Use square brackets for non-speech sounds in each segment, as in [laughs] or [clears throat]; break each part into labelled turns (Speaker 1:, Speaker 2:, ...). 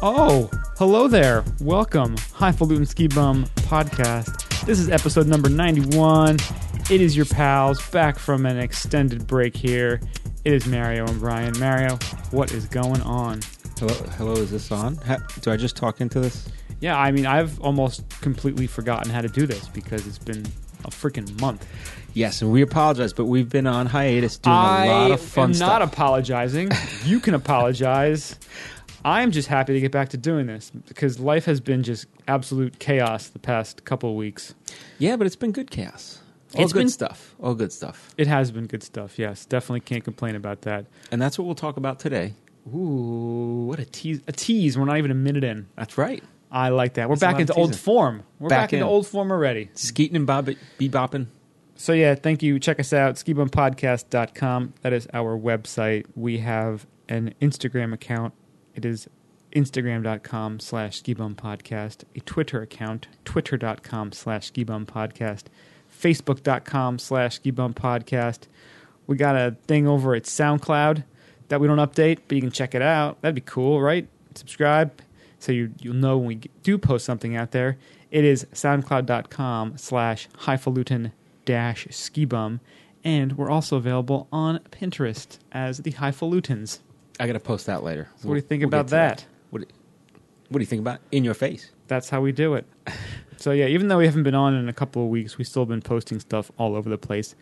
Speaker 1: Oh, hello there. Welcome, Highfalutin Ski Bum Podcast. This is episode number 91. It is your pals back from an extended break here. It is Mario and Brian. Mario, what is going on?
Speaker 2: Hello, hello. Is this on? Ha- do I just talk into this?
Speaker 1: Yeah, I mean, I've almost completely forgotten how to do this because it's been a freaking month.
Speaker 2: Yes, and we apologize, but we've been on hiatus doing a
Speaker 1: I
Speaker 2: lot of fun
Speaker 1: am
Speaker 2: stuff.
Speaker 1: not [laughs] apologizing. you can apologize. I'm just happy to get back to doing this because life has been just absolute chaos the past couple of weeks.
Speaker 2: yeah, but it's been good chaos. All
Speaker 1: It's
Speaker 2: good
Speaker 1: been-
Speaker 2: stuff. All good stuff.
Speaker 1: It has been good stuff. Yes, definitely can't complain about that.
Speaker 2: And that's what we'll talk about today.
Speaker 1: Ooh, what a tease! A tease. We're not even a minute in.
Speaker 2: That's right.
Speaker 1: I like that. We're
Speaker 2: That's a
Speaker 1: back
Speaker 2: lot of
Speaker 1: into old
Speaker 2: teasing.
Speaker 1: form. We're back,
Speaker 2: Back
Speaker 1: into
Speaker 2: in.
Speaker 1: old form already.
Speaker 2: Skeeting and bobbing, bebopping.
Speaker 1: So yeah, thank you. Check us out, skibumpodcast.com. That is our website. We have an Instagram account. It is instagram.com slash skibumpodcast. A Twitter account, twitter.com slash skibumpodcast. Facebook.com slash skibumpodcast. We got a thing over at SoundCloud that we don't update, but you can check it out. That'd be cool, right? Subscribe so you, you'll know when we g- do post something out there. It is soundcloud.com slash highfalutin dash ski bum. And we're also available on Pinterest as the Highfalutins.
Speaker 2: I got to post that later.
Speaker 1: So what do you think
Speaker 2: We'll get
Speaker 1: about
Speaker 2: to
Speaker 1: that?
Speaker 2: What, do- what do you think about in your face?
Speaker 1: That's how we do
Speaker 2: [laughs]
Speaker 1: it. So yeah, even though we haven't been on in a couple of weeks, we've still been posting stuff all over the place.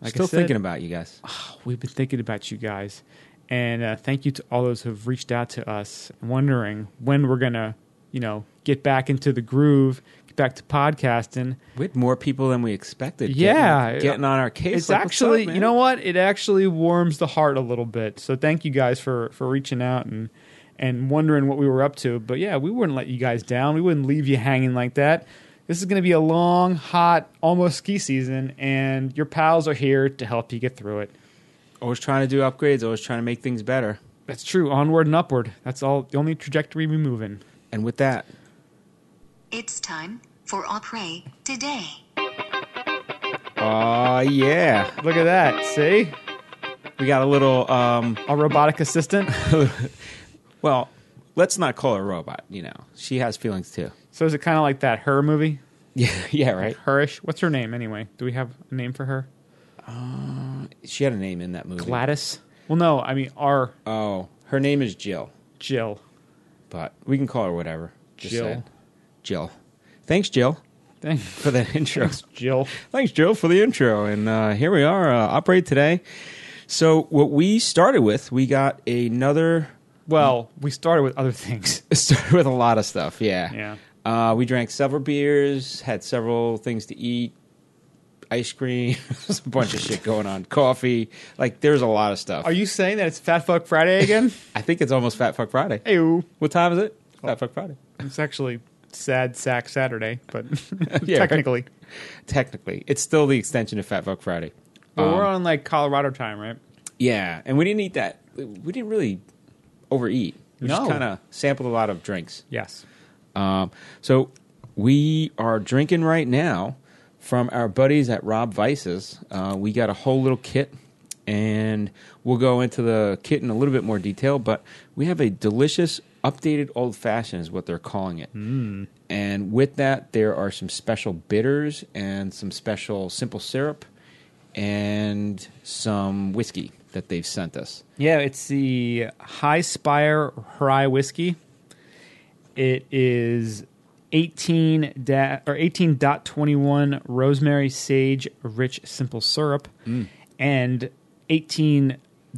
Speaker 1: Like I
Speaker 2: Still
Speaker 1: said-
Speaker 2: thinking about you guys.
Speaker 1: we've been thinking about you guys. And uh, thank you to all those who've reached out to us, wondering when we're going to, you know, get back into the groove, get back to podcasting.
Speaker 2: We had more people than we expected. getting-
Speaker 1: Yeah.
Speaker 2: getting, on our case.
Speaker 1: It's
Speaker 2: Like, what's up,
Speaker 1: actually,
Speaker 2: man?
Speaker 1: you know what? It actually warms the heart a little bit. So thank you guys for for reaching out and and wondering what we were up to. But yeah, we wouldn't let you guys down. We wouldn't leave you hanging like that. This is going to be a long, hot, almost ski season, and your pals are here to help you get through it.
Speaker 2: Always trying to do upgrades. Always trying to make things better.
Speaker 1: That's true. Onward and upward. That's all. The only trajectory we move in.
Speaker 2: And with that,
Speaker 3: It's time for Opry today.
Speaker 2: oh yeah,
Speaker 1: Look at that. See,
Speaker 2: we got a little. um
Speaker 1: a robotic assistant.
Speaker 2: Well, let's not call her a robot. You know, she has feelings too.
Speaker 1: so is it kind of like that her movie?
Speaker 2: [laughs] Yeah, yeah, right.
Speaker 1: Herish. What's her name anyway? Do we have a name for her?
Speaker 2: She had a name in that movie.
Speaker 1: Gladys. Well, no. I mean, our
Speaker 2: oh, her name is Jill,
Speaker 1: Jill.
Speaker 2: but we can call her whatever. Just
Speaker 1: Jill.
Speaker 2: said. Jill. Thanks, Jill,
Speaker 1: Thanks,
Speaker 2: for that [laughs] intro.
Speaker 1: Jill.
Speaker 2: Thanks, Jill, for the intro. And uh, here we are, uh, operate today. So what we started with, we got another.
Speaker 1: Well, we started with other things.
Speaker 2: [laughs] Started with a lot of stuff. Yeah.
Speaker 1: Yeah.
Speaker 2: Uh, we drank several beers, had several things to eat, ice cream, [laughs] there's a bunch of shit going on, coffee. Like, there's a lot of stuff.
Speaker 1: Are you saying that it's Fat Fuck Friday [laughs] again?
Speaker 2: I think it's almost Fat Fuck Friday.
Speaker 1: Ew.
Speaker 2: What time is it?
Speaker 1: Oh.
Speaker 2: Fat Fuck Friday.
Speaker 1: It's actually Sad Sack Saturday, [laughs] but
Speaker 2: Yeah, right.
Speaker 1: technically,
Speaker 2: Technically, it's still the extension of Fat Fuck Friday.
Speaker 1: but we're
Speaker 2: Um,
Speaker 1: on like Colorado time, right?
Speaker 2: yeah, and we didn't eat that. We didn't really overeat. We just
Speaker 1: No.
Speaker 2: kind of sampled a lot of drinks.
Speaker 1: Yes.
Speaker 2: Um, so we are drinking right now from our buddies at Rob Vices. Uh, we got a whole little kit, and we'll go into the kit in a little bit more detail. But we have a delicious updated old fashioned, is what they're calling it. Mm. And with that, there are some special bitters and some special simple syrup and some whiskey that they've sent us.
Speaker 1: Yeah, it's the High Spire Rye whiskey. It is 18 da- or 18.21 rosemary sage rich simple syrup and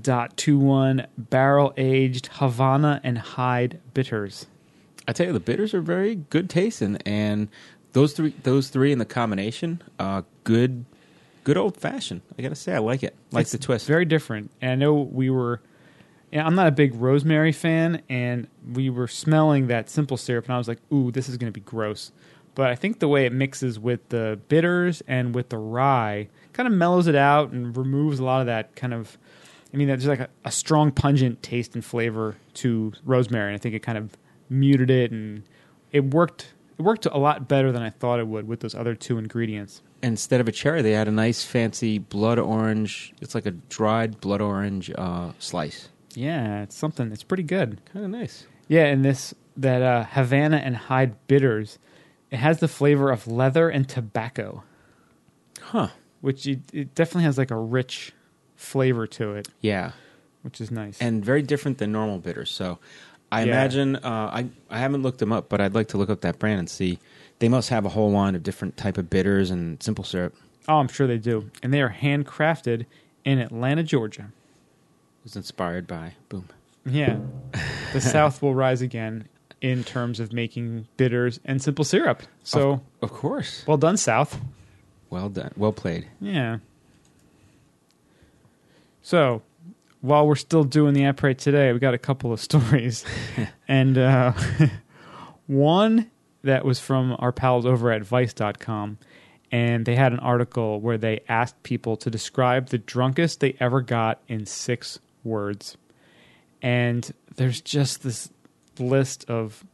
Speaker 1: 18.21 barrel aged Havana and Hyde bitters.
Speaker 2: I tell you, the bitters are very good tasting, and those three, those three in the combination, uh, good, good old fashioned. I gotta say, I like it. Like
Speaker 1: It's
Speaker 2: the twist.
Speaker 1: Very different. And I know we were. And I'm not a big rosemary fan, and we were smelling that simple syrup, and I was like, "Ooh, this is going to be gross." But I think the way it mixes with the bitters and with the rye kind of mellows it out and removes a lot of that kind of. I mean, there's like a, a strong pungent taste and flavor to rosemary, and I think it kind of muted it, and it worked. It worked a lot better than I thought it would with those other two ingredients.
Speaker 2: Instead of a cherry, they had a nice fancy blood orange. It's like a dried blood orange uh, slice.
Speaker 1: Yeah, it's something. It's pretty good.
Speaker 2: Kind of nice.
Speaker 1: Yeah, and this that uh, Havana and Hyde bitters. It has the flavor of leather and tobacco,
Speaker 2: Huh.
Speaker 1: which it, it definitely has like a rich flavor to it,
Speaker 2: Yeah.
Speaker 1: which is nice.
Speaker 2: And very different than normal bitters. So I
Speaker 1: Yeah.
Speaker 2: imagine uh, I I haven't looked them up, but I'd like to look up that brand and see. They must have a whole line of different type of bitters and simple syrup.
Speaker 1: oh, I'm sure they do. And they are handcrafted in Atlanta, Georgia.
Speaker 2: It was inspired by boom.
Speaker 1: Yeah.
Speaker 2: [laughs]
Speaker 1: The South will rise again in terms of making bitters and simple syrup. So
Speaker 2: Of course.
Speaker 1: well done, South.
Speaker 2: Well done. Well played.
Speaker 1: Yeah. So, while we're still doing the apres today, we got a couple of [laughs] stories, and uh, [laughs] one that was from our pals over at Vice.com, and they had an article where they asked people to describe the drunkest they ever got in six words, and there's just this list of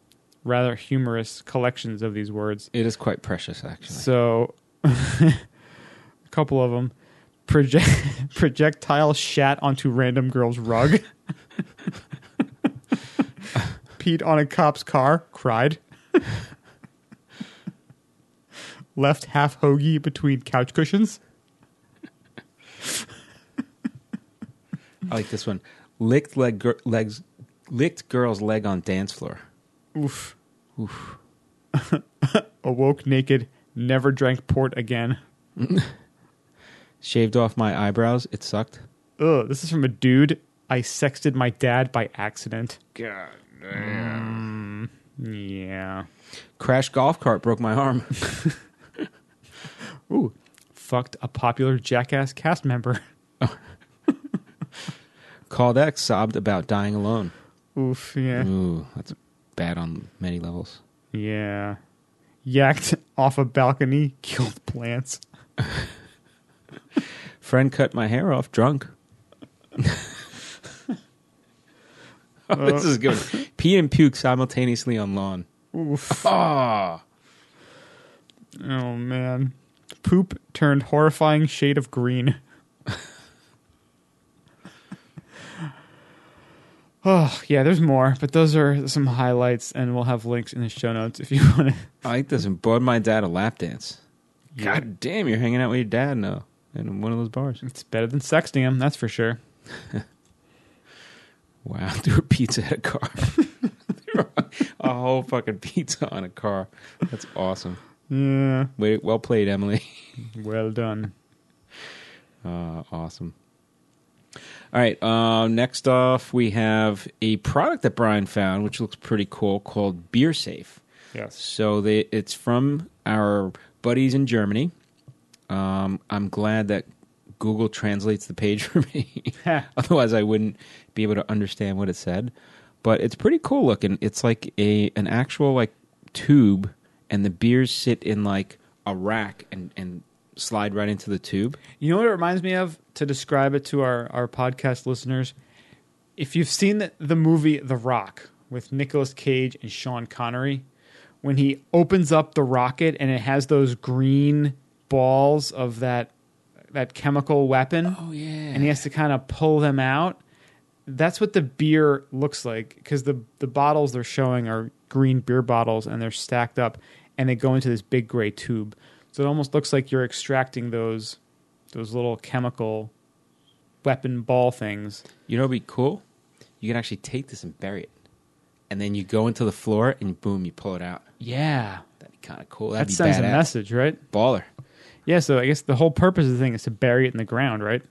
Speaker 1: rather humorous collections of these words.
Speaker 2: It is quite precious, actually.
Speaker 1: So, [laughs] a couple of them project, [laughs] projectile shat onto random girl's rug. [laughs] Pete on a cop's car cried. [laughs] Left half hoagie between couch cushions.
Speaker 2: I like this one. Licked leg gir- legs, licked girl's leg on dance floor.
Speaker 1: Oof. Oof. Awoke naked. Never drank port again.
Speaker 2: Shaved off my eyebrows. It sucked.
Speaker 1: Ugh, this is from a dude. I sexted my dad by accident. Mm,
Speaker 2: God.
Speaker 1: Yeah.
Speaker 2: Crash golf cart broke my arm. [laughs]
Speaker 1: Ooh, fucked a popular Jackass cast member.
Speaker 2: Called X sobbed about dying alone.
Speaker 1: [laughs] Oof, yeah.
Speaker 2: Ooh, that's bad on many levels.
Speaker 1: Yeah. Yacked off a balcony, [laughs] killed plants.
Speaker 2: Friend cut my hair off drunk. [laughs] Oh, this is good. Pee and puke simultaneously on lawn.
Speaker 1: Oof.
Speaker 2: Ah,
Speaker 1: Oh, man. Poop turned horrifying shade of green. [laughs] oh, yeah, there's more, but those are some highlights, and we'll have links in the show notes if you [laughs] want to.
Speaker 2: I like this one. Bought my dad a lap dance. God damn, you're hanging out with your dad now in one of those bars.
Speaker 1: It's better than sexting him, that's for sure.
Speaker 2: Wow, [laughs] threw a pizza at a car. [laughs] Threw a whole fucking pizza on a car. That's awesome.
Speaker 1: Yeah.
Speaker 2: Wait, well played, Emily. [laughs]
Speaker 1: Well done.
Speaker 2: Uh, awesome. All right. Uh, next off, we have a product that Brian found, which looks pretty cool, called Beer Safe.
Speaker 1: Yes.
Speaker 2: So they, it's from our buddies in Germany. Um, I'm glad that Google translates the page [laughs] for me. Otherwise, I wouldn't be able to understand what it said. But it's pretty cool looking. It's like a an actual like tube, and the beers sit in like a rack and and slide right into the tube.
Speaker 1: You know what it reminds me of to describe it to our, our podcast listeners? If you've seen the, the movie The Rock with Nicolas Cage and Sean Connery, when he opens up the rocket and it has those green balls of that that chemical weapon.
Speaker 2: Oh, yeah.
Speaker 1: And he has to kind of pull them out. That's what the beer looks like because the the bottles they're showing are green beer bottles and they're stacked up and they go into this big gray tube. So it almost looks like you're extracting those those little chemical weapon ball things.
Speaker 2: You know, what'd be cool. You can actually take this and bury it, and then you go into the floor and boom, you pull it out.
Speaker 1: Yeah,
Speaker 2: That'd be kind of cool. That'd
Speaker 1: that
Speaker 2: be
Speaker 1: sends a
Speaker 2: badass.
Speaker 1: message, right?
Speaker 2: Baller.
Speaker 1: Yeah. So I guess the whole purpose of the thing is to bury it in the ground, right?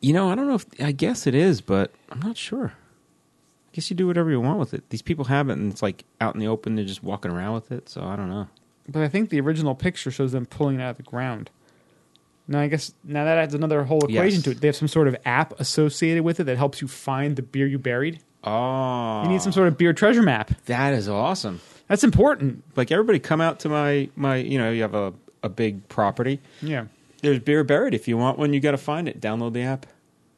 Speaker 2: You know, I don't know if I guess it is, but I'm not sure. I guess you do whatever you want with it. These people have it, and it's like out in the open. They're just walking around with it. So I don't know.
Speaker 1: But I think the original picture shows them pulling it out of the ground. Now I guess now that adds another whole equation
Speaker 2: Yes.
Speaker 1: to it. They have some sort of app associated with it that helps you find the beer you buried.
Speaker 2: Oh,
Speaker 1: You need some sort of beer treasure map.
Speaker 2: That is awesome.
Speaker 1: That's important.
Speaker 2: Like everybody, come out to my my. You know, you have a a big property.
Speaker 1: Yeah.
Speaker 2: There's beer buried. If you want one, you got to find it. Download the app.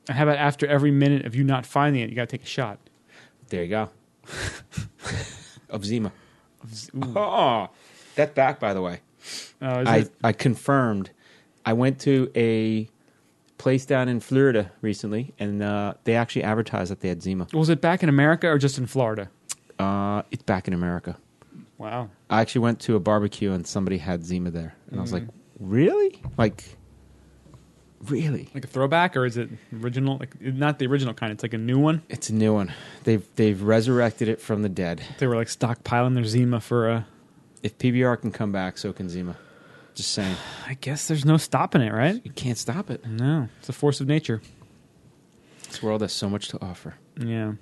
Speaker 1: And how about after every minute of you not finding it, you got to take a shot?
Speaker 2: There
Speaker 1: [laughs]
Speaker 2: you go. of Zima. Oh, that's back, by the way.
Speaker 1: Oh, is
Speaker 2: I,
Speaker 1: it-
Speaker 2: I confirmed. I went to a place down in Florida recently, and uh, they actually advertised that they had Zima.
Speaker 1: was it back in America or just in Florida?
Speaker 2: Uh, it's back in America.
Speaker 1: Wow.
Speaker 2: I actually went to a barbecue and somebody had Zima there, and I was like,
Speaker 1: Mm-hmm.
Speaker 2: "Really? Like, really?
Speaker 1: Like a throwback, or is it original? Like not the original kind. It's like a new one.
Speaker 2: It's a new one. They've they've resurrected it from the dead.
Speaker 1: They were like stockpiling their Zima for uh, a.
Speaker 2: If PBR can come back, so can Zima. Just saying,
Speaker 1: I guess there's no stopping it, right?
Speaker 2: you can't stop it.
Speaker 1: No, it's a force of nature.
Speaker 2: This world has so much to offer.
Speaker 1: Yeah.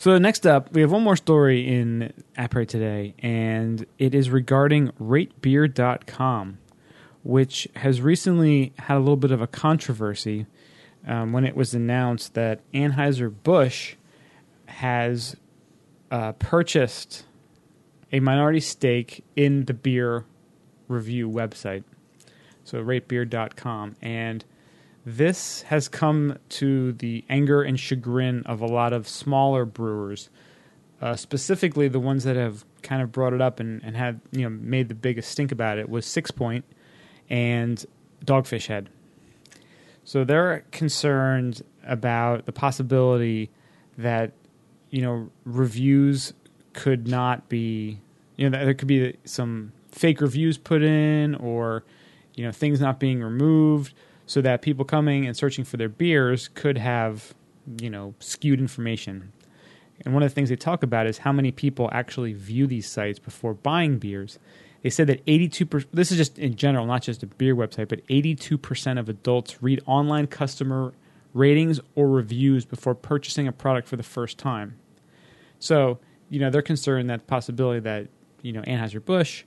Speaker 1: so next up, we have one more story in Apre today, and it is regarding ratebeer.com, which has recently had a little bit of a controversy um, when it was announced that Anheuser-Busch has uh, purchased a minority stake in the beer review website, so ratebeer.com. And this has come to the anger and chagrin of a lot of smaller brewers, uh, specifically the ones that have kind of brought it up and, and had you know made the biggest stink about it was Six Point and Dogfish Head. So they're concerned about the possibility that you know reviews could not be you know that there could be some fake reviews put in or you know things not being removed so that people coming and searching for their beers could have you know skewed information and one of the things they talk about is how many people actually view these sites before buying beers. They said that 82%, this is just in general, not just a beer website, but 82% of adults read online customer ratings or reviews before purchasing a product for the first time. So, you know, they're concerned that the possibility that, you know, Anheuser-Busch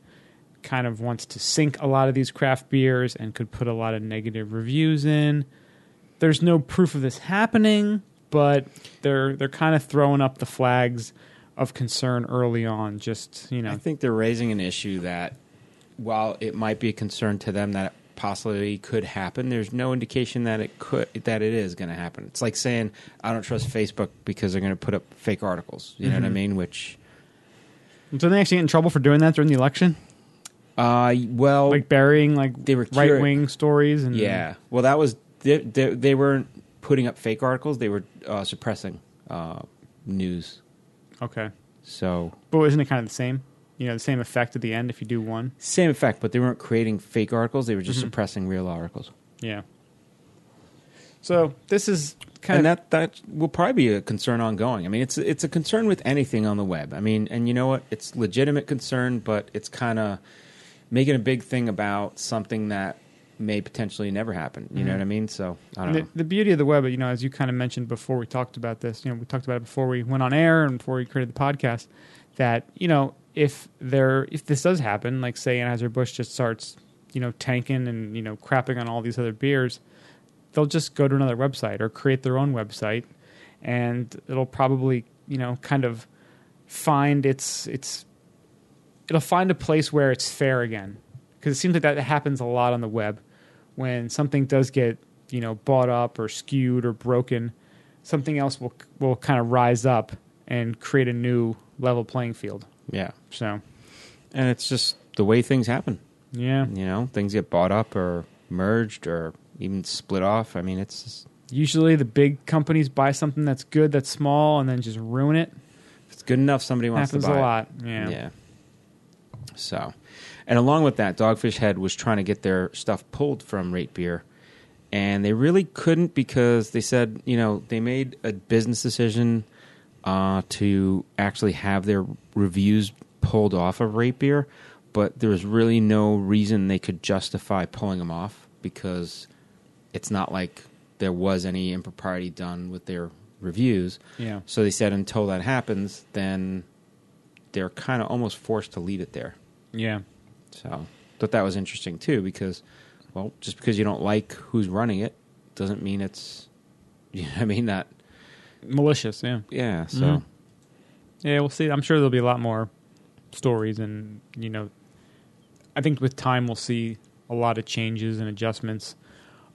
Speaker 1: kind of wants to sink a lot of these craft beers and could put a lot of negative reviews in. There's no proof of this happening, but they're they're kind of throwing up the flags of concern early on just, you know.
Speaker 2: I think they're raising an issue that, while it might be a concern to them that it possibly could happen, there's no indication that it could that it is going to happen. It's like saying I don't trust Facebook because they're going to put up fake articles. You know what I mean? Which,
Speaker 1: so they actually get in trouble for doing that during the election,
Speaker 2: uh, well,
Speaker 1: like mm-hmm. burying like
Speaker 2: They were curi-
Speaker 1: right wing stories and
Speaker 2: yeah. Well, that was they, they, they weren't putting up fake articles; they were uh, suppressing uh, news.
Speaker 1: Okay,
Speaker 2: So
Speaker 1: but isn't it kind of the same? You know, the same effect at the end if you do one.
Speaker 2: same effect, but they weren't creating fake articles; they were just suppressing real articles.
Speaker 1: Yeah. So this is kind
Speaker 2: and
Speaker 1: of
Speaker 2: that that will probably be a concern ongoing. I mean, it's it's a concern with anything on the web. I mean, and you know what? It's legitimate concern, but it's kind of making a big thing about something that may potentially never happen. You
Speaker 1: Mm-hmm.
Speaker 2: know what I mean? So I don't
Speaker 1: the,
Speaker 2: know.
Speaker 1: the beauty of the web, you know, as you kind of mentioned before we talked about this, you know, we talked about it before we went on air and before we created the podcast, that, you know, if there if this does happen, like say Anheuser Busch just starts, you know, tanking and, you know, crapping on all these other beers, they'll just go to another website or create their own website and it'll probably, you know, kind of find its its it'll find a place where it's fair again because it seems like that happens a lot on the web when something does get you know bought up or skewed or broken something else will will kind of rise up and create a new level playing field
Speaker 2: Yeah,
Speaker 1: so
Speaker 2: and it's just the way things happen.
Speaker 1: yeah
Speaker 2: You know, things get bought up or merged or even split off. I mean, it's just,
Speaker 1: usually the big companies buy something that's good that's small and then just ruin it
Speaker 2: if it's good enough, somebody wants
Speaker 1: happens
Speaker 2: to buy
Speaker 1: a
Speaker 2: it.
Speaker 1: lot yeah.
Speaker 2: So, and along with that, Dogfish Head was trying to get their stuff pulled from Rate Beer, and they really couldn't because they said, you know, they made a business decision uh, to actually have their reviews pulled off of Rate Beer, but there was really no reason they could justify pulling them off because it's not like there was any impropriety done with their reviews.
Speaker 1: Yeah.
Speaker 2: So they said until that happens, then they're kind of almost forced to leave it there.
Speaker 1: yeah
Speaker 2: So thought that was interesting too because, well, just because you don't like who's running it doesn't mean it's, [laughs] you know, what I mean that.
Speaker 1: malicious yeah
Speaker 2: Yeah. So
Speaker 1: Mhm. Yeah, we'll see. I'm sure there'll be a lot more stories, and you know, I think with time we'll see a lot of changes and adjustments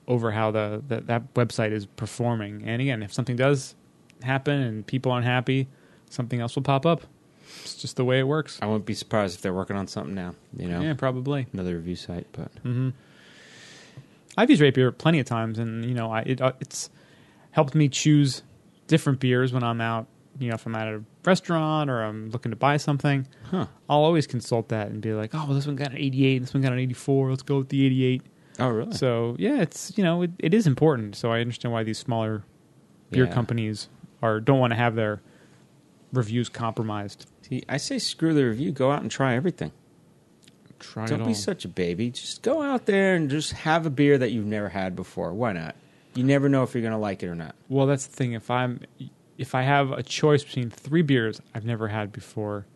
Speaker 1: over how the, the that website is performing. And again, if something does happen and people aren't happy, something else will pop up. It's just the way it works.
Speaker 2: I wouldn't be surprised if they're working on something now. You know,
Speaker 1: Yeah, probably.
Speaker 2: another review site, but
Speaker 1: I've used Rapier plenty of times, and you know, I, it, uh, it's helped me choose different beers when I'm out you know, if I'm at a restaurant or I'm looking to buy something,
Speaker 2: Huh.
Speaker 1: I'll always consult that and be like, oh, well, this one got an 88, this one got an 84, let's go with the 88.
Speaker 2: Oh, really?
Speaker 1: So, yeah, it's, you know, it, it is important. So I understand why these smaller beer
Speaker 2: Yeah.
Speaker 1: companies are don't want to have their reviews compromised.
Speaker 2: See, I say screw the review. Go out and try everything.
Speaker 1: Try
Speaker 2: Don't be such a baby. Just go out there and just have a beer that you've never had before. Why not? You never know if you're going to like it or not.
Speaker 1: Well, that's the thing. If I'm, if I have a choice between three beers I've never had before,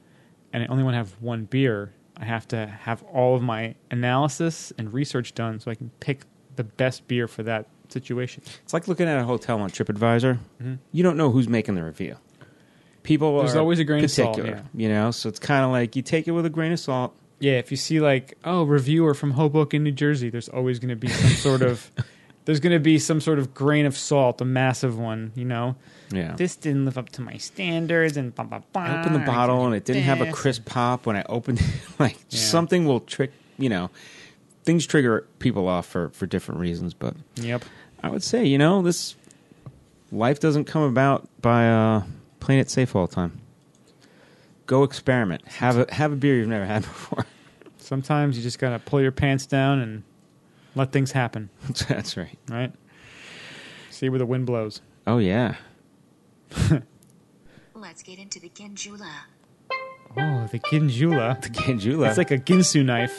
Speaker 1: and I only want to have one beer, I have to have all of my analysis and research done so I can pick the best beer for that situation.
Speaker 2: It's like looking at a hotel on TripAdvisor. You don't know who's making the review. People
Speaker 1: Mm-hmm. There's
Speaker 2: are
Speaker 1: always a grain of salt,
Speaker 2: particular,
Speaker 1: yeah.
Speaker 2: you know. So it's kind of like you take it with a grain of salt.
Speaker 1: Yeah, if you see like, oh, reviewer from Hoboken, New Jersey, there's always going to be some sort
Speaker 2: [laughs]
Speaker 1: of, there's going to be some sort of grain of salt, a massive one, you know.
Speaker 2: Yeah.
Speaker 1: This didn't live up to my standards, and blah blah blah.
Speaker 2: I opened the bottle and it didn't have a
Speaker 1: This.
Speaker 2: crisp pop when I opened it. [laughs] like
Speaker 1: Yeah.
Speaker 2: something will trick, you know. Things trigger people off for for different reasons, but
Speaker 1: Yep.
Speaker 2: I would say, you know, this life doesn't come about by uh, playing it safe all the time. Go experiment. Have a have a beer you've never had before. [laughs]
Speaker 1: Sometimes you just gotta pull your pants down and let things happen,
Speaker 2: That's right.
Speaker 1: right? See where the wind blows.
Speaker 2: Oh yeah.
Speaker 3: Let's get into the Ginjula.
Speaker 1: Oh, the ginjula.
Speaker 2: The Ganjula.
Speaker 1: It's like a ginsu knife,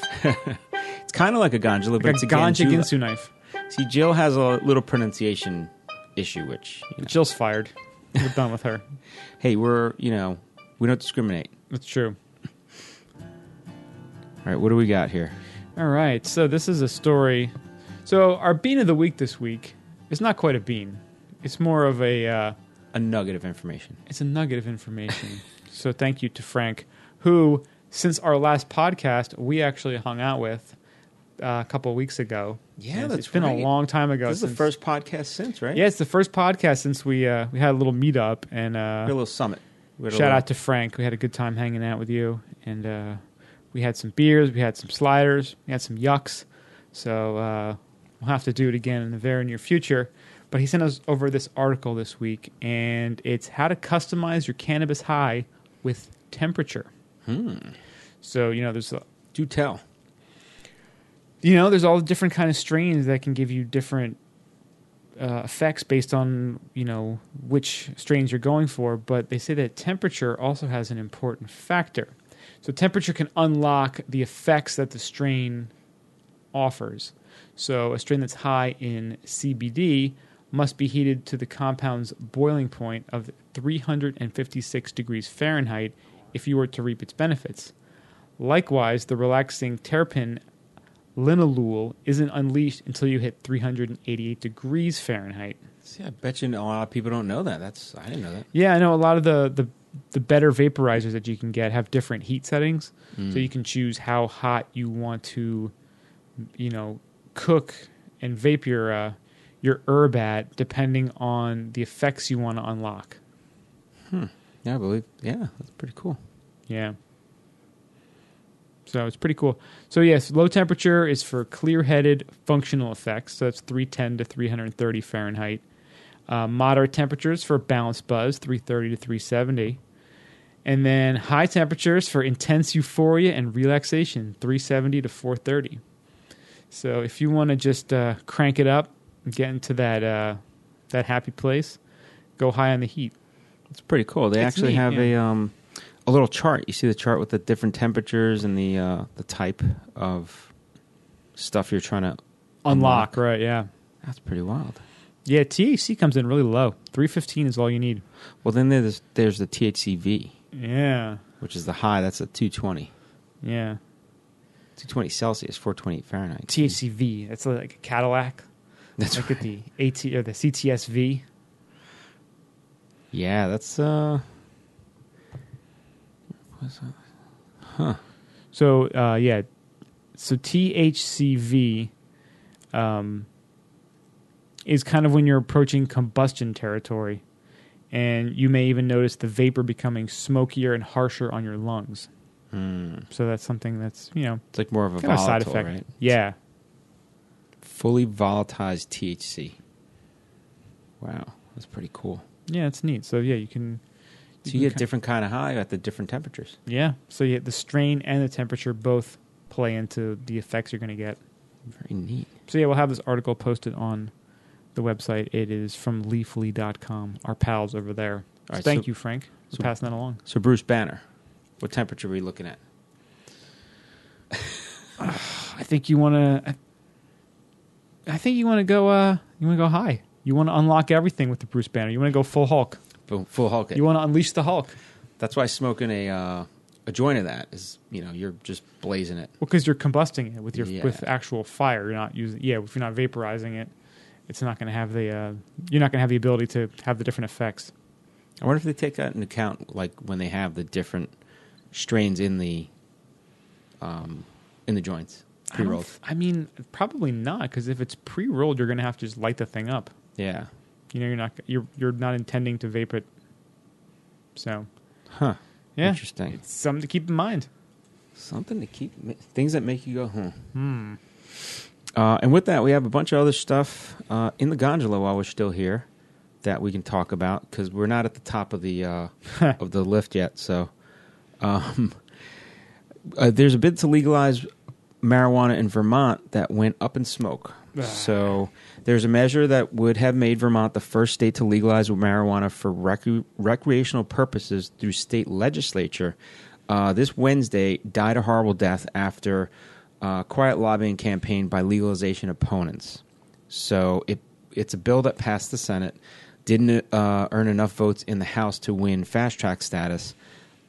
Speaker 2: It's kind of like a gondola, but
Speaker 1: like
Speaker 2: it's
Speaker 1: a
Speaker 2: a
Speaker 1: ganja
Speaker 2: ganjula.
Speaker 1: ginsu knife.
Speaker 2: See, Jill has a little pronunciation issue, which you know,
Speaker 1: Jill's fired. We're done with her.
Speaker 2: hey, we're you know we don't discriminate.
Speaker 1: That's true.
Speaker 2: All right, what do we got here?
Speaker 1: All right, so this is a story. So our bean of the week this week is not quite a bean. It's more of a uh,
Speaker 2: A nugget of information.
Speaker 1: It's a nugget of
Speaker 2: [laughs]
Speaker 1: information. so thank you to Frank, who, since our last podcast, we actually hung out with uh, a couple of weeks ago.
Speaker 2: Yeah,
Speaker 1: And it's-
Speaker 2: that's
Speaker 1: it's been
Speaker 2: right.
Speaker 1: a long time ago.
Speaker 2: This is the
Speaker 1: since-
Speaker 2: first podcast since, right?
Speaker 1: Yeah, it's the first podcast since we uh, we had a little meetup and uh,
Speaker 2: We had a little summit. We had a
Speaker 1: shout
Speaker 2: little-
Speaker 1: out to Frank. We had a good time hanging out with you, and uh, we had some beers, we had some sliders, we had some yucks. So uh, we'll have to do it again in the very near future. But he sent us over this article this week, and it's how to customize your cannabis high with temperature. So you know, there's a,
Speaker 2: Do tell.
Speaker 1: you know, there's all the different kind of strains that can give you different uh, effects based on you know which strains you're going for. But they say that temperature also has an important factor. So temperature can unlock the effects that the strain offers. So a strain that's high in CBD must be heated to the compound's boiling point of 356 degrees Fahrenheit if you were to reap its benefits. Likewise, the relaxing terpene linalool isn't unleashed until you hit 388 degrees Fahrenheit.
Speaker 2: See, I bet you a lot of people don't know that. That's I didn't know that.
Speaker 1: Yeah, I know a lot of the the, the better vaporizers that you can get have different heat settings, so you can choose how hot you want to, you know, cook and vape your uh, your herb at, depending on the effects you want to unlock.
Speaker 2: Yeah, I believe. Yeah, that's pretty cool.
Speaker 1: Yeah. So it's pretty cool. So yes, low temperature is for clear-headed functional effects. So that's 310 to 330 Fahrenheit. Uh, moderate temperatures for balanced buzz, 330 to 370. And then high temperatures for intense euphoria and relaxation, 370 to 430. So if you want to just uh, crank it up and get into that uh, that happy place, go high on the heat.
Speaker 2: It's pretty cool. They
Speaker 1: It's
Speaker 2: actually
Speaker 1: neat,
Speaker 2: have
Speaker 1: yeah.
Speaker 2: a um, a little chart. You see the chart with the different temperatures and the uh, the type of stuff you're trying to
Speaker 1: Unlock, right? Yeah.
Speaker 2: That's pretty wild.
Speaker 1: Yeah, THC comes in really low. 315 is all you need.
Speaker 2: Well, then there's there's the THCV,
Speaker 1: Yeah.
Speaker 2: which is the high. That's a 220,
Speaker 1: Yeah.
Speaker 2: 220 Celsius, 428 Fahrenheit.
Speaker 1: THCV, that's like a Cadillac.
Speaker 2: That's
Speaker 1: like at the AT or the CTSV.
Speaker 2: [laughs] yeah, that's uh,
Speaker 1: So, uh, yeah. So THCV um, is kind of when you're approaching combustion territory. And you may even notice the vapor becoming smokier and harsher on your lungs. So that's something that's, you know,
Speaker 2: it's like more of a
Speaker 1: kind of a
Speaker 2: Hmm. volatile,
Speaker 1: side effect.
Speaker 2: right?
Speaker 1: Yeah.
Speaker 2: Fully volatilized THC. Wow, that's pretty cool.
Speaker 1: Yeah, it's neat. So yeah, you can
Speaker 2: So you get different kind of high at the different temperatures.
Speaker 1: Yeah. So you, the strain and the temperature both play into the effects you're going to get.
Speaker 2: Very neat.
Speaker 1: So yeah, we'll have this article posted on the website. It is from leafly.com, our pals over there.
Speaker 2: All right,
Speaker 1: Thank
Speaker 2: so-
Speaker 1: you, Frank, for
Speaker 2: so-
Speaker 1: passing that along.
Speaker 2: So Bruce Banner, what temperature are we looking at?
Speaker 1: I think you want to. I think you want to go. Uh, you want to go high. You want to unlock everything with the Bruce Banner. You want to go full Hulk.
Speaker 2: Boom, full Hulk. it.
Speaker 1: You want to unleash the Hulk.
Speaker 2: That's why smoking a uh, a joint of that is you know you're just blazing it.
Speaker 1: Well, because you're combusting it with your
Speaker 2: Yeah.
Speaker 1: with actual fire. You're not using. Yeah, if you're not vaporizing it, it's not going to have the. Uh, you're not going to have the ability to have the different effects.
Speaker 2: I wonder if they take that into account, like when they have the different strains in the um, in the joints
Speaker 1: I don't
Speaker 2: pre rolled.
Speaker 1: f- I mean, probably not. Because if it's pre-rolled, you're going to have to just light the thing up.
Speaker 2: Yeah.
Speaker 1: You know, you're not. You're you're not intending to vape it. So
Speaker 2: Huh.
Speaker 1: yeah,
Speaker 2: Interesting.
Speaker 1: It's something to keep in mind.
Speaker 2: Something to keep ma- things that make you go hmm. Uh, and with that, we have a bunch of other stuff uh, in the gondola while we're still here that we can talk about because we're not at the top of the uh, of the lift yet. So, um, uh, there's a bid to legalize marijuana in Vermont that went up in smoke.
Speaker 1: Ah.
Speaker 2: So, there's a measure that would have made Vermont the first state to legalize marijuana for rec- recreational purposes through state legislature. Uh, this Wednesday died a horrible death after uh, quiet lobbying campaign by legalization opponents. So it it's a bill that passed the Senate, didn't uh, earn enough votes in the House to win fast track status,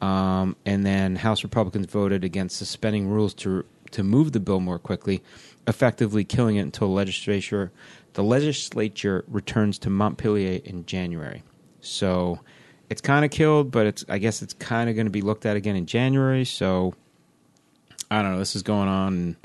Speaker 2: um, and then House Republicans voted against suspending rules to to move the bill more quickly, effectively killing it until legislature the legislature returns to Montpelier in January. So it's kind of killed, but it's I guess it's kind of going to be looked at again in January. So I don't know. This is going on. And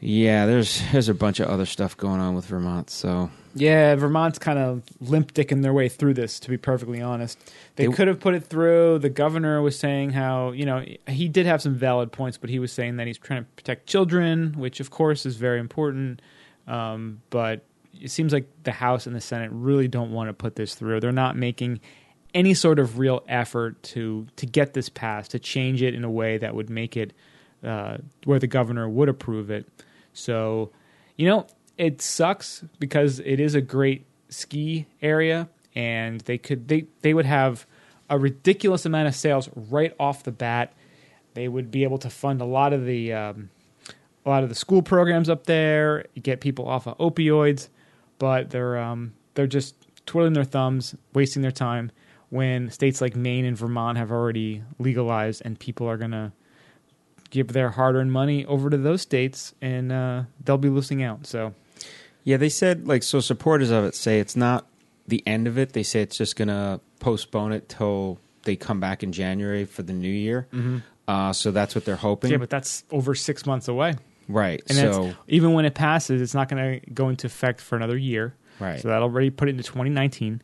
Speaker 2: yeah, there's there's a bunch of other stuff going on with Vermont. So
Speaker 1: Yeah, Vermont's kind of limp dicking their way through this, to be perfectly honest. They,
Speaker 2: They-
Speaker 1: could have put it through. The governor was saying how, you know, he did have some valid points, but he was saying that he's trying to protect children, which, of course, is very important. Um, but it seems like the House and the Senate really don't want to put this through. They're not making any sort of real effort to to get this passed, to change it in a way that would make it uh, where the governor would approve it. So, you know, it sucks because it is a great ski area, and they could they they would have a ridiculous amount of sales right off the bat. They would be able to fund a lot of the um, a lot of the school programs up there, get people off of opioids, but they're um, they're just twiddling their thumbs, wasting their time. When states like Maine and Vermont have already legalized, and people are gonna give their hard-earned money over to those states, and uh, they'll be losing out. So
Speaker 2: yeah, they said like so supporters of it say it's not the end of it. They say it's just gonna postpone it till they come back in January for the new year. Uh, so that's what they're hoping.
Speaker 1: Mm-hmm. yeah, but that's over six months away,
Speaker 2: right.
Speaker 1: and
Speaker 2: so
Speaker 1: that's, even when it passes, it's not going to go into effect for another year.
Speaker 2: Right.
Speaker 1: So that already put it into 2019,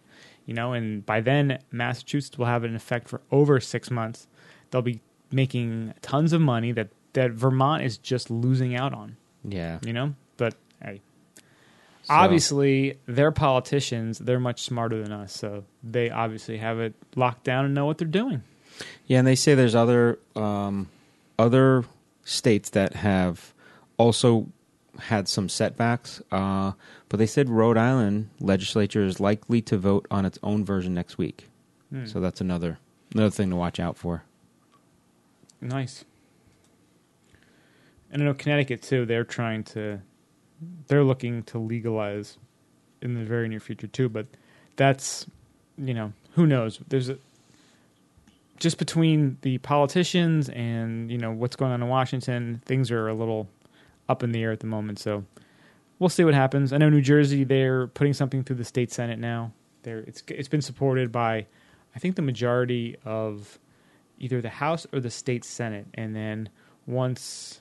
Speaker 1: you know, and by then Massachusetts will have it in effect for over six months. They'll be making tons of money that that Vermont is just losing out on,
Speaker 2: yeah.
Speaker 1: you know. But hey,
Speaker 2: So-
Speaker 1: obviously they're politicians; they're much smarter than us, so they obviously have it locked down and know what they're doing.
Speaker 2: Yeah, and they say there's other um, other states that have also had some setbacks, uh, but they said Rhode Island legislature is likely to vote on its own version next week.
Speaker 1: Hmm.
Speaker 2: So that's another another thing to watch out for.
Speaker 1: Nice. And I know Connecticut too. They're trying to, they're looking to legalize in the very near future too. But that's, you know, who knows? There's a, just between the politicians and you know what's going on in Washington, things are a little up in the air at the moment. So we'll see what happens. I know New Jersey they're putting something through the state senate now. They're, it's it's been supported by, I think the majority of either the House or the state senate, and then once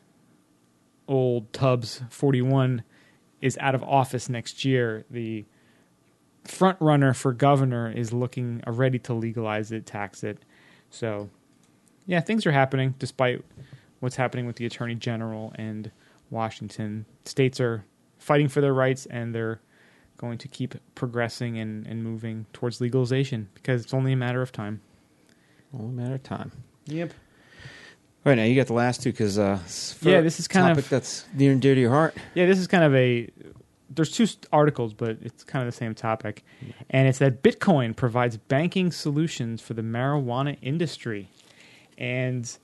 Speaker 1: old Tubbs forty one is out of office next year, the front runner for governor is looking already to legalize it, tax it. So, yeah, things are happening despite what's happening with the attorney general and Washington. States are fighting for their rights and they're going to keep progressing and, and moving towards legalization because it's only a matter of time.
Speaker 2: Only a matter of time.
Speaker 1: Yep.
Speaker 2: All right, now you got the last two because uh, it's for
Speaker 1: Yeah, this is kind
Speaker 2: a topic
Speaker 1: of-
Speaker 2: that's near and dear to your heart.
Speaker 1: Yeah, this is kind of a. There's two st- articles, but it's kind of the same topic. And it's that Bitcoin provides banking solutions for the marijuana industry. And,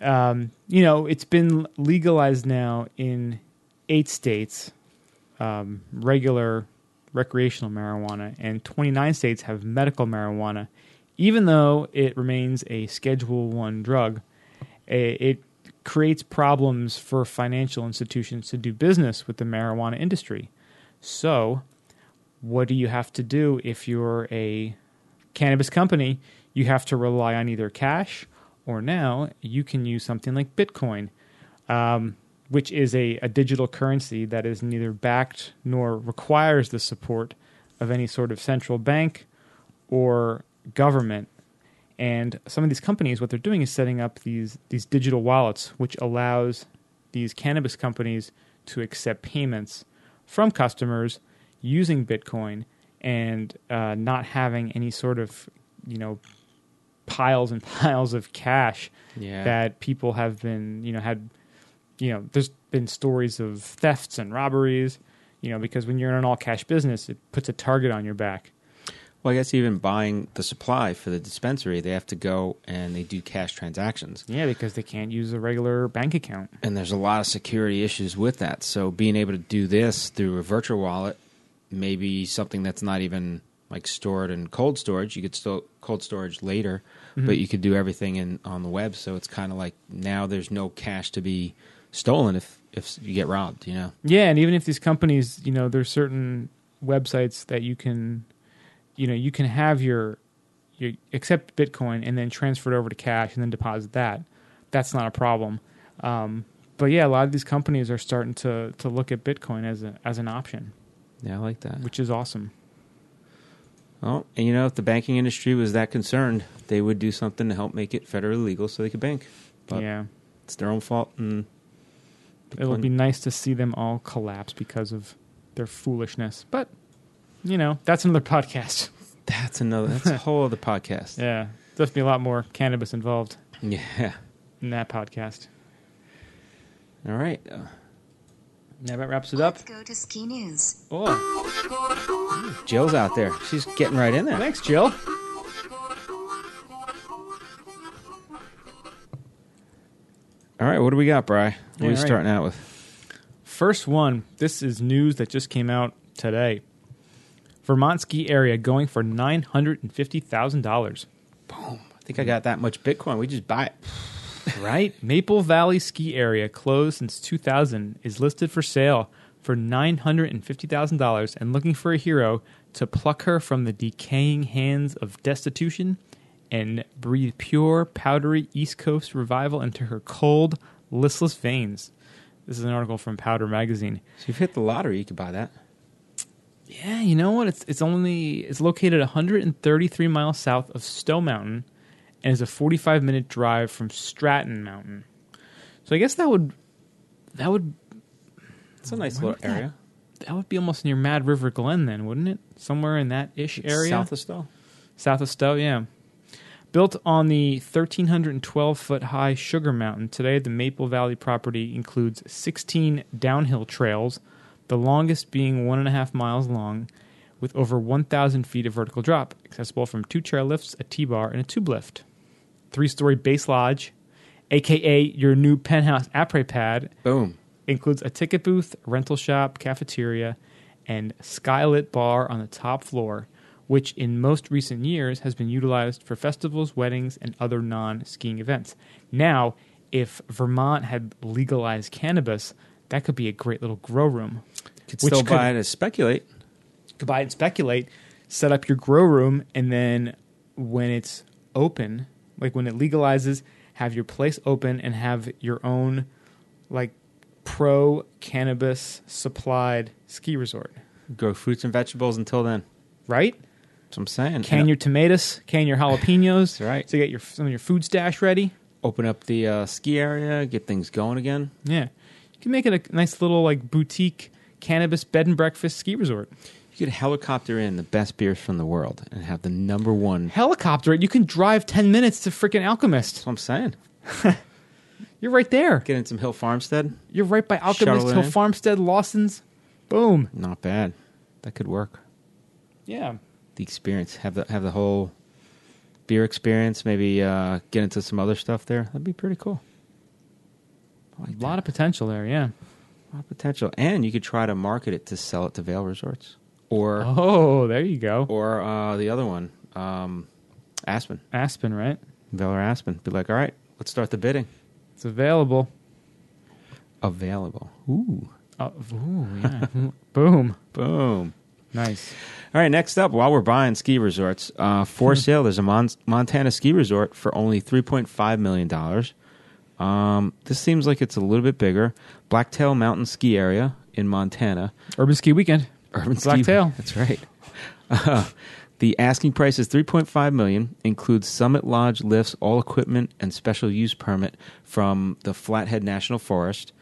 Speaker 1: um, you know, it's been legalized now in eight states, um, regular recreational marijuana, and 29 states have medical marijuana. Even though it remains a Schedule One drug, eh, it creates problems for financial institutions to do business with the marijuana industry. So, what do you have to do if you're a cannabis company? You have to rely on either cash or now you can use something like Bitcoin, um, which is a, a digital currency that is neither backed nor requires the support of any sort of central bank or government. And some of these companies, what they're doing is setting up these these digital wallets, which allows these cannabis companies to accept payments from customers using Bitcoin and uh, not having any sort of you know piles and [laughs] piles of cash
Speaker 2: Yeah.
Speaker 1: that people have been you know had you know there's been stories of thefts and robberies you know because when you're in an all cash business it puts a target on your back
Speaker 2: Well, I guess even buying the supply for the dispensary, they have to go and they do cash transactions.
Speaker 1: yeah because they can't use a regular bank account
Speaker 2: and there's a lot of security issues with that. So being able to do this through a virtual wallet, maybe something that's not even like stored in cold storage, you could still cold storage later,
Speaker 1: Mm-hmm.
Speaker 2: but you could do everything in on the web. So it's kind of like now there's no cash to be stolen if if you get robbed, you know.
Speaker 1: Yeah, and even if these companies, you know, there's certain websites that you can, you know, you can have your, your accept Bitcoin and then transfer it over to cash and then deposit that. That's not a problem. Um, but yeah, a lot of these companies are starting to to look at Bitcoin as a, as an option,
Speaker 2: Yeah, I like that.
Speaker 1: which is awesome.
Speaker 2: Oh, and you know, if the banking industry was that concerned, they would do something to help make it federally legal so they could bank. But
Speaker 1: yeah,
Speaker 2: it's their own fault and
Speaker 1: it'll
Speaker 2: Bitcoin-
Speaker 1: be nice to see them all collapse because of their foolishness. But you know, that's another [laughs] podcast.
Speaker 2: that's another that's a whole
Speaker 1: [laughs]
Speaker 2: other podcast.
Speaker 1: Yeah, there's be a lot more cannabis involved
Speaker 2: yeah.
Speaker 1: in that podcast.
Speaker 2: All right. Uh,
Speaker 1: And that wraps it up.
Speaker 3: Let's go to ski news.
Speaker 1: Oh,
Speaker 2: Jill's out there. She's getting right in there.
Speaker 1: thanks, Jill.
Speaker 2: All right. What do we got, Bry? What are
Speaker 1: All
Speaker 2: we
Speaker 1: right.
Speaker 2: starting out with?
Speaker 1: First one. This is news that just came out today. Vermont ski area going for nine hundred and fifty thousand dollars.
Speaker 2: I think I got that much Bitcoin. We just buy it.
Speaker 1: Right? Maple Valley ski area, closed since two thousand, is listed for sale for nine hundred and fifty thousand dollars, and looking for a hero to pluck her from the decaying hands of destitution and breathe pure, powdery East Coast revival into her cold, listless veins. This is an article from Powder Magazine.
Speaker 2: So if you hit the lottery, you could buy that.
Speaker 1: Yeah, you know what? It's it's only it's located 133 miles south of Stowe Mountain, and is a 45 minute drive from Stratton Mountain. So I guess that would that would
Speaker 2: It's a nice
Speaker 1: Where
Speaker 2: little
Speaker 1: is that?
Speaker 2: area.
Speaker 1: that would be almost near Mad River Glen, then, wouldn't it? Somewhere in that ish area,
Speaker 2: South of Stowe.
Speaker 1: South of Stowe, yeah. Built on the 1,312 foot high Sugar Mountain, today the Maple Valley property includes 16 downhill trails, the longest being one and a half miles long, with over 1,000 feet of vertical drop, accessible from two chairlifts, a T bar, and a tube lift. Three story base lodge, aka your new penthouse après pad,
Speaker 2: Boom.
Speaker 1: includes a ticket booth, rental shop, cafeteria, and skylit bar on the top floor, which in most recent years has been utilized for festivals, weddings, and other non skiing events. Now, if Vermont had legalized cannabis, that could be a great little grow room.
Speaker 2: Could
Speaker 1: Which
Speaker 2: still
Speaker 1: could-
Speaker 2: buy it as speculate.
Speaker 1: could buy and speculate, set up your grow room, and then when it's open, like when it legalizes, have your place open and have your own like pro cannabis supplied ski resort,
Speaker 2: Grow fruits and vegetables until then.
Speaker 1: right?
Speaker 2: That's what I'm saying.
Speaker 1: Can
Speaker 2: And
Speaker 1: your tomatoes, can your jalapenos,
Speaker 2: That's right.
Speaker 1: So you get your some of your food stash ready.
Speaker 2: Open up the uh, ski area, get things going again.
Speaker 1: Yeah, you can make it a nice little like boutique cannabis bed and breakfast ski resort.
Speaker 2: You You could helicopter in the best beers from the world and have the number one. That's
Speaker 1: Helicopter it. You can drive 10 minutes to freaking Alchemist.
Speaker 2: what I'm saying.
Speaker 1: You're right there.
Speaker 2: Get in some Hill Farmstead.
Speaker 1: You're right by Alchemist
Speaker 2: Shuttle it
Speaker 1: Hill
Speaker 2: in.
Speaker 1: Farmstead, Lawson's. Boom.
Speaker 2: Not bad. That could work.
Speaker 1: Yeah.
Speaker 2: The experience. Have the have the whole beer experience. Maybe uh, get into some other stuff there. That'd be pretty cool. I like
Speaker 1: A lot of potential there, yeah.
Speaker 2: that. a lot of potential. And you could try to market it to sell it to Vail Resorts or
Speaker 1: Oh, there you go.
Speaker 2: or uh, the other one, um, Aspen,
Speaker 1: Aspen, right?
Speaker 2: Vail or Aspen. Be like, all right, let's start the bidding.
Speaker 1: It's available.
Speaker 2: Available. Ooh,
Speaker 1: Oh, ooh, yeah. [laughs] Boom.
Speaker 2: boom.
Speaker 1: Nice.
Speaker 2: All right, next up, while we're buying ski resorts, uh, for sale, there's a Mon- Montana ski resort for only $3.5 million. Um, this seems like it's a little bit bigger. Blacktail Mountain Ski Area in Montana.
Speaker 1: Urban Ski Weekend.
Speaker 2: Urban
Speaker 1: Blacktail.
Speaker 2: Ski. That's right. Uh, the asking price is 3.5 million, includes Summit Lodge lifts, all equipment and special use permit from the Flathead National Forest.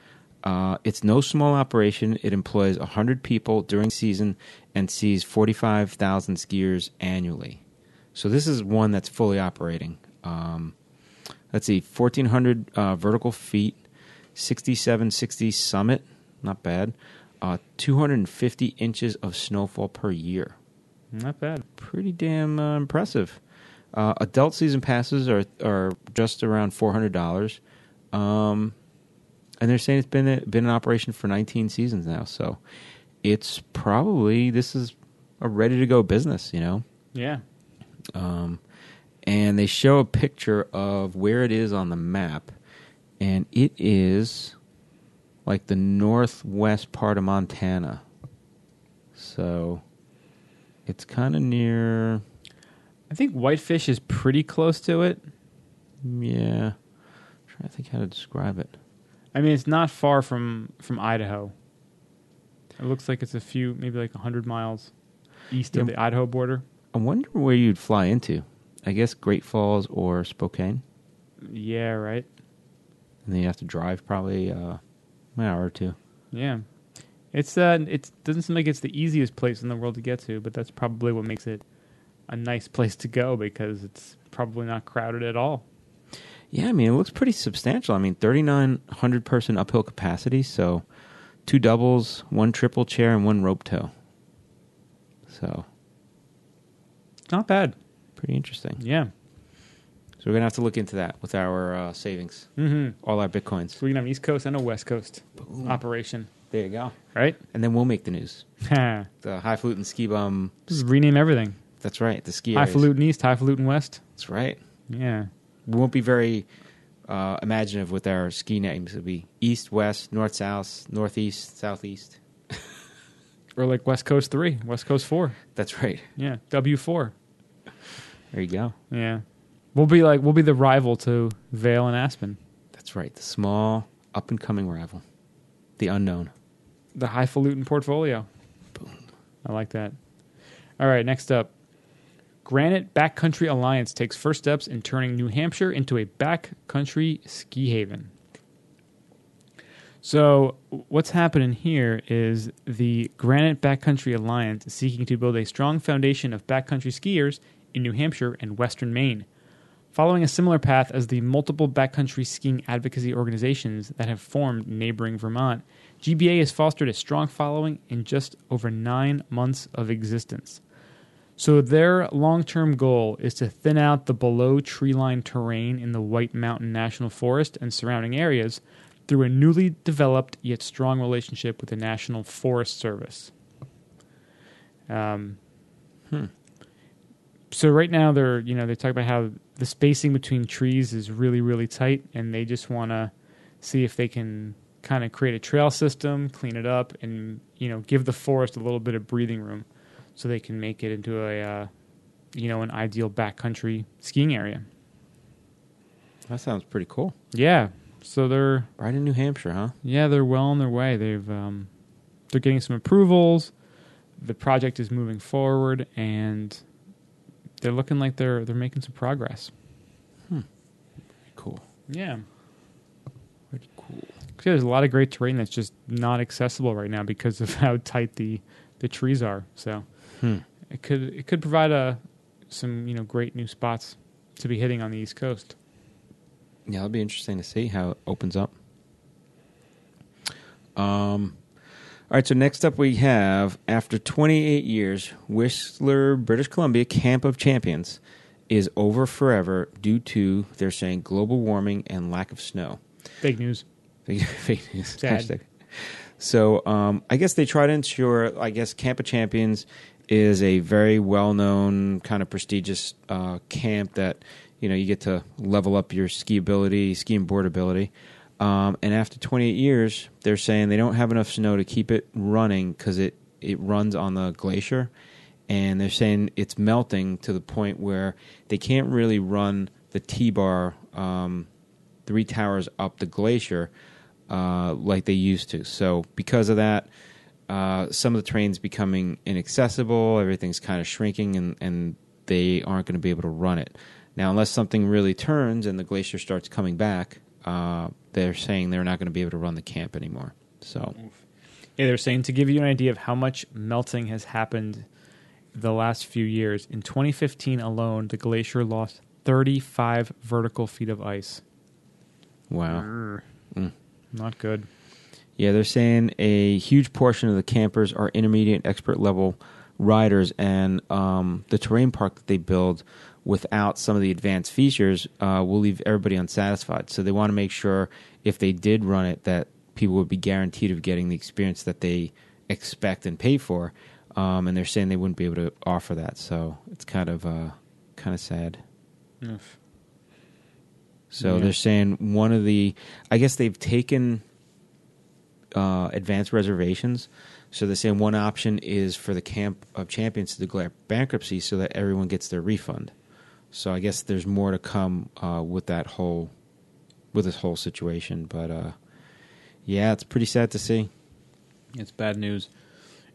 Speaker 2: Uh, it's no small operation. It employs 100 people during season and sees 45,000 skiers annually. So this is one that's fully operating. Um, let's see, 1,400 uh, vertical feet, 6760 summit, not bad, uh, 250 inches of snowfall per year.
Speaker 1: Not bad.
Speaker 2: Pretty damn uh, impressive. Uh, adult season passes are are just around four hundred dollars, um, and they're saying it's been been in operation for nineteen seasons now. So, it's probably this is a ready to go business. You know,
Speaker 1: Yeah.
Speaker 2: um, and they show a picture of where it is on the map, and it is like the northwest part of Montana. So it's kind of near,
Speaker 1: I think Whitefish is pretty close to it.
Speaker 2: yeah. I'm trying to think how to describe it.
Speaker 1: I mean, it's not far from from Idaho. It looks like it's a few, maybe like hundred miles east of
Speaker 2: Yeah.
Speaker 1: the Idaho border.
Speaker 2: I wonder where you'd fly into. I guess Great Falls or Spokane,
Speaker 1: Yeah, right.
Speaker 2: and then you have to drive probably uh, an hour or two.
Speaker 1: Yeah, it's uh, it doesn't seem like it's the easiest place in the world to get to, but that's probably what makes it a nice place to go because it's probably not crowded at all.
Speaker 2: Yeah, I mean, it looks pretty substantial. I mean, 3,900 person uphill capacity, so two doubles, one triple chair, and one rope tow. So,
Speaker 1: It's not bad.
Speaker 2: pretty interesting.
Speaker 1: Yeah.
Speaker 2: So, we're going to have to look into that with our uh, savings,
Speaker 1: Mm-hmm.
Speaker 2: all our bitcoins.
Speaker 1: So we can have an East Coast and a West Coast operation,
Speaker 2: There you go.
Speaker 1: right? [laughs]
Speaker 2: And then we'll make the news.
Speaker 1: Just
Speaker 2: The high highfalutin ski bum.
Speaker 1: rename everything.
Speaker 2: That's right. The ski areas.
Speaker 1: Highfalutin East, highfalutin West.
Speaker 2: That's right.
Speaker 1: Yeah.
Speaker 2: We won't be very uh, imaginative with our ski names. It'll be east, west, north, south, northeast, southeast.
Speaker 1: Or like West Coast 3, West Coast 4.
Speaker 2: That's right.
Speaker 1: Yeah. W4.
Speaker 2: There you go.
Speaker 1: Yeah. We'll be like, we'll be the rival to Vale and Aspen.
Speaker 2: That's right. The small, up and coming rival, the unknown.
Speaker 1: The highfalutin portfolio. Boom. I like that. All right, next up. Granite Backcountry Alliance takes first steps in turning New Hampshire into a backcountry ski haven. So, what's happening here is the Granite Backcountry Alliance is seeking to build a strong foundation of backcountry skiers in New Hampshire and western Maine, following a similar path as the multiple backcountry skiing advocacy organizations that have formed neighboring Vermont. GBA has fostered a strong following in just over nine months of existence. So their long-term goal is to thin out the below treeline terrain in the White Mountain National Forest and surrounding areas through a newly developed yet strong relationship with the National Forest Service. Um, So right now they're you know they talk about how the spacing between trees is really really tight, and they just want to see if they can kind of create a trail system, clean it up, and you know give the forest a little bit of breathing room so they can make it into a uh, you know an ideal backcountry skiing area.
Speaker 2: That sounds pretty cool.
Speaker 1: Yeah, so they're
Speaker 2: Right in New Hampshire, huh?
Speaker 1: yeah they're well on their way. They've um, they're getting some approvals. The project is moving forward, and they're looking like they're they're making some progress.
Speaker 2: Cool.
Speaker 1: Yeah,
Speaker 2: Pretty cool.
Speaker 1: there's a lot of great terrain that's just not accessible right now because of [laughs] how tight the the trees are. So
Speaker 2: Hmm.
Speaker 1: it could it could provide a some you know great new spots to be hitting on the East Coast.
Speaker 2: Yeah, it'll be interesting to see how it opens up. Um, all right, so next up we have after 28 years, Whistler, British Columbia Camp of Champions is over forever due to they're saying global warming and lack of snow.
Speaker 1: Big news.
Speaker 2: [laughs] Fake- fake news.
Speaker 1: Sad.
Speaker 2: Hashtag. So um, I guess they try to ensure. I guess Camp of Champions is a very well-known kind of prestigious uh, camp that you know you get to level up your ski ability, ski and board ability. Um, and after 28 years, they're saying they don't have enough snow to keep it running because it it runs on the glacier, and they're saying it's melting to the point where they can't really run the T-bar um, three towers up the glacier uh, like they used to. So because of that, uh, some of the terrain's becoming inaccessible. Everything's kind of shrinking, and, and they aren't going to be able to run it. Now, unless something really turns and the glacier starts coming back, uh, they're saying they're not going to be able to run the camp anymore. So,
Speaker 1: Yeah, they're saying to give you an idea of how much melting has happened the last few years. In 2015 alone, the glacier lost 35 vertical feet of ice. Hmm.
Speaker 2: wow. Mm.
Speaker 1: Not good.
Speaker 2: Yeah, they're saying a huge portion of the campers are intermediate and expert level riders, and um, the terrain park that they build without some of the advanced features uh, will leave everybody unsatisfied. So they want to make sure if they did run it that people would be guaranteed of getting the experience that they expect and pay for. Um, and they're saying they wouldn't be able to offer that, so it's kind of uh, kind of sad. So
Speaker 1: Yeah.
Speaker 2: they're saying one of the, I guess they've taken uh, advanced reservations. So they're saying one option is for the Camp of Champions to declare bankruptcy so that everyone gets their refund. So I guess there's more to come uh, with that whole, with this whole situation. But uh, yeah, it's pretty sad to see.
Speaker 1: It's bad news.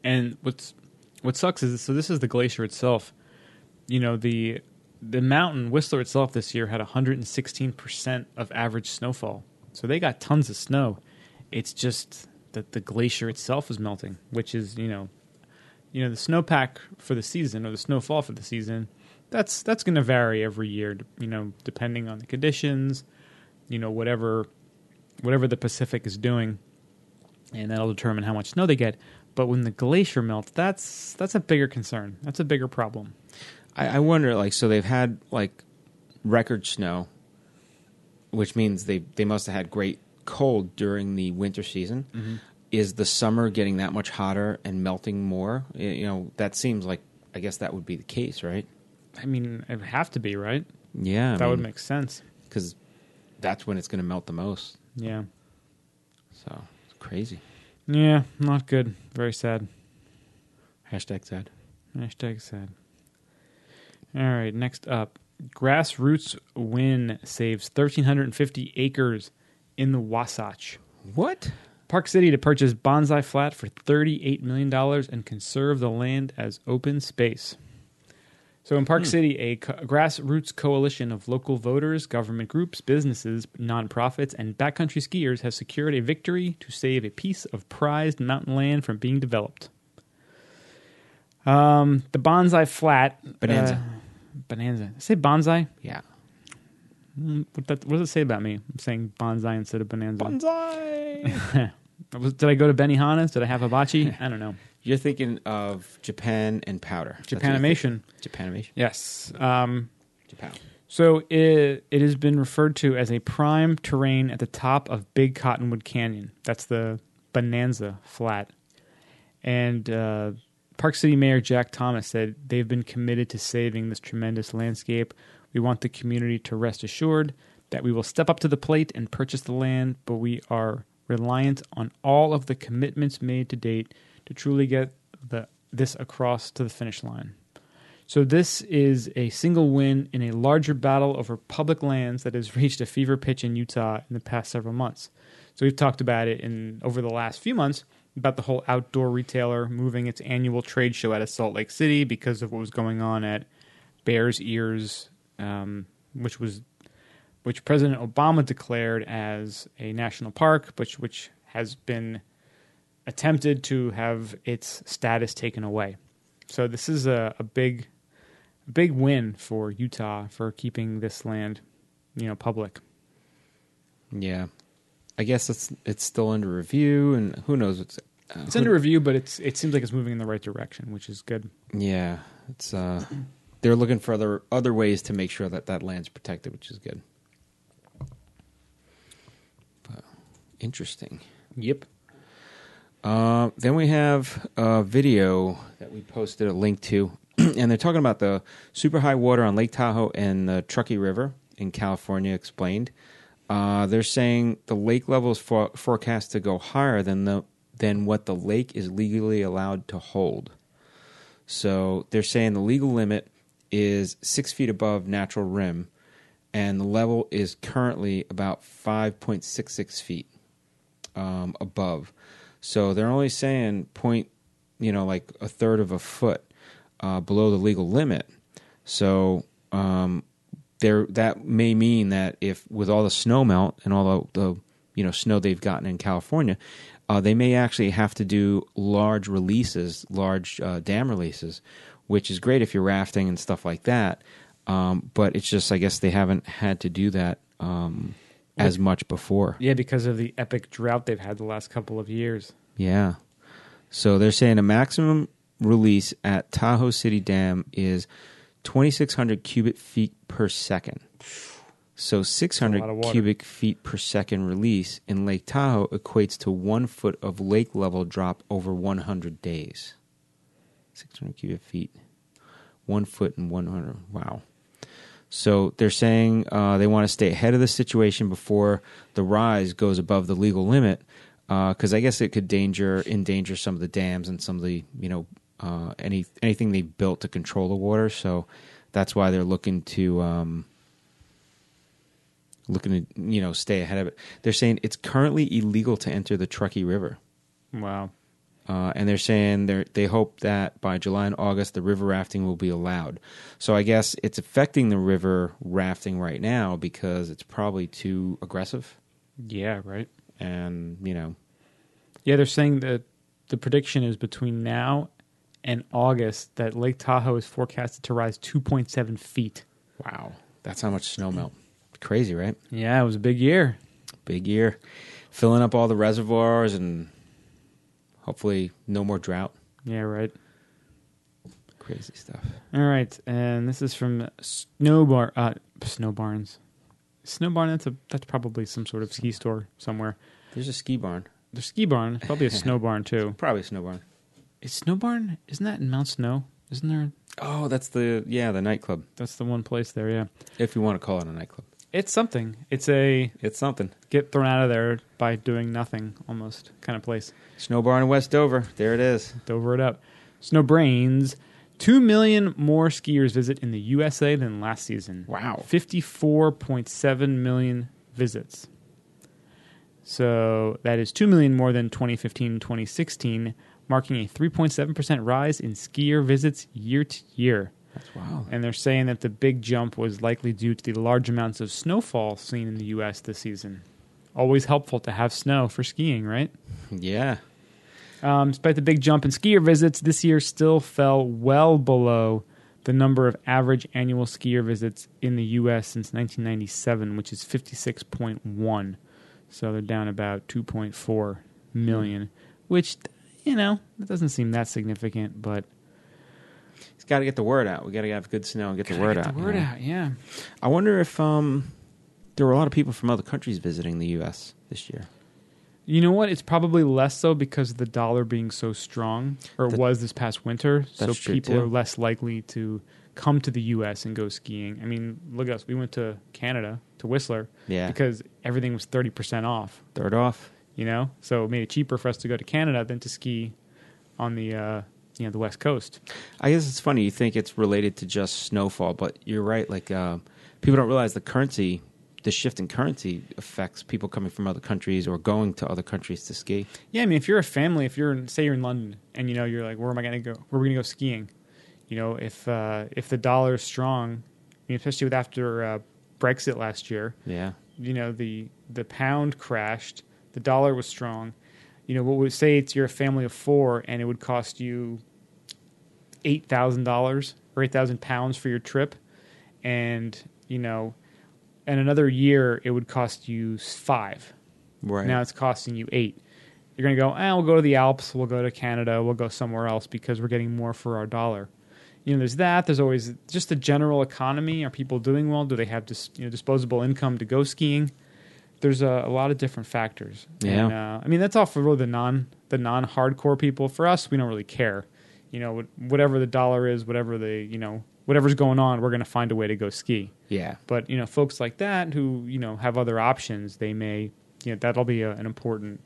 Speaker 1: And what's what sucks is so this is the glacier itself. You know the the mountain Whistler itself this year had 116 percent of average snowfall, so they got tons of snow. It's just that the glacier itself is melting, which is you know, you know the snowpack for the season or the snowfall for the season. That's that's going to vary every year, you know, depending on the conditions, you know, whatever whatever the Pacific is doing and that'll determine how much snow they get. But when the glacier melts, that's that's a bigger concern. That's a bigger problem.
Speaker 2: I, I wonder, like, so they've had like record snow, which means they they must have had great cold during the winter season. Is the summer getting that much hotter and melting more? Y- You know, that seems like I guess that would be the case, right?
Speaker 1: I mean, it would have to be right.
Speaker 2: Yeah,
Speaker 1: that would make sense.
Speaker 2: because that's when it's going to melt the most.
Speaker 1: Yeah,
Speaker 2: So it's crazy.
Speaker 1: yeah, not good. Very sad.
Speaker 2: Hashtag sad.
Speaker 1: Hashtag sad. All right, next up, grassroots win saves 1,350 acres in the Wasatch.
Speaker 2: What?
Speaker 1: Park City to purchase Bonsai Flat for $38 million and conserve the land as open space. So, in Park City, a co- grassroots coalition of local voters, government groups, businesses, nonprofits, and backcountry skiers have secured a victory to save a piece of prized mountain land from being developed. Um, the Bonsai Flat.
Speaker 2: Bonanza.
Speaker 1: uh, bonanza. Did I say Bonsai?
Speaker 2: Yeah.
Speaker 1: Mm, What, that, what does it say about me? I'm saying Bonsai instead of Bonanza.
Speaker 2: Bonsai.
Speaker 1: Was- Did I go to Benihana's? Did I have hibachi? I don't know.
Speaker 2: [laughs] You're thinking of Japan and powder. That's what you're
Speaker 1: Japanimation.
Speaker 2: thinking. Japanimation.
Speaker 1: Yes. Um,
Speaker 2: Japan.
Speaker 1: so it, it has been referred to as a prime terrain at the top of Big Cottonwood Canyon. That's the Bonanza Flat. And uh, Park City Mayor Jack Thomas said they've been committed to saving this tremendous landscape. We want the community to rest assured that we will step up to the plate and purchase the land, but we are reliant on all of the commitments made to date to truly get the, this across to the finish line. So this is a single win in a larger battle over public lands that has reached a fever pitch in Utah in the past several months. So we've talked about it in over the last few months about the whole outdoor retailer moving its annual trade show out of Salt Lake City because of what was going on at Bears Ears, um, which was which President Obama declared as a national park, which which has been attempted to have its status taken away. So this is a, a big, big win for Utah for keeping this land, you know, public.
Speaker 2: Yeah, I guess it's it's still under review, and who knows what's. Uh,
Speaker 1: It's
Speaker 2: who-
Speaker 1: under review, but it's it seems like it's moving in the right direction, which is good.
Speaker 2: Yeah, it's uh, [clears throat] they're looking for other other ways to make sure that that land's protected, which is good. But, interesting.
Speaker 1: Yep.
Speaker 2: Uh, then we have a video that we posted a link to, [clears throat] and they're talking about the super high water on Lake Tahoe and the Truckee River in California. Explained, uh, they're saying the lake level is for- forecast to go higher than the than what the lake is legally allowed to hold. So they're saying the legal limit is six feet above natural rim, and the level is currently about five point six six feet um, above. So they're only saying point, you know, like a third of a foot uh, below the legal limit. So um, there, that may mean that if with all the snow melt and all the, the you know snow they've gotten in California, uh, they may actually have to do large releases, large uh, dam releases, which is great if you're rafting and stuff like that. Um, but it's just, I guess, they haven't had to do that um, as much before.
Speaker 1: Yeah, because of the epic drought they've had the last couple of years.
Speaker 2: Yeah. So they're saying a maximum release at Tahoe City Dam is 2,600 cubic feet per second. So
Speaker 1: lot of
Speaker 2: 600
Speaker 1: water.
Speaker 2: cubic feet per second release in Lake Tahoe equates to one foot of lake level drop over 100 days. 600 cubic feet. One foot and 100. Wow. So they're saying uh, they want to stay ahead of the situation before the rise goes above the legal limit, because I guess it could danger endanger some of the dams and some of the you know uh, any anything they built to control the water. So that's why they're looking to um, looking to you know stay ahead of it. They're saying it's currently illegal to enter the Truckee River.
Speaker 1: Wow.
Speaker 2: Uh, and they're saying they they hope that by July and August the river rafting will be allowed. So I guess it's affecting the river rafting right now because it's probably too aggressive,
Speaker 1: Yeah, right.
Speaker 2: and you know,
Speaker 1: Yeah, they're saying that the prediction is between now and August that Lake Tahoe is forecasted to rise 2.7 feet.
Speaker 2: wow, that's how much snow melt. Crazy, right?
Speaker 1: Yeah, it was a big year.
Speaker 2: Big year, filling up all the reservoirs, and hopefully no more drought.
Speaker 1: Yeah, right.
Speaker 2: Crazy stuff.
Speaker 1: All right, and this is from Snowbar uh, Snow Barns. Snow Barn. That's a that's probably some sort of ski store somewhere.
Speaker 2: There's a ski barn,
Speaker 1: The ski barn, probably a [laughs] snow barn too.
Speaker 2: probably a snow barn.
Speaker 1: Is Snow Barn? Isn't that in Mount Snow? Isn't there?
Speaker 2: Oh, that's the yeah the nightclub,
Speaker 1: That's the one place there. Yeah,
Speaker 2: if you want to call it a nightclub.
Speaker 1: it's something. It's a
Speaker 2: It's something.
Speaker 1: get thrown out of there by doing nothing almost kind of place.
Speaker 2: Snow barn in West Dover. There it is.
Speaker 1: Dover it up. Snow Brains. Two million more skiers visit in the USA than last season.
Speaker 2: Wow.
Speaker 1: 54.7 million visits. So that is 2 million more than 2015 2016, marking a 3.7% rise in skier visits year to year.
Speaker 2: That's wow.
Speaker 1: And they're saying that the big jump was likely due to the large amounts of snowfall seen in the U.S. this season. Always helpful to have snow for skiing, right?
Speaker 2: Yeah.
Speaker 1: Um, despite the big jump in skier visits, this year still fell well below the number of average annual skier visits in the U.S. since 1997, which is 56.1. So they're down about 2.4 million, which, you know, it doesn't seem that significant, but
Speaker 2: It's got to get the word out. We got to have good snow and get the word
Speaker 1: Get
Speaker 2: out.
Speaker 1: The word
Speaker 2: you know?
Speaker 1: out, yeah.
Speaker 2: I wonder if um, there were a lot of people from other countries visiting the U.S. this year.
Speaker 1: You know what? It's probably less so because of the dollar being so strong, or it
Speaker 2: That-
Speaker 1: was this past winter. So
Speaker 2: That's true,
Speaker 1: people
Speaker 2: too.
Speaker 1: are less likely to come to the U.S. and go skiing. I mean, look at us. We went to Canada to Whistler
Speaker 2: Yeah.
Speaker 1: because everything was thirty percent off.
Speaker 2: Third off.
Speaker 1: You know, so it made it cheaper for us to go to Canada than to ski on the uh, you know the West Coast.
Speaker 2: I guess it's funny. You think it's related to just snowfall, but you're right. Like uh, people don't realize the currency, the shift in currency affects people coming from other countries or going to other countries to ski.
Speaker 1: Yeah, I mean, if you're a family, if you're in, say you're in London and you know you're like, where am I going to go? Where are we going to go skiing? You know, if uh, if the dollar is strong, I mean, especially with after uh, Brexit last year,
Speaker 2: Yeah.
Speaker 1: you know the the pound crashed, the dollar was strong. you know, what would say it's your family of four and it would cost you eight thousand dollars or eight thousand pounds for your trip, and you know, and another year it would cost you s- five.
Speaker 2: Right.
Speaker 1: Now it's costing you eight. You're gonna go, eh, we'll go to the Alps, we'll go to Canada, we'll go somewhere else because we're getting more for our dollar. You know, there's that. There's always just the general economy. Are people doing well? Do they have dis, you know, disposable income to go skiing? There's a, a lot of different factors.
Speaker 2: Yeah.
Speaker 1: And, uh, I mean, that's all for really the non the non hardcore people. For us, we don't really care. You know, wh- whatever the dollar is, whatever the you know whatever's going on, we're gonna find a way to go ski.
Speaker 2: yeah.
Speaker 1: But you know, folks like that who you know have other options, they may you know that'll be a, an important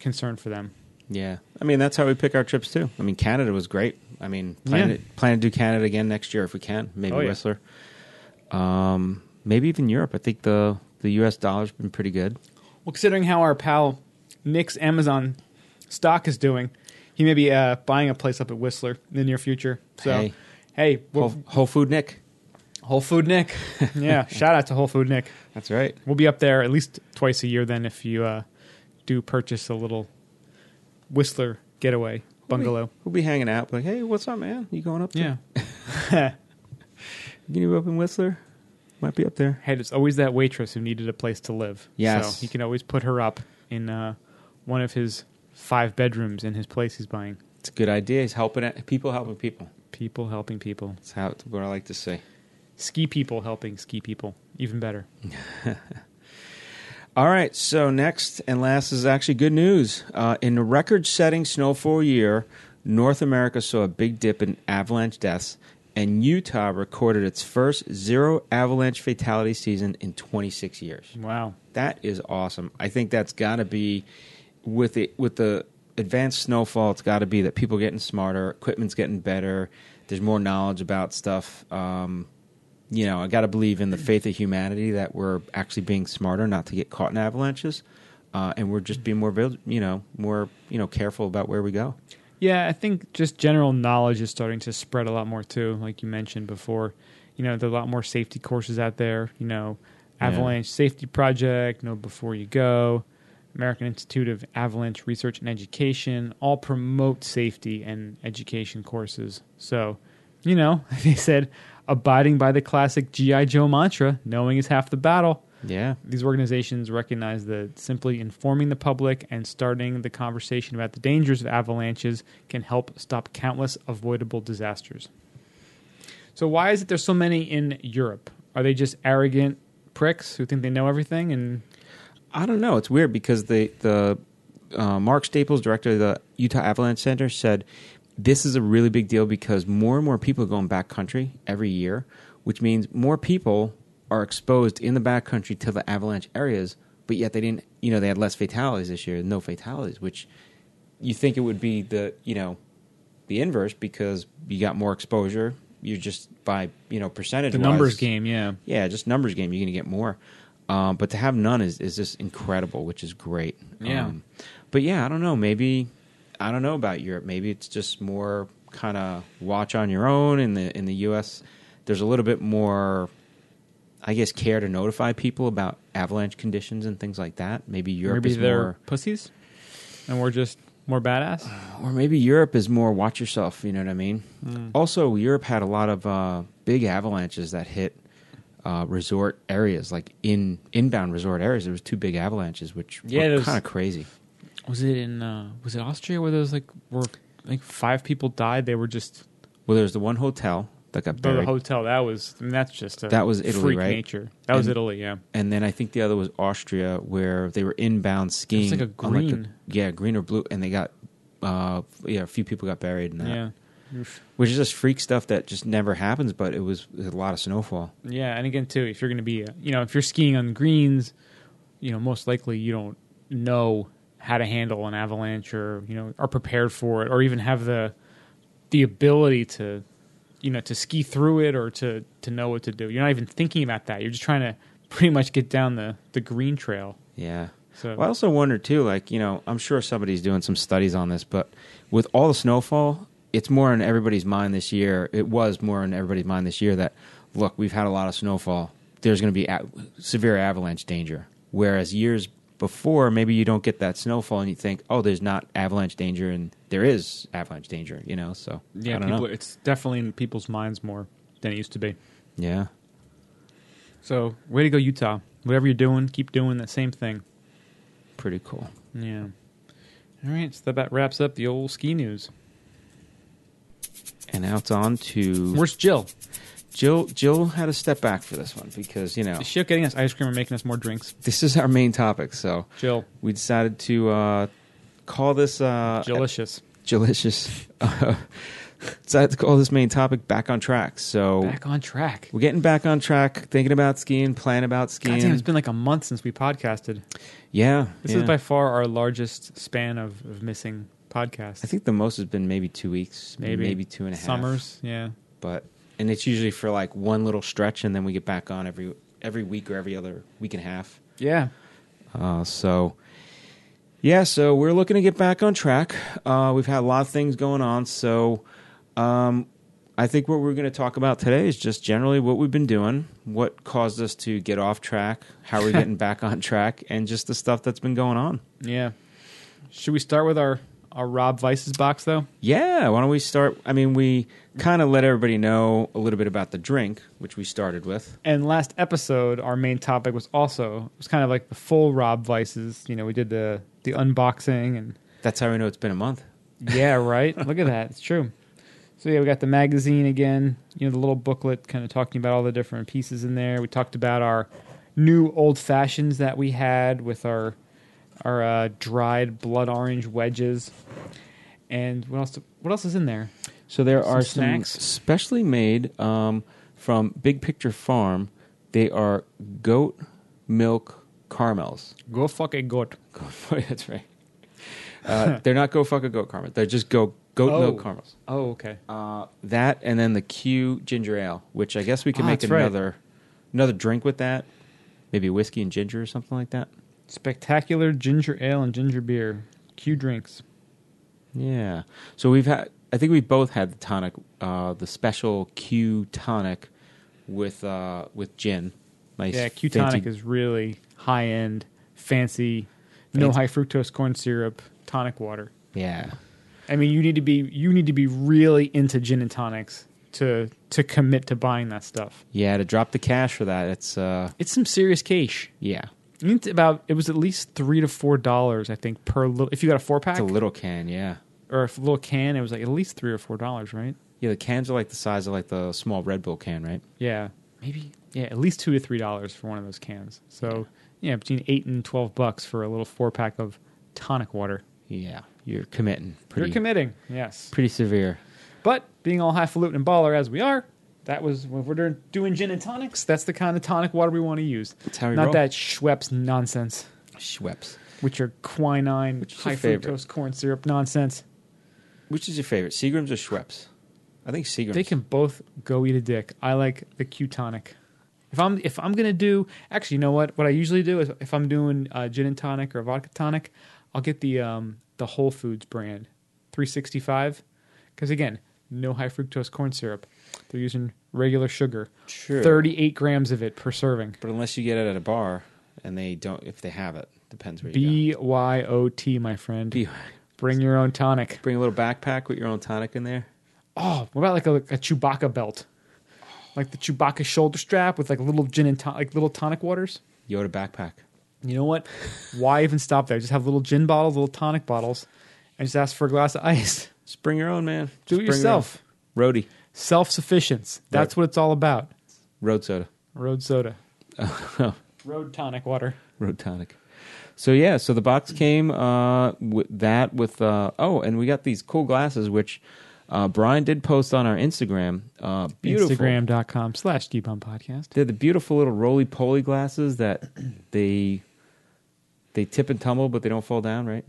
Speaker 1: concern for them.
Speaker 2: Yeah. I mean, that's how we pick our trips too. I mean, Canada was great. I mean, plan,
Speaker 1: Yeah.
Speaker 2: to, plan to do Canada again next year if we can. Maybe
Speaker 1: Oh, yeah.
Speaker 2: Whistler. Um, maybe even Europe. I think the the U.S. dollar's been pretty good.
Speaker 1: Well, considering how our pal Nick's Amazon stock is doing, he may be uh, buying a place up at Whistler in the near future. So, hey,
Speaker 2: Hey.
Speaker 1: well,
Speaker 2: Whole, Whole Food Nick.
Speaker 1: Whole Food Nick, [laughs] yeah, shout out to Whole Food Nick.
Speaker 2: That's right.
Speaker 1: We'll be up there at least twice a year then if you uh, do purchase a little Whistler getaway bungalow.
Speaker 2: We'll be hanging out. Like, hey, what's up, man? You going up?
Speaker 1: Yeah.
Speaker 2: To, you up in Whistler? Might be up there.
Speaker 1: Hey, it's always that waitress who needed a place to live.
Speaker 2: Yes.
Speaker 1: So he can always put her up in uh, one of his five bedrooms in his place he's buying.
Speaker 2: It's a good idea. He's helping out- people helping people.
Speaker 1: People helping people.
Speaker 2: That's how what I like to say.
Speaker 1: Ski people helping ski people. Even better.
Speaker 2: All right. So next and last is actually good news. Uh, in a record-setting snowfall year, North America saw a big dip in avalanche deaths, and Utah recorded its first zero avalanche fatality season in 26 years.
Speaker 1: Wow.
Speaker 2: That is awesome. I think that's got to be with the with the advanced snowfall. It's got to be that people getting smarter, equipment's getting better. There's more knowledge about stuff. Um, you know, I got to believe in the faith of humanity that we're actually being smarter, not to get caught in avalanches, uh, and we're just being more, vil- you know, more you know careful about where we go.
Speaker 1: Yeah, I think just general knowledge is starting to spread a lot more too, like you mentioned before. You know, there are a lot more safety courses out there, you know,
Speaker 2: Yeah.
Speaker 1: Avalanche Safety Project, Know Before You Go, American Institute of Avalanche Research and Education, all promote safety and education courses. So, you know, [laughs] they said abiding by the classic G.I. Joe mantra, knowing is half the battle
Speaker 2: Yeah,
Speaker 1: these organizations recognize that simply informing the public and starting the conversation about the dangers of avalanches can help stop countless avoidable disasters. So, why is it there's so many in Europe? Are they just arrogant pricks who think they know everything? And
Speaker 2: I don't know. It's weird because the the uh, Mark Staples, director of the Utah Avalanche Center, said this is a really big deal because more and more people are going backcountry every year, which means more people are exposed in the backcountry to the avalanche areas. But yet they didn't, you know, they had less fatalities this year, no fatalities, which you think it would be the, you know, the inverse because you got more exposure. You just by, you know, percentage
Speaker 1: the numbers game, yeah.
Speaker 2: yeah, just numbers game. You're going to get more. Um, but to have none is, is just incredible, which is great.
Speaker 1: Yeah.
Speaker 2: Um, but yeah, I don't know. Maybe I don't know about Europe. Maybe it's just more kind of watch on your own. In the in the U.S., there's a little bit more, I guess, care to notify people about avalanche conditions and things like that. Maybe Europe
Speaker 1: Maybe
Speaker 2: is
Speaker 1: they're
Speaker 2: more,
Speaker 1: pussies and we're just more badass.
Speaker 2: or maybe Europe is more watch yourself. You know what I mean?
Speaker 1: Hmm.
Speaker 2: Also, Europe had a lot of uh, big avalanches that hit uh, resort areas, like in inbound resort areas. There was two big avalanches, which
Speaker 1: Yeah,
Speaker 2: were
Speaker 1: there's-
Speaker 2: kind of crazy.
Speaker 1: Was it in, uh, was it Austria where those like, were like five people died? They were just,
Speaker 2: Well, there's the one hotel that got
Speaker 1: by the
Speaker 2: buried,
Speaker 1: hotel. That was, I mean, that's just a
Speaker 2: That was Italy,
Speaker 1: freak
Speaker 2: right?
Speaker 1: nature. That was
Speaker 2: And-
Speaker 1: Italy, yeah.
Speaker 2: and then I think the other was Austria, where they were inbound skiing.
Speaker 1: like a
Speaker 2: on,
Speaker 1: green.
Speaker 2: yeah, green or blue, and they got uh, yeah, a few people got buried in that,
Speaker 1: Yeah.
Speaker 2: which is just freak stuff that just never happens. But it was, it was a lot of snowfall.
Speaker 1: Yeah, and again too, if you're going to be, uh, you know, if you're skiing on greens, you know, most likely you don't know how to handle an avalanche or, you know, are prepared for it or even have the the ability to you know, to ski through it or to to know what to do. You're not even thinking about that. You're just trying to pretty much get down the the green trail.
Speaker 2: Yeah.
Speaker 1: So-
Speaker 2: Well, I also wonder too, like you know, I'm sure somebody's doing some studies on this, but with all the snowfall, it's more in everybody's mind this year. It was more in everybody's mind this year that look, we've had a lot of snowfall. There's going to be a- severe avalanche danger. Whereas years before, maybe you don't get that snowfall and you think, oh, there's not avalanche danger, and there is avalanche danger, you know? So,
Speaker 1: Yeah,
Speaker 2: I don't
Speaker 1: people,
Speaker 2: know.
Speaker 1: it's definitely in people's minds more than it used to be.
Speaker 2: yeah.
Speaker 1: So, way to go, Utah. Whatever you're doing, keep doing the same thing.
Speaker 2: Pretty cool.
Speaker 1: Yeah. All right, so that about wraps up the old ski news.
Speaker 2: And now it's on to
Speaker 1: Where's Jill?
Speaker 2: Jill. Jill had to step back for this one because, you know,
Speaker 1: Is she getting us ice cream or making us more drinks?
Speaker 2: this is our main topic. So,
Speaker 1: Jill.
Speaker 2: we decided to uh, call this uh,
Speaker 1: Jillicious.
Speaker 2: Jillicious. [laughs] decided to call this main topic back on track. So
Speaker 1: Back on track.
Speaker 2: we're getting back on track, thinking about skiing, planning about skiing.
Speaker 1: Goddamn, it's been like a month since we podcasted.
Speaker 2: yeah,
Speaker 1: This
Speaker 2: yeah.
Speaker 1: is by far our largest span of, of missing podcasts.
Speaker 2: I think the most has been maybe two weeks,
Speaker 1: maybe
Speaker 2: maybe two and a half
Speaker 1: summers. Yeah,
Speaker 2: But and it's usually for like one little stretch, and then we get back on every every week or every other week and a half.
Speaker 1: yeah.
Speaker 2: Uh, so, yeah, so we're looking to get back on track. Uh, we've had a lot of things going on. So, um, I think what we're going to talk about today is just generally what we've been doing, what caused us to get off track, how we're getting back on track, and just the stuff that's been going on.
Speaker 1: Yeah. Should we start with our, our Rob Vices box, though?
Speaker 2: Yeah, why don't we start? I mean, we kind of let everybody know a little bit about the drink, which we started with.
Speaker 1: And last episode, our main topic was also, it was kind of like the full Rob Vices. You know, we did the, the unboxing and,
Speaker 2: That's how we know it's been a month.
Speaker 1: yeah, right? Look at that. It's true. So, yeah, we got the magazine again, you know, the little booklet kind of talking about all the different pieces in there. We talked about our new old fashions that we had with our our uh, dried blood orange wedges. And what else? What else is in there?
Speaker 2: So there
Speaker 1: Some
Speaker 2: are
Speaker 1: snacks?
Speaker 2: some specially made um, from Big Picture Farm. They are goat milk caramels. [laughs]
Speaker 1: Go fuck a goat.
Speaker 2: Goat, that's right.
Speaker 1: [laughs]
Speaker 2: Uh, they're not go fuck a goat caramel. They're just go goat
Speaker 1: Oh.
Speaker 2: milk caramels.
Speaker 1: Oh, okay.
Speaker 2: Uh, that and then the Q ginger ale, which I guess we can
Speaker 1: Ah,
Speaker 2: make
Speaker 1: that's right.
Speaker 2: another another drink with that. Maybe whiskey and ginger or something like that.
Speaker 1: Spectacular ginger ale and ginger beer. Q drinks.
Speaker 2: Yeah. So we've had. I think we've both had the tonic, uh, the special Q tonic with uh, with gin. Nice.
Speaker 1: Yeah, Q tonic
Speaker 2: fancy-
Speaker 1: is really high end, fancy, no
Speaker 2: Fancy.
Speaker 1: high fructose corn syrup, tonic water.
Speaker 2: Yeah.
Speaker 1: I mean, you need to be you need to be really into gin and tonics to to commit to buying that stuff.
Speaker 2: Yeah. To drop the cash for that, it's uh,
Speaker 1: It's some serious cash.
Speaker 2: yeah,
Speaker 1: I mean, It's about it was at least three to four dollars, I think, per little. If you got a four pack
Speaker 2: it's a little can. Yeah.
Speaker 1: or a little can, it was like at least three or four dollars, right?
Speaker 2: Yeah. The cans are like the size of like the small Red Bull can, right?
Speaker 1: Yeah, maybe yeah, at least two to three dollars for one of those cans. So yeah, between eight and twelve bucks for a little four pack of tonic water.
Speaker 2: Yeah. You're committing. Pretty,
Speaker 1: You're committing, yes.
Speaker 2: Pretty severe.
Speaker 1: But being all highfalutin and baller as we are, that was when we're doing- doing gin and tonics. That's the kind of tonic water we want to use.
Speaker 2: That's how we
Speaker 1: Not
Speaker 2: roll.
Speaker 1: that Schweppes nonsense,
Speaker 2: Schweppes.
Speaker 1: which are quinine,
Speaker 2: Which is
Speaker 1: high
Speaker 2: your favorite?
Speaker 1: fructose corn syrup nonsense.
Speaker 2: Which is your favorite, Seagrams or Schweppes? I think Seagrams.
Speaker 1: They can both go eat a dick. I like the Q tonic. If I'm if I'm gonna do actually, you know what? What I usually do is if I'm doing uh, gin and tonic or vodka tonic, I'll get the um, the Whole Foods brand, 365, because again, no high fructose corn syrup. They're using regular sugar.
Speaker 2: True.
Speaker 1: 38 grams of it per serving.
Speaker 2: But unless you get it at a bar and they don't, if they have it, depends where you go.
Speaker 1: B Y O T, my friend.
Speaker 2: B-
Speaker 1: Bring your own tonic.
Speaker 2: Bring a little backpack with your own tonic in there.
Speaker 1: Oh, what about like a, a Chewbacca belt? Like the Chewbacca shoulder strap with like little gin and tonic, like little tonic waters?
Speaker 2: Yoda backpack.
Speaker 1: You know what? Why even stop there? Just have little gin bottles, little tonic bottles, and [laughs] just ask for a glass of ice.
Speaker 2: Just bring your own, man.
Speaker 1: Do
Speaker 2: Just
Speaker 1: it
Speaker 2: bring your
Speaker 1: yourself.
Speaker 2: own. Roadie.
Speaker 1: Self sufficience. That's
Speaker 2: Right.
Speaker 1: what it's all about.
Speaker 2: Road soda.
Speaker 1: Road [laughs] soda. Road tonic water.
Speaker 2: Road tonic. So, yeah, so the box came uh, with that with, uh, oh, and we got these cool glasses, which uh, Brian did post on our Instagram. Uh, beautiful.
Speaker 1: Instagram.com slash Deep on Podcast.
Speaker 2: They're the beautiful little roly poly glasses that [clears throat] they they tip and tumble, but they don't fall down, right?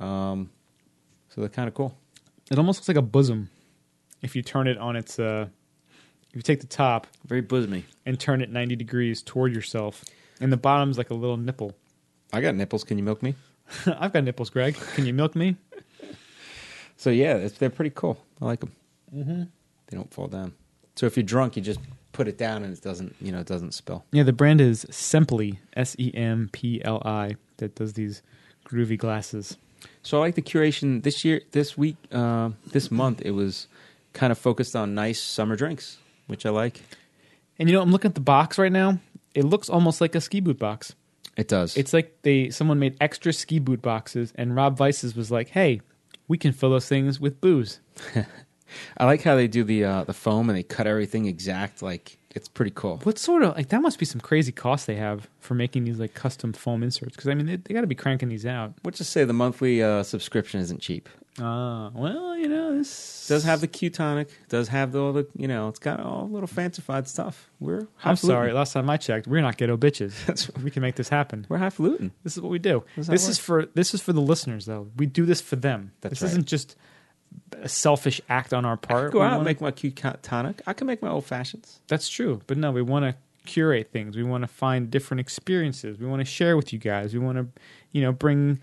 Speaker 2: Um, so they're kind of cool.
Speaker 1: It almost looks like a bosom if you turn it on its. Uh, if you take the top
Speaker 2: Very bosomy.
Speaker 1: and turn it 90 degrees toward yourself, and the bottom's like a little nipple. [laughs]
Speaker 2: I got nipples. Can you milk me?
Speaker 1: I've got nipples, Greg. Can you milk me?
Speaker 2: So yeah, it's, they're pretty cool. I like them. Mm-hmm. They don't fall down. So if you're drunk, you just put it down and it doesn't, you know, it doesn't spill.
Speaker 1: Yeah, the brand is Sempli, S E M P L I, that does these groovy glasses.
Speaker 2: So I like the curation this year, this week, uh, this month. It was kind of focused on nice summer drinks, which I like.
Speaker 1: And you know, I'm looking at the box right now. It looks almost like a ski boot box.
Speaker 2: It does.
Speaker 1: It's like they someone made extra ski boot boxes, and Rob Weiss's was like, "Hey, we can fill those things with booze."
Speaker 2: I like how they do the uh, the foam and they cut everything exact. Like it's pretty cool.
Speaker 1: What sort of like that must be some crazy cost they have for making these like custom foam inserts? Because I mean, they, they got to be cranking these out.
Speaker 2: Let's just say the monthly uh, subscription isn't cheap.
Speaker 1: Ah, well, you know, this
Speaker 2: It does have the Q tonic. Does have the, all the you know. It's got all little fancified stuff. We're
Speaker 1: I'm
Speaker 2: highfalutin.
Speaker 1: sorry. Last time I checked, we're not ghetto [laughs] bitches. we can make this happen.
Speaker 2: We're highfalutin.
Speaker 1: This is what we do.
Speaker 2: Does
Speaker 1: This
Speaker 2: that
Speaker 1: is for this is for the listeners, though. We do this for them.
Speaker 2: That's
Speaker 1: this
Speaker 2: right.
Speaker 1: isn't just a selfish act on our part.
Speaker 2: Go
Speaker 1: We
Speaker 2: out and
Speaker 1: wanna-
Speaker 2: make my Q tonic. I can make my old fashions.
Speaker 1: That's true. But no, we want to curate things. We want to find different experiences. We want to share with you guys. We want to, you know, bring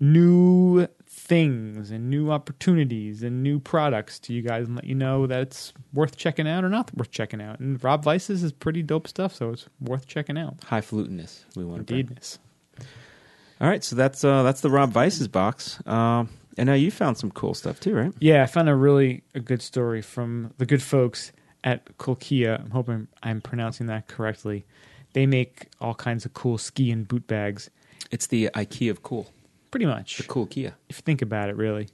Speaker 1: new things and new opportunities and new products to you guys and let you know that it's worth checking out or not worth checking out. And Rob Weiss's is pretty dope stuff, so it's worth checking out.
Speaker 2: Highfalutinness. We want to. Bring.
Speaker 1: Indeed.
Speaker 2: All right. So that's uh, that's the Rob Vices box. Um, and now you found some cool stuff too, right?
Speaker 1: Yeah, I found a really a good story from the good folks at Kolkia. I'm hoping I'm pronouncing that correctly. They make all kinds of cool ski and boot bags,
Speaker 2: It's the IKEA of cool.
Speaker 1: pretty much.
Speaker 2: The cool Kia.
Speaker 1: if you think about it, really.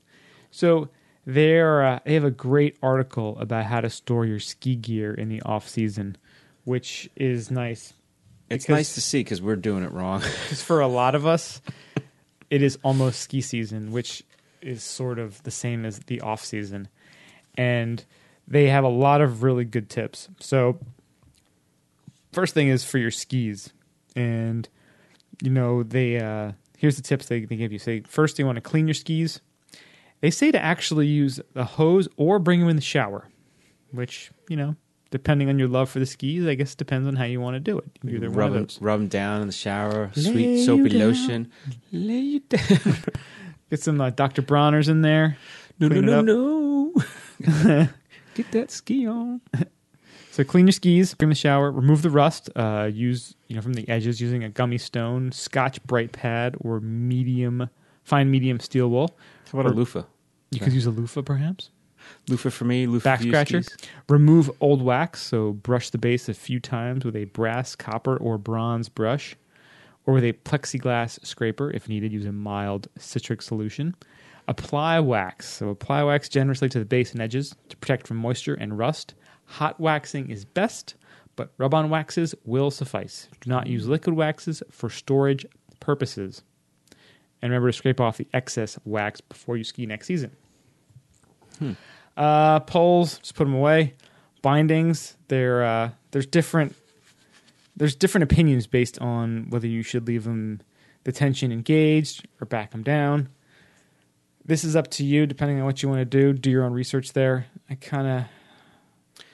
Speaker 1: So they're, uh, they have a great article about how to store your ski gear in the off season, which is nice.
Speaker 2: It's
Speaker 1: Because-
Speaker 2: nice to see because we're doing it wrong.
Speaker 1: because for a lot of us, it is almost ski season, which is sort of the same as the off season, and they have a lot of really good tips. So, first thing is for your skis, and you know they uh, here's the tips they, they give you. Say first you want to clean your skis. They say to actually use the hose or bring them in the shower, which you know. Depending on your love for the skis, I guess depends on how you want to do it. Either one
Speaker 2: [laughs] rub
Speaker 1: of
Speaker 2: them,
Speaker 1: those.
Speaker 2: rub 'em down in the shower.
Speaker 1: Lay
Speaker 2: sweet
Speaker 1: you
Speaker 2: soapy
Speaker 1: down.
Speaker 2: lotion. Lay you down.
Speaker 1: Get some uh, Dr. Bronner's in there.
Speaker 2: No, no,
Speaker 1: Clean it
Speaker 2: no,
Speaker 1: up.
Speaker 2: no. [laughs] Get that ski on.
Speaker 1: So clean your skis, bring the shower, remove the rust. Uh, use you know from the edges using a gummy stone, Scotch Bright pad, or medium fine medium steel wool.
Speaker 2: How about a
Speaker 1: Or
Speaker 2: loofah?
Speaker 1: You could use a loofah perhaps.
Speaker 2: Loofah for me. Loofah
Speaker 1: Back
Speaker 2: for you,
Speaker 1: scratcher.
Speaker 2: skis.
Speaker 1: Remove old wax. So brush the base a few times with a brass, copper, or bronze brush, or with a plexiglass scraper if needed. Use a mild citric solution. Apply wax. So apply wax generously to the base and edges to protect from moisture and rust. Hot waxing is best, but rub on waxes will suffice. Do not use liquid waxes for storage purposes. And remember to scrape off the excess wax before you ski next season. Uh, poles, just put them away. Bindings, they're, uh, there's different there's different opinions based on whether you should leave them the tension engaged or back them down. This is up to you, depending on what you want to do. Do your own research there. I kind of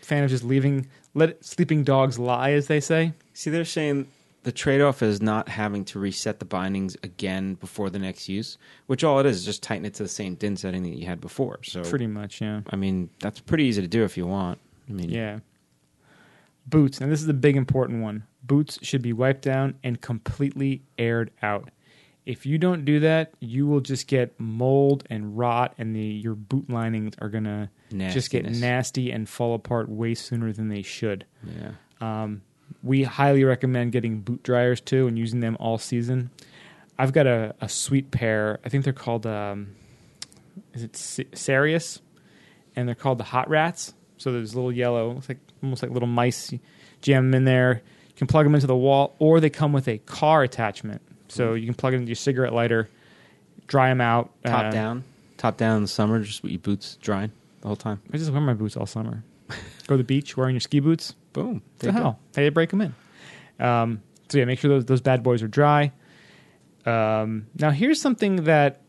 Speaker 1: fan of just leaving let sleeping dogs lie, as they say.
Speaker 2: See, they're saying the trade-off is not having to reset the bindings again before the next use, which all it is is just tighten it to the same DIN setting that you had before. So,
Speaker 1: Pretty much, yeah.
Speaker 2: I mean, that's pretty easy to do if you want. I mean,
Speaker 1: Yeah. Boots, and this is a big important one. Boots should be wiped down and completely aired out. If you don't do that, you will just get mold and rot, and the your boot linings are gonna just get
Speaker 2: Nastiness.
Speaker 1: nasty and fall apart way sooner than they should.
Speaker 2: yeah.
Speaker 1: Um, we highly recommend getting boot dryers too and using them all season. I've got a, a sweet pair. I think they're called, um, is it C- Sarius? And they're called the Hot Rats. So there's little yellow, looks like almost like little mice. You jam them in there. You can plug them into the wall, or they come with a car attachment. So
Speaker 2: Hmm.
Speaker 1: you can plug it into your cigarette lighter, dry them out.
Speaker 2: Top
Speaker 1: uh,
Speaker 2: down, top down in the summer, just with your boots drying the whole time.
Speaker 1: I just wear my boots all summer. [laughs] Go to the beach wearing your ski boots.
Speaker 2: Boom.
Speaker 1: the
Speaker 2: There you go.
Speaker 1: hell? How do you Oh, break them in? Um, so yeah, make sure those those bad boys are dry. Um, now here's something that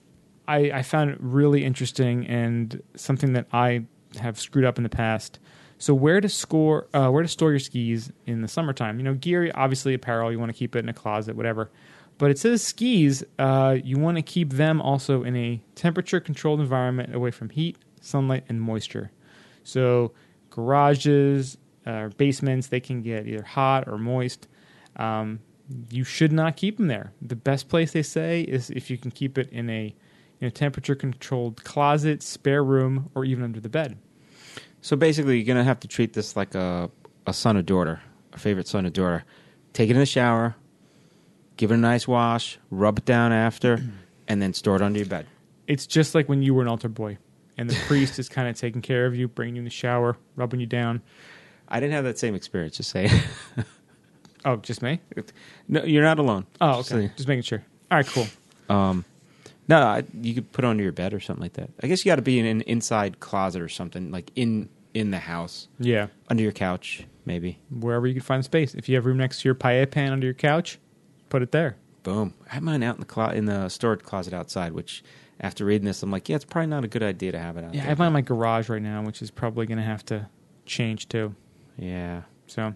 Speaker 1: I, I found really interesting and something that I have screwed up in the past. So where to score? Uh, where to store your skis in the summertime? You know, gear obviously apparel. You want to keep it in a closet, whatever. But it says skis. Uh, you want to keep them also in a temperature controlled environment, away from heat, sunlight, and moisture. So garages, uh, basements. They can get either hot or moist. Um, you should not keep them there. The best place they say is if you can keep it in a in a temperature controlled closet, spare room, or even under the bed.
Speaker 2: So basically, you're gonna have to treat this like a a son or daughter, a favorite son or daughter. Take it in the shower, give it a nice wash, rub it down after, [clears throat] and then store it under your bed.
Speaker 1: It's just like when you were an altar boy, and the priest is kind of taking care of you, bringing you in the shower, rubbing you down.
Speaker 2: I didn't have that same experience. Just [laughs] say,
Speaker 1: Oh, just me?
Speaker 2: no, you're not alone.
Speaker 1: Oh,
Speaker 2: Just
Speaker 1: okay.
Speaker 2: say-
Speaker 1: Just making sure. All right, cool.
Speaker 2: Um, no, I, you could put it under your bed or something like that. I guess you got to be in an inside closet or something, like in in the house,
Speaker 1: Yeah,
Speaker 2: under your couch, maybe.
Speaker 1: wherever you can find space. If you have room next to your paella pan under your couch, put it there.
Speaker 2: Boom. I had mine out in the clo- in the storage closet outside. Which, after reading this, I'm like, yeah, it's probably not a good idea to have it out.
Speaker 1: Yeah, I
Speaker 2: there.
Speaker 1: have mine in my garage right now, which is probably going to have to change too.
Speaker 2: Yeah.
Speaker 1: So,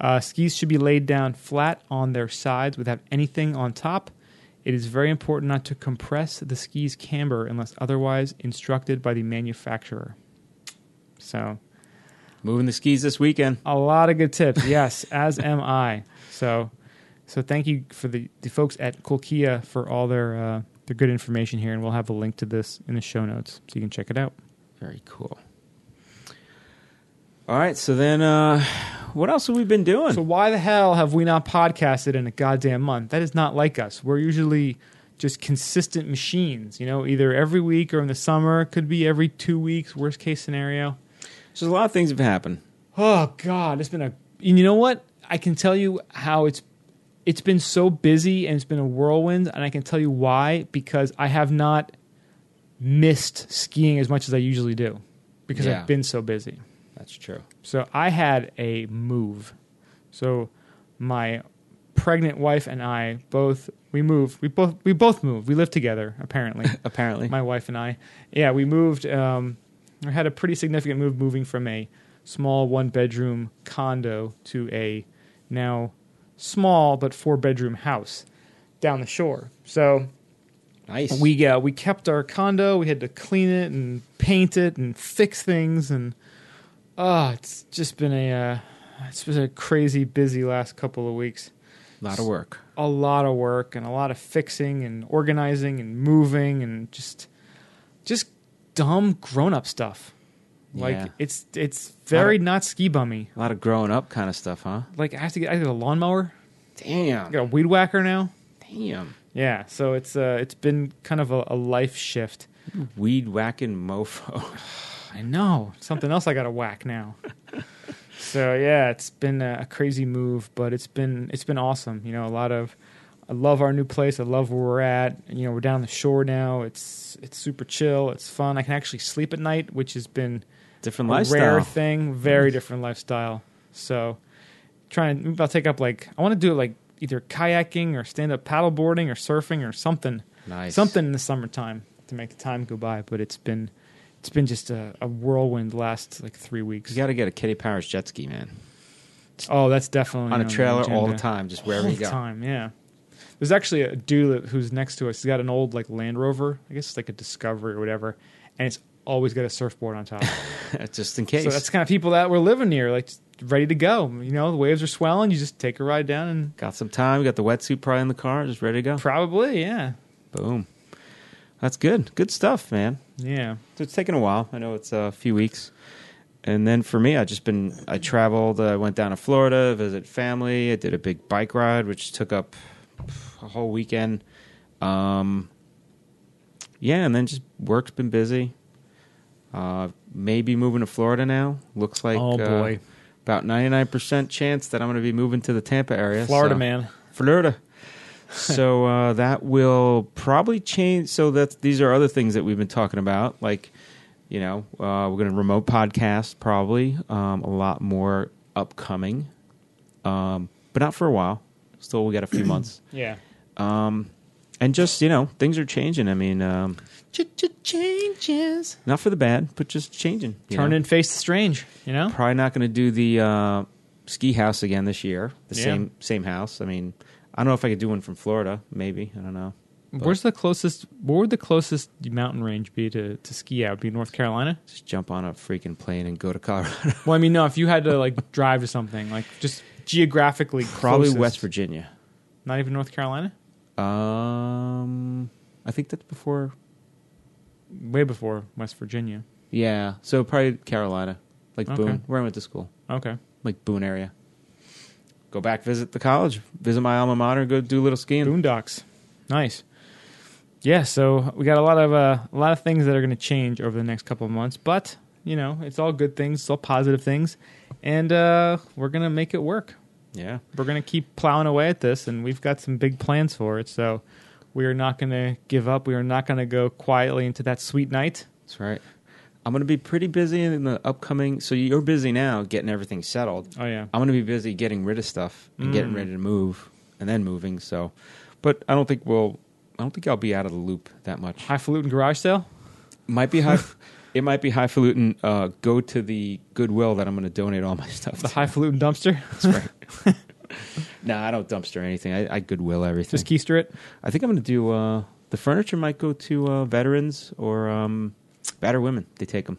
Speaker 1: uh, skis should be laid down flat on their sides without anything on top. It is very important not to compress the ski's camber unless otherwise instructed by the manufacturer. So,
Speaker 2: Moving the skis this weekend.
Speaker 1: a lot of good tips. Yes, as am I. So, so thank you for the, the folks at Kolkia for all their uh, their good information here, and we'll have a link to this in the show notes so you can check it out.
Speaker 2: Very cool. All right. So then, uh, what else have we been doing?
Speaker 1: So why the hell have we not podcasted in a goddamn month? That is not like us. We're usually just consistent machines, you know, either every week or in the summer. It Could be every two weeks, worst case scenario.
Speaker 2: so a lot of things have happened.
Speaker 1: Oh God, it's been a. And you know what? I can tell you how it's. It's been so busy and it's been a whirlwind, and I can tell you why because I have not missed skiing as much as I usually do because
Speaker 2: Yeah.
Speaker 1: I've been so busy.
Speaker 2: That's true.
Speaker 1: So I had a move. So my pregnant wife and I both we moved. We both we both moved. We lived together apparently.
Speaker 2: Apparently.
Speaker 1: my wife and I. Yeah, we moved. Um, we had a pretty significant move moving from a small one bedroom condo to a now small but four bedroom house down the shore. So
Speaker 2: nice.
Speaker 1: we uh, we kept our condo. We had to clean it and paint it and fix things and ah, it's just been a uh, it's been a crazy busy last couple of weeks.
Speaker 2: a lot of work.
Speaker 1: A lot of work and a lot of fixing and organizing and moving and just just dumb grown up stuff. Like
Speaker 2: Yeah.
Speaker 1: it's it's very not ski bummy.
Speaker 2: A lot of growing up kind of stuff, huh?
Speaker 1: Like I have to get I got a lawnmower. I
Speaker 2: Damn.
Speaker 1: got a weed whacker now.
Speaker 2: Damn.
Speaker 1: Yeah, so it's uh it's been kind of a, a life shift.
Speaker 2: Weed whacking mofo. [laughs]
Speaker 1: I know something else I got to whack now. So yeah, it's been a a crazy move, but it's been it's been awesome. You know, a lot of I love our new place. I love where we're at. You know, we're down the shore now. It's it's super chill. It's fun. I can actually sleep at night, which has been
Speaker 2: Different
Speaker 1: a
Speaker 2: lifestyle.
Speaker 1: rare thing. Very different lifestyle. So trying to I'll take up like I want to do like either kayaking or stand up paddleboarding or surfing or something
Speaker 2: Nice.
Speaker 1: something in the summertime to make the time go by. But it's been it's been just a, a whirlwind last like three weeks.
Speaker 2: You got to get a Kitty Powers jet ski, man.
Speaker 1: Oh, that's definitely
Speaker 2: On a
Speaker 1: the
Speaker 2: trailer all the
Speaker 1: agenda.
Speaker 2: time, just wherever
Speaker 1: all
Speaker 2: you
Speaker 1: the
Speaker 2: [laughs] go.
Speaker 1: time. Yeah. There's actually a dude that- who's next to us. He's got an old like Land Rover. I guess it's like a Discovery or whatever, and it's always got a surfboard on top.
Speaker 2: just in case.
Speaker 1: so that's the kind of people that we're living near, like just ready to go. You know, the waves are swelling. You just take a ride down and
Speaker 2: got some time. Got the wetsuit probably in the car, just ready to go.
Speaker 1: probably yeah,
Speaker 2: Boom. That's good. Good stuff, man.
Speaker 1: yeah.
Speaker 2: So it's taken a while. I know it's a few weeks. And then for me, I just been I traveled. I went down to Florida, visit family. I did a big bike ride, which took up a whole weekend. Um, yeah, and then just work's been busy. Uh, maybe moving to Florida now. Looks like
Speaker 1: Oh,
Speaker 2: uh,
Speaker 1: boy.
Speaker 2: about ninety nine percent chance that I'm going to be moving to the Tampa area.
Speaker 1: Florida
Speaker 2: so-
Speaker 1: man.
Speaker 2: Florida.
Speaker 1: [laughs]
Speaker 2: so uh, that will probably change. So that these are other things that we've been talking about, like you know, uh, we're going to remote podcast probably um, a lot more upcoming, um, but not for a while. Still, we
Speaker 1: [clears throat]
Speaker 2: got a few months,
Speaker 1: Yeah.
Speaker 2: um, and just you know, things are changing. I mean, um,
Speaker 1: Changes.
Speaker 2: not for the bad, but just changing. you
Speaker 1: Turn
Speaker 2: know?
Speaker 1: and face the strange. You know.
Speaker 2: probably not going to do the uh, ski house again this year. The
Speaker 1: Yeah.
Speaker 2: same same house. I mean, I don't know if I could do one from Florida. Maybe I don't know. but
Speaker 1: Where's the closest? What would the closest mountain range be to, to ski out? Be North Carolina?
Speaker 2: just jump on a freaking plane and go to Colorado. [laughs]
Speaker 1: Well, I mean, no. If you had to like [laughs] drive to something, like just geographically,
Speaker 2: Probably
Speaker 1: closest.
Speaker 2: West Virginia.
Speaker 1: Not even North Carolina.
Speaker 2: Um, I think that's before.
Speaker 1: Way before West Virginia.
Speaker 2: Yeah, so probably Carolina, like
Speaker 1: Okay.
Speaker 2: Boone, where I went to school,
Speaker 1: Okay.
Speaker 2: like Boone area. Go back, visit the college, visit my alma mater, go do a little skiing.
Speaker 1: Boondocks. Nice. Yeah, so we got a lot of uh, a lot of things that are going to change over the next couple of months, but you know, it's all good things, it's all positive things, and uh, we're going to make it work.
Speaker 2: Yeah,
Speaker 1: We're going to keep plowing away at this, and we've got some big plans for it. So we are not going to give up. We are not going to go quietly into that sweet night.
Speaker 2: that's right. I'm gonna be pretty busy in the upcoming. So you're busy now getting everything settled.
Speaker 1: Oh yeah,
Speaker 2: I'm gonna be busy getting rid of stuff and getting
Speaker 1: Mm.
Speaker 2: ready to move and then moving. So, but I don't think we'll. I don't think I'll be out of the loop that much.
Speaker 1: highfalutin garage sale.
Speaker 2: Might be high. [laughs] it might be highfalutin. Uh, go to the Goodwill that I'm going to donate all my [laughs] stuff.
Speaker 1: The
Speaker 2: to.
Speaker 1: highfalutin [laughs] dumpster.
Speaker 2: [laughs] No, I don't dumpster anything. I, I Goodwill everything.
Speaker 1: Just keister it.
Speaker 2: I think I'm going to do. Uh, the furniture might go to uh, veterans or um, battered women. They take them.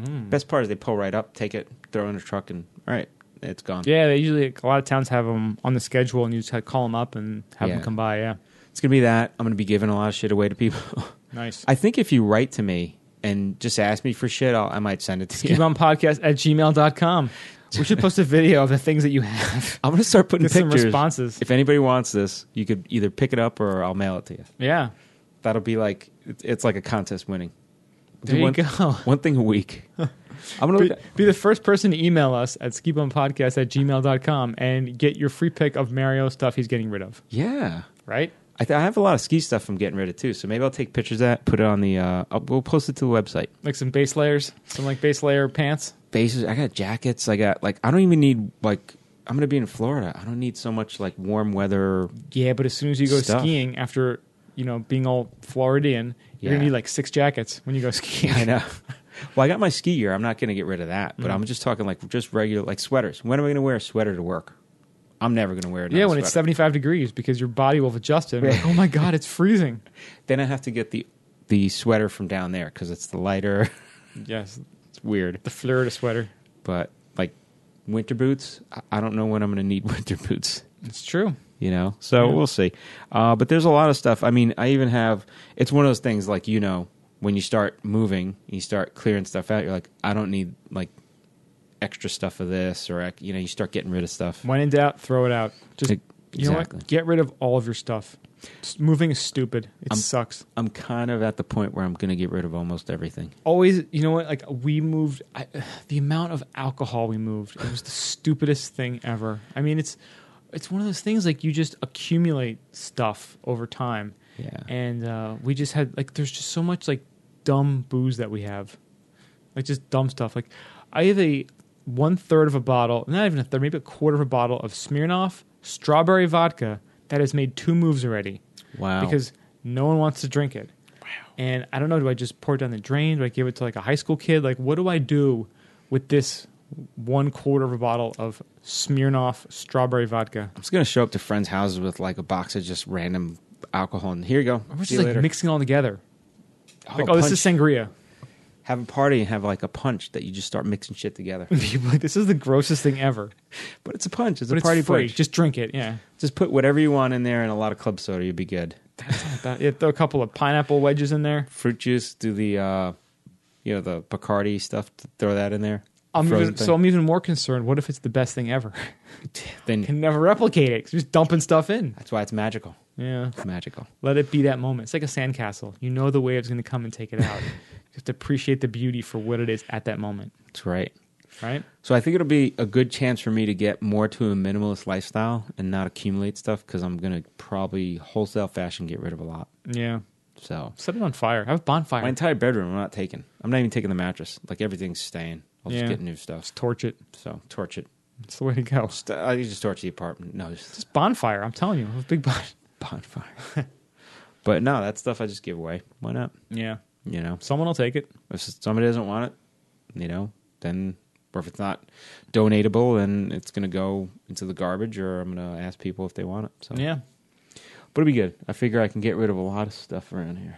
Speaker 1: Mm.
Speaker 2: Best part is they pull right up, take it, throw it in a truck, and all right, it's gone.
Speaker 1: Yeah, they usually a lot of towns have them on the schedule, and you just call them up and have
Speaker 2: Yeah.
Speaker 1: them come by. Yeah,
Speaker 2: It's going to be that. I'm going to be giving a lot of shit away to people. [laughs]
Speaker 1: nice.
Speaker 2: I think if you write to me and just ask me for shit, I'll, I might send it to you.
Speaker 1: Keep on podcast at gmail.com. We should post a video of the things that you have.
Speaker 2: [laughs] I'm going to start putting
Speaker 1: Get some
Speaker 2: pictures.
Speaker 1: responses.
Speaker 2: If anybody wants this, you could either pick it up or I'll mail it to you.
Speaker 1: Yeah.
Speaker 2: That'll be like it- it's like a contest winning. Do
Speaker 1: There you
Speaker 2: one,
Speaker 1: go.
Speaker 2: [laughs] One thing a week.
Speaker 1: [laughs]
Speaker 2: I'm gonna.
Speaker 1: Be, be the first person to email us at podcast at gmail.com and get your free pick of Mario stuff he's getting rid of,
Speaker 2: yeah,
Speaker 1: right?
Speaker 2: I, th- I have a lot of ski stuff I'm getting rid of too. So maybe I'll take pictures of that, put it on the. Uh, I'll, we'll post it to the website.
Speaker 1: Like some base layers, some like base layer pants.
Speaker 2: Bases. I got jackets. I got like. I don't even need like. I'm gonna be in Florida. I don't need so much like warm weather.
Speaker 1: Yeah, but as soon as you go
Speaker 2: Stuff.
Speaker 1: skiing after, you know, being all Floridian, you're going
Speaker 2: Yeah.
Speaker 1: to need like six jackets when you go skiing.
Speaker 2: [laughs] I know. Well, I got my ski gear. I'm not going to get rid of that,
Speaker 1: Mm.
Speaker 2: but I'm just talking like just regular, like sweaters. When am I going to wear a sweater to work? I'm never going to wear
Speaker 1: [laughs]
Speaker 2: it.
Speaker 1: Yeah, when it's 75 degrees because your body will have adjusted. And be like, oh my God, it's
Speaker 2: [laughs]
Speaker 1: freezing.
Speaker 2: Then I have to get the the sweater from down there because it's the lighter. [laughs]
Speaker 1: Yes,
Speaker 2: it's weird,
Speaker 1: the Florida sweater.
Speaker 2: but like winter boots. I- I don't know when I'm going to need [laughs] winter boots.
Speaker 1: It's true.
Speaker 2: You know, so
Speaker 1: Yeah.
Speaker 2: we'll see. Uh, but there's a lot of stuff. I mean, I even have. It's one of those things like you know when you start moving, you start clearing stuff out. You're like, I don't need like extra stuff of this, or ec- you know, you start getting rid of stuff.
Speaker 1: When in doubt, throw it out. Just
Speaker 2: Ex-
Speaker 1: you know
Speaker 2: exactly.
Speaker 1: what? Get rid of all of your stuff. S- moving is stupid. It
Speaker 2: I'm-
Speaker 1: sucks.
Speaker 2: I'm kind of at the point where I'm going to get rid of almost everything.
Speaker 1: Always, you know what? Like we moved I, [sighs] the amount of alcohol we moved. It was the stupidest thing ever. I mean, it's it's one of those things like you just accumulate stuff over time.
Speaker 2: Yeah.
Speaker 1: And uh, we just had like there's just so much like dumb booze that we have, like just dumb stuff. Like I have a one third of a bottle, not even a third, maybe a quarter of a bottle of Smirnoff strawberry vodka that has made two moves already
Speaker 2: Wow.
Speaker 1: because no one wants to drink it. Wow. And I don't know. Do I just pour it down the drain? Do I give it to like a high school kid? Like what do I do with this one quarter of a bottle of Smirnoff strawberry vodka?
Speaker 2: I'm just going to show up to friends' houses with like a box of just random alcohol, and here you go.
Speaker 1: I'm just
Speaker 2: See you
Speaker 1: like
Speaker 2: later.
Speaker 1: mixing it all together.
Speaker 2: Oh,
Speaker 1: Like, oh, this is
Speaker 2: punch.
Speaker 1: sangria.
Speaker 2: have a party and have like a punch that you just start mixing
Speaker 1: [laughs]
Speaker 2: shit together.
Speaker 1: People are like, this is the grossest thing ever.
Speaker 2: but it's a punch. It's
Speaker 1: But
Speaker 2: a party
Speaker 1: it's free.
Speaker 2: punch. Just,
Speaker 1: Just drink it. Yeah.
Speaker 2: just put whatever you want in there and a lot of club soda. You'll be good.
Speaker 1: That- yeah, throw a couple of pineapple wedges in there.
Speaker 2: Fruit juice. Do the uh, you know the Bacardi stuff. Throw that in there.
Speaker 1: I'm
Speaker 2: Frozen
Speaker 1: even,
Speaker 2: thing.
Speaker 1: so I'm even more concerned. What if it's the best thing ever? [laughs]
Speaker 2: then
Speaker 1: Can never replicate it. 'cause you're just dumping stuff in.
Speaker 2: that's why it's magical.
Speaker 1: Yeah.
Speaker 2: It's magical.
Speaker 1: Let it be that moment. It's like a sandcastle. You know the wave's going to come and take it [laughs] out. you have to appreciate the beauty for what it is at that moment,
Speaker 2: That's right.
Speaker 1: right?
Speaker 2: So I think it'll be a good chance for me to get more to a minimalist lifestyle and not accumulate stuff because I'm gonna probably wholesale fashion get rid of a lot.
Speaker 1: Yeah.
Speaker 2: So
Speaker 1: Set it on fire. Have a bonfire.
Speaker 2: my entire bedroom, I'm not taking. I'm not even taking the mattress. Like everything's staying. I'll
Speaker 1: Yeah.
Speaker 2: just get new stuff.
Speaker 1: Just torch it.
Speaker 2: So torch it.
Speaker 1: It's the way to go.
Speaker 2: Just, I just torch the apartment. No, [laughs] just
Speaker 1: Just bonfire. I'm telling you. Have a big bon.
Speaker 2: bonfire. [laughs] but no, that stuff I just give away. Why not?
Speaker 1: Yeah.
Speaker 2: You know,
Speaker 1: Someone will take it.
Speaker 2: if somebody doesn't want it, you know, then or if it's not donatable, then it's gonna go into the garbage, or I'm gonna ask people if they want it. So
Speaker 1: Yeah.
Speaker 2: But it'll be good. I figure I can get rid of a lot of stuff around here.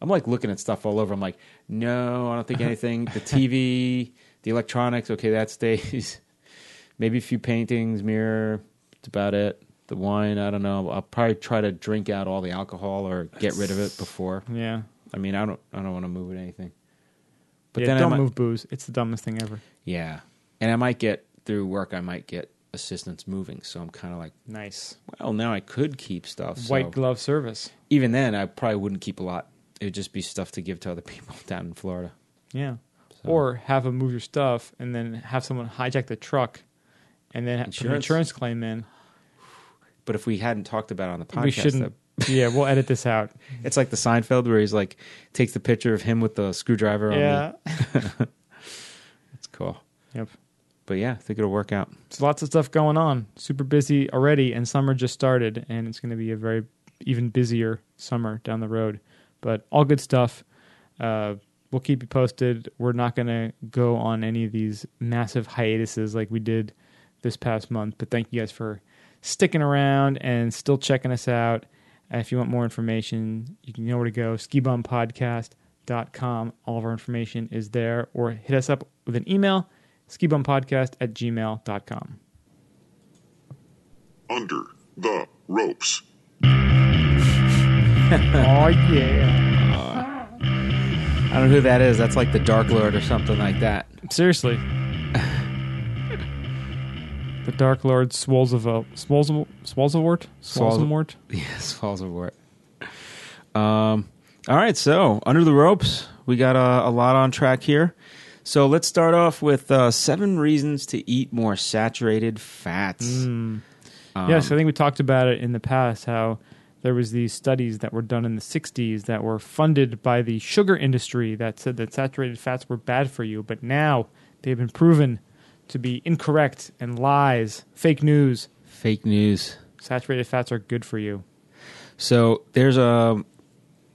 Speaker 2: I'm like looking at stuff all over. I'm like, no, I
Speaker 1: [laughs]
Speaker 2: don't think anything. the TV, the electronics, okay, that stays. [laughs] Maybe a few paintings, mirror. That's about it. The wine, I don't know. I'll probably try to drink out all the alcohol or get rid of it before.
Speaker 1: Yeah.
Speaker 2: I mean, I don't, I don't want to move it anything.
Speaker 1: But
Speaker 2: then I
Speaker 1: don't
Speaker 2: might-
Speaker 1: move booze. It's the dumbest thing ever.
Speaker 2: Yeah, and I might get through work. I might get assistance moving. So I'm kind of like,
Speaker 1: Nice.
Speaker 2: well, now I could keep stuff. So
Speaker 1: White glove service.
Speaker 2: even then, I probably wouldn't keep a lot. It would just be stuff to give to other [laughs] people down in Florida.
Speaker 1: Yeah.
Speaker 2: So-
Speaker 1: Or have them move your stuff and then have someone hijack the truck and then have put an
Speaker 2: Insurance.
Speaker 1: insurance claim in.
Speaker 2: But if we hadn't talked about it on the podcast,
Speaker 1: we shouldn't.
Speaker 2: though,
Speaker 1: [laughs] yeah, we'll edit this
Speaker 2: [laughs]
Speaker 1: out.
Speaker 2: it's like the Seinfeld where he's like takes the picture of him with the screwdriver. on
Speaker 1: Yeah.
Speaker 2: the, it's cool.
Speaker 1: Yep.
Speaker 2: But yeah, I think it'll work out.
Speaker 1: So lots of stuff going on. Super busy already, and summer just started, and it's going to be a very even busier summer down the road. But all good stuff. Uh, we'll keep you posted. We're not going to go on any of these massive hiatuses like we did this past month. But thank you guys for sticking around and still checking us out. Uh, if you want more information, you can know where to go. Skibumpodcast.com. All of our information is there, or hit us up with an email skibumpodcast at gmail.com.
Speaker 4: Under the ropes.
Speaker 1: oh, yeah.
Speaker 2: I don't know who that is. That's like the Dark Lord or something like that. [laughs]
Speaker 1: Seriously. the Dark Lord Swolzevo- Swolzevo- Swolzewort?
Speaker 2: Swolze-
Speaker 1: Swolzewort?
Speaker 2: Yes, Falls of Wart. Um, all right, so under the ropes, we got a, a lot on track here. So let's start off with uh, seven reasons to eat more saturated fats.
Speaker 1: Hmm.
Speaker 2: Um,
Speaker 1: yes, I think we talked about it in the past how there was these studies that were done in the 60s that were funded by the sugar industry that said that saturated fats were bad for you, but now they've been proven to be incorrect and lies, fake news.
Speaker 2: fake news.
Speaker 1: Saturated fats are good for you.
Speaker 2: So there's a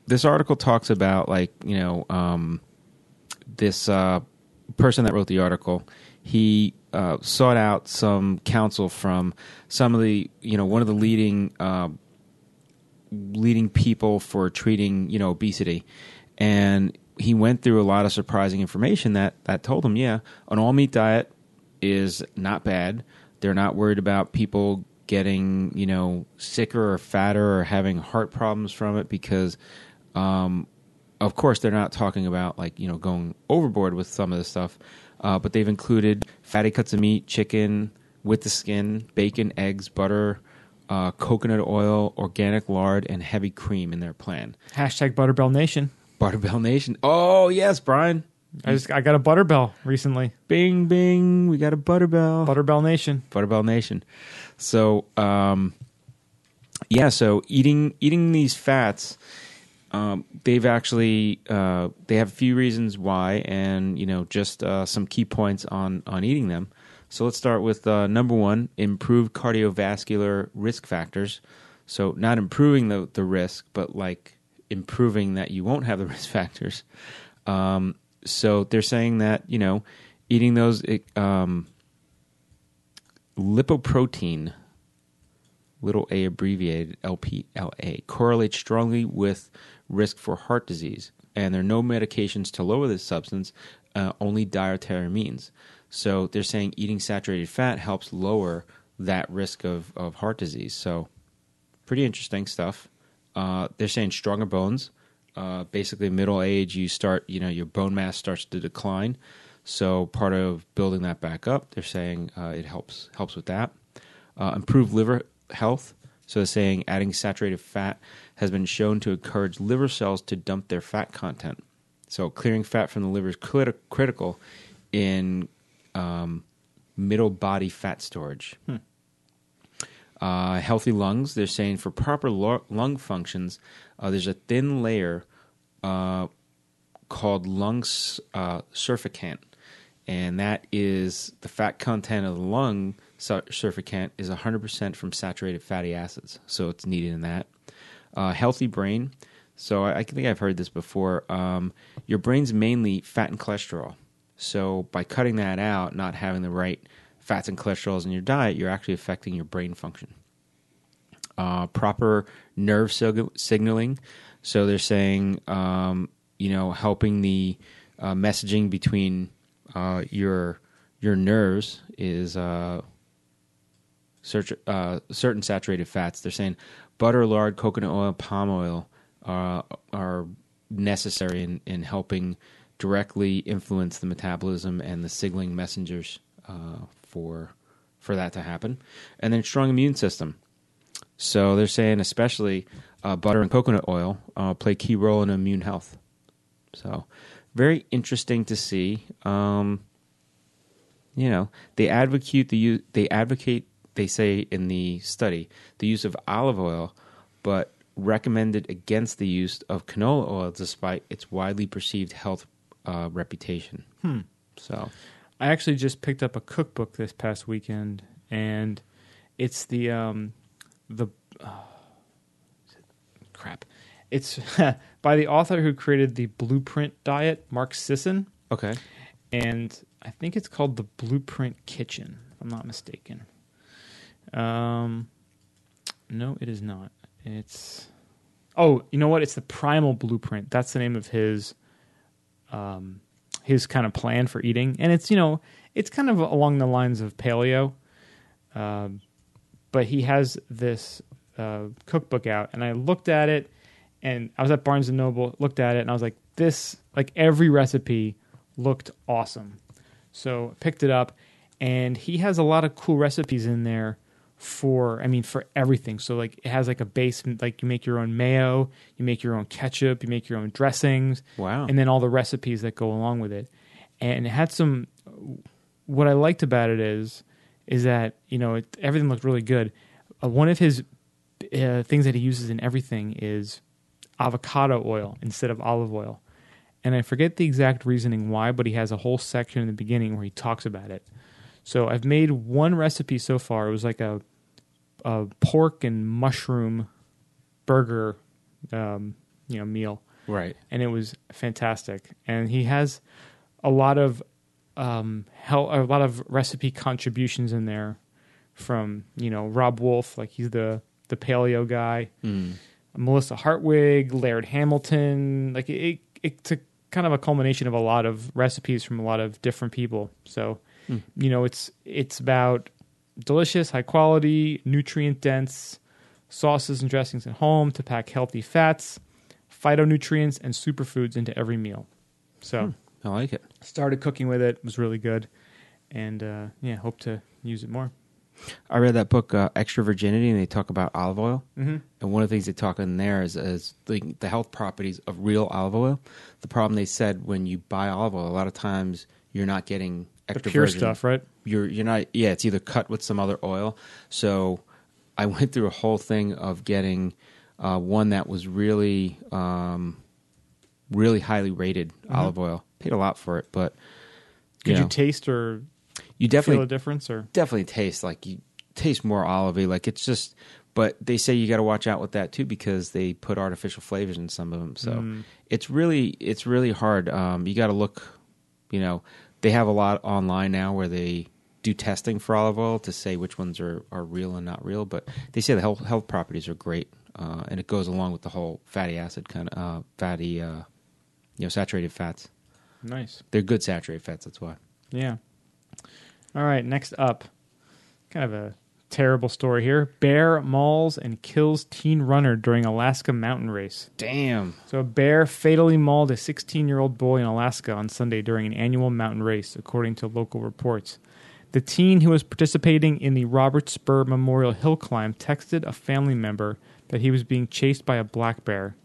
Speaker 2: this article talks about like you know um, this uh, person that wrote the article. He uh, sought out some counsel from some of the you know one of the leading uh, leading people for treating you know obesity, and he went through a lot of surprising information that that told him yeah an all meat diet is not bad. They're not worried about people getting you know sicker or fatter or having heart problems from it because um, of course they're not talking about like you know going overboard with some of this stuff uh, but they've included fatty cuts of meat chicken with the skin bacon eggs butter uh, coconut oil organic lard and heavy cream in their plan
Speaker 1: Hashtag Butterbell Nation.
Speaker 2: butterbell nation oh yes brian
Speaker 1: I just I got a Butterbell recently.
Speaker 2: bing bing we got a butterbell
Speaker 1: Butterbell Nation.
Speaker 2: Butterbell Nation. So um, yeah, so eating eating these fats, um, they've actually uh, they have a few reasons why, and you know just uh, some key points on on eating them. So let's start with uh, number one: improved cardiovascular risk factors. So not improving the the risk, but like improving that you won't have the [laughs] risk factors. Um, so they're saying that you know eating those it, um, lipoprotein, little a abbreviated LPLA, correlates strongly with risk for heart disease. And there are no medications to lower this substance, uh, only dietary means. So they're saying eating saturated fat helps lower that risk of, of heart disease. So pretty interesting stuff. Uh, they're saying stronger bones. Uh, basically, middle age, you start, you know, your bone mass starts to decline. So part of building that back up, they're saying uh, it helps helps with that. Uh, improve liver health. So they're saying adding saturated fat has been shown to encourage liver cells to dump their fat content. So clearing fat from the liver is criti- critical in um, middle body fat storage uh, healthy lungs. They're saying for proper lo- lung functions, uh, there's a thin layer uh, called lung s- uh, surfactant, and that is the fat content of the lung su- surfactant is 100% from saturated fatty acids, so it's needed in that. Uh, healthy brain. So I, I think I've heard this before. Um, your brain's mainly fat and cholesterol. So by cutting that out, not having the right fats and cholesterols in your diet, you're actually affecting your brain function. uh, proper nerve sig- signaling. So they're saying, um, you know, helping the uh, messaging between uh, your your nerves is uh, search, uh, certain saturated fats. They're saying butter, lard, coconut oil, palm oil uh, are necessary in, in helping directly influence the metabolism and the signaling messengers uh, for for that to happen. And then strong immune system. So they're saying especially uh, butter and coconut oil uh, play key role in immune health. So very interesting to see. Um, you know they advocate the use they advocate they say in the study the use of olive oil but recommended against the use of canola oil despite its widely perceived health uh, reputation hmm. so
Speaker 1: I actually just picked up a cookbook this past weekend, and it's the um, the oh, is it- crap. It's [laughs] by the author who created the Blueprint Diet, Mark Sisson,
Speaker 2: okay
Speaker 1: and I think it's called the Blueprint Kitchen, if I'm not mistaken. Um, no, it is not. It's oh, you know what? It's the Primal Blueprint. That's the name of his um, his kind of plan for eating, and it's you know it's kind of along the lines of paleo, um, but he has this uh, cookbook out, and I looked at it, and I was at Barnes and Noble, looked at it, and I was like, this like every recipe looked awesome, so I picked it up, and he has a lot of cool recipes in there for I mean for everything. So like it has like a base like you make your own mayo, you make your own ketchup, you make your own dressings.
Speaker 2: Wow.
Speaker 1: And then all the recipes that go along with it. And it had some what I liked about it is is that, you know, it, everything looked really good. Uh, one of his uh, things that he uses in everything is avocado oil instead of olive oil. And I forget the exact reasoning why, but he has a whole section in the beginning where he talks about it. So I've made one recipe so far. It was like a, a pork and mushroom burger, um, you know, meal,
Speaker 2: right
Speaker 1: and it was fantastic. And he has a lot of um, hel- a lot of recipe contributions in there from you know Rob Wolf, like he's the the paleo guy, Melissa Hartwig, Laird Hamilton, like it, it it's a kind of a culmination of a lot of recipes from a lot of different people. So you know it's it's about delicious, high quality, nutrient dense sauces and dressings at home to pack healthy fats, phytonutrients, and superfoods into every meal. So
Speaker 2: i like it
Speaker 1: started cooking with it was really good and uh, yeah hope to use it more
Speaker 2: I read that book, uh, Extra Virginity, and they talk about olive oil. Mm-hmm. And one of the things they talk in there is, is the, the health properties of real olive oil. The problem they said when you buy olive oil, a lot of times you're not getting extra
Speaker 1: pure
Speaker 2: virgin.
Speaker 1: stuff, right?
Speaker 2: You're you're not. Yeah, it's either cut with some other oil. So I went through a whole thing of getting uh, one that was really um, really highly rated olive oil. Paid a lot for it, but
Speaker 1: Mm-hmm. could
Speaker 2: know,
Speaker 1: you taste or
Speaker 2: you definitely
Speaker 1: feel a difference or
Speaker 2: definitely tastes like you taste more olivey. Like it's just, but they say you got to watch out with that too because they put artificial flavors in some of them. So it's really it's really hard. Um, you got to look. You know, they have a lot online now where they do testing for olive oil to say which ones are, are real and not real. But they say the health health properties are great, uh, and it goes along with the whole fatty acid kind of uh, fatty, uh, you know, saturated fats.
Speaker 1: nice
Speaker 2: They're good saturated fats. That's why.
Speaker 1: yeah all right next up kind of a terrible story here bear mauls and kills teen runner during alaska mountain race
Speaker 2: Damn.
Speaker 1: so a bear fatally mauled a 16 year old boy in alaska on sunday during an annual mountain race according to local reports the teen who was participating in the Robert Spur Memorial Hill Climb texted a family member that he was being chased by a black bear.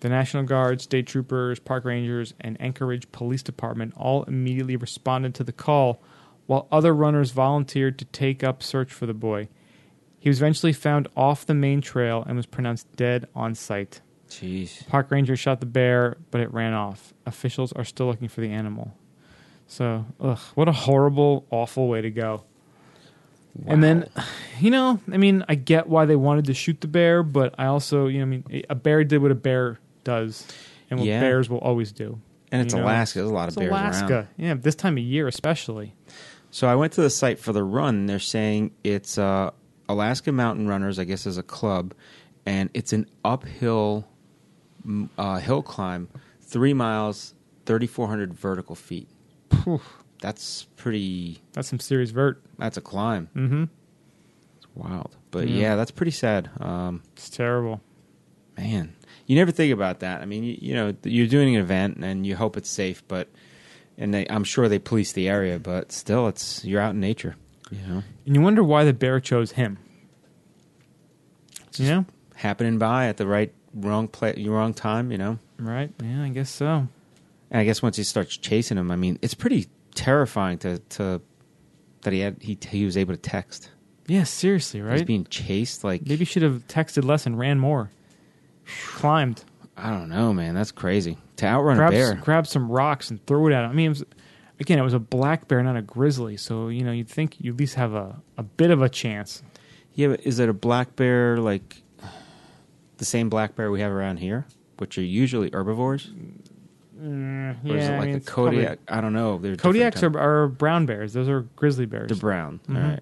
Speaker 1: The National Guard, state troopers, park rangers, and Anchorage Police Department all immediately responded to the call, while other runners volunteered to take up search for the boy. He was eventually found off the main trail and was pronounced dead on site.
Speaker 2: Jeez.
Speaker 1: Park ranger shot the bear, but it ran off. Officials are still looking for the animal. So, ugh, what a horrible, awful way to go. And then, you know, I mean, I get why they wanted to shoot the bear, but I also, you know, I mean, a bear did what a bear does, and what
Speaker 2: Yeah.
Speaker 1: bere's will always do.
Speaker 2: And it's
Speaker 1: You know?
Speaker 2: Alaska. There's a lot of
Speaker 1: It's
Speaker 2: bears
Speaker 1: Alaska,
Speaker 2: around.
Speaker 1: yeah, this time of year especially.
Speaker 2: So I went to the site for the run. They're saying it's uh, Alaska Mountain Runners, I guess, is a club, and it's an uphill m- uh, hill climb, three miles, thirty four hundred vertical feet. That's pretty.
Speaker 1: That's some serious vert.
Speaker 2: That's a climb.
Speaker 1: Mm-hmm.
Speaker 2: It's wild, but
Speaker 1: Yeah.
Speaker 2: yeah, that's pretty sad. Um,
Speaker 1: It's terrible.
Speaker 2: man, you never think about that. I mean, you, you know, you're doing an event and you hope it's safe, but and they, I'm sure they police the area, but still, it's you're out in nature. You know,
Speaker 1: And you wonder why the bear chose him. You know?
Speaker 2: happening by at the right wrong place, wrong time. You know,
Speaker 1: Right? Yeah, I guess so.
Speaker 2: and I guess once he starts chasing him, I mean, it's pretty terrifying to to that he had he he was able to text.
Speaker 1: Yeah, seriously,
Speaker 2: He's
Speaker 1: right?
Speaker 2: being chased like
Speaker 1: Maybe you should have texted less and ran more. Climbed.
Speaker 2: I don't know, man. That's crazy to outrun
Speaker 1: Grabbed,
Speaker 2: a
Speaker 1: s-
Speaker 2: bear.
Speaker 1: grabbed some rocks and threw it at him. I mean, it was, again, it was a black bear, not a grizzly. So, you know, you'd think you at least have a, a bit of a chance.
Speaker 2: Yeah, but is it a black bear like the same black bear we have around here, which are usually herbivores,
Speaker 1: Mm,
Speaker 2: or is it
Speaker 1: yeah, I
Speaker 2: like
Speaker 1: mean,
Speaker 2: a
Speaker 1: it's probably-
Speaker 2: Kodiak? I don't know. They're different
Speaker 1: Kodiaks
Speaker 2: type-
Speaker 1: are, are brown bears. Those are grizzly bears.
Speaker 2: the brown. All
Speaker 1: Mhm.
Speaker 2: right.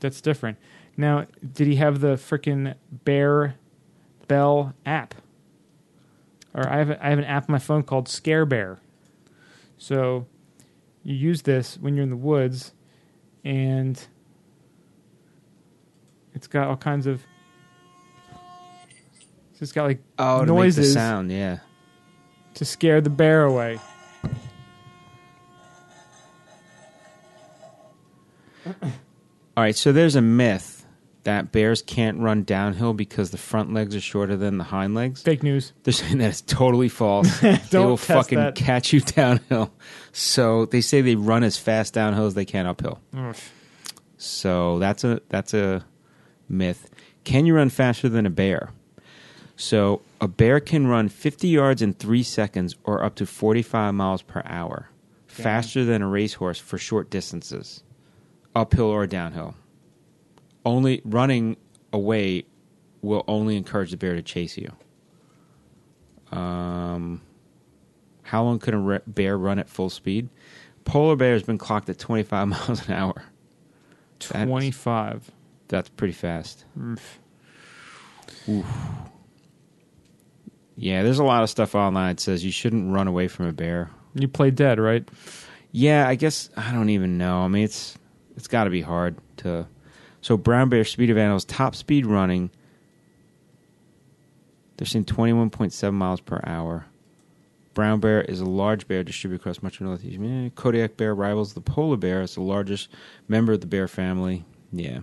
Speaker 1: That's different. Now, did he have the freaking Bear Bell app? Or I have a, I have an app on my phone called Scare Bear. So you use this when you're in the woods, and it's got all kinds of. It's just got like
Speaker 2: Oh, to
Speaker 1: noises
Speaker 2: make the sound. Yeah.
Speaker 1: to scare the bear away.
Speaker 2: All right. So there's a myth that bears can't run downhill because the front legs are shorter than the hind legs.
Speaker 1: Fake news.
Speaker 2: They're saying that is totally false. they
Speaker 1: [laughs] Don't
Speaker 2: will
Speaker 1: test
Speaker 2: fucking
Speaker 1: that.
Speaker 2: catch you [laughs] downhill. So they say they run as fast downhill as they can uphill. So that's a that's a myth. Can you run faster than a bear? So a bear can run 50 yards in 3 seconds or up to 45 miles per hour, faster than a racehorse for short distances, uphill or downhill. Only running away will only encourage the bear to chase you. Um how long could a re- bear run at full speed? Polar bear has been clocked at 25 [laughs] miles an hour. That's-
Speaker 1: Twenty five.
Speaker 2: That's pretty fast. Yeah, there's a lot of stuff online that says you shouldn't run away from a bear.
Speaker 1: You play dead, right?
Speaker 2: Yeah, I guess I don't even know. I mean, it's it's got to be hard to. So brown bear speed of animals top speed running. They're saying 21.7 miles per hour. Brown bear is a large bear distributed across much of Northeast. Eh, Kodiak bear rivals the polar bear. It's the largest member of the bear family. Yeah.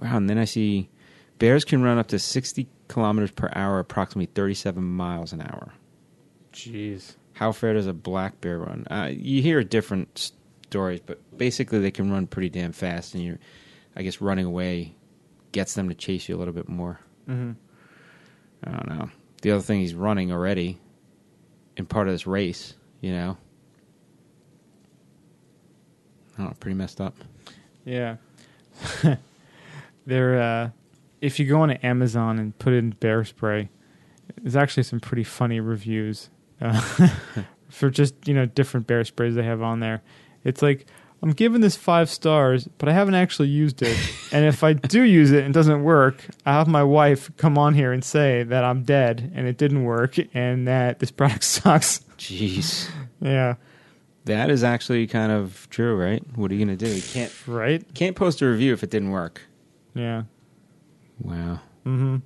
Speaker 2: Wow, and then I see bears can run up to 60 kilometers per hour, approximately 37 miles an hour.
Speaker 1: Jeez.
Speaker 2: How far does a black bear run? Uh, you hear different s- stories, but basically they can run pretty damn fast, and you're, I guess, running away gets them to chase you a little bit more.
Speaker 1: Mm-hmm.
Speaker 2: I don't know. The other thing, he's running already in part of this race, you know? I don't know, Oh, pretty messed up.
Speaker 1: Yeah. [laughs] there uh if you go on Amazon and put in bear spray, there's actually some pretty funny reviews uh, [laughs] for just, you know, different bear sprays they have on there. It's like I'm giving this 5 stars, but I haven't actually used it. and if I do use it and it doesn't work, I have my wife come on here and say that I'm dead and it didn't work and that this product [laughs] sucks. [laughs]
Speaker 2: Jeez.
Speaker 1: yeah,
Speaker 2: that is actually kind of true, right? What are you going to do? You can't,
Speaker 1: right?
Speaker 2: can't post a review if it didn't work.
Speaker 1: Yeah.
Speaker 2: Wow.
Speaker 1: Mm-hmm.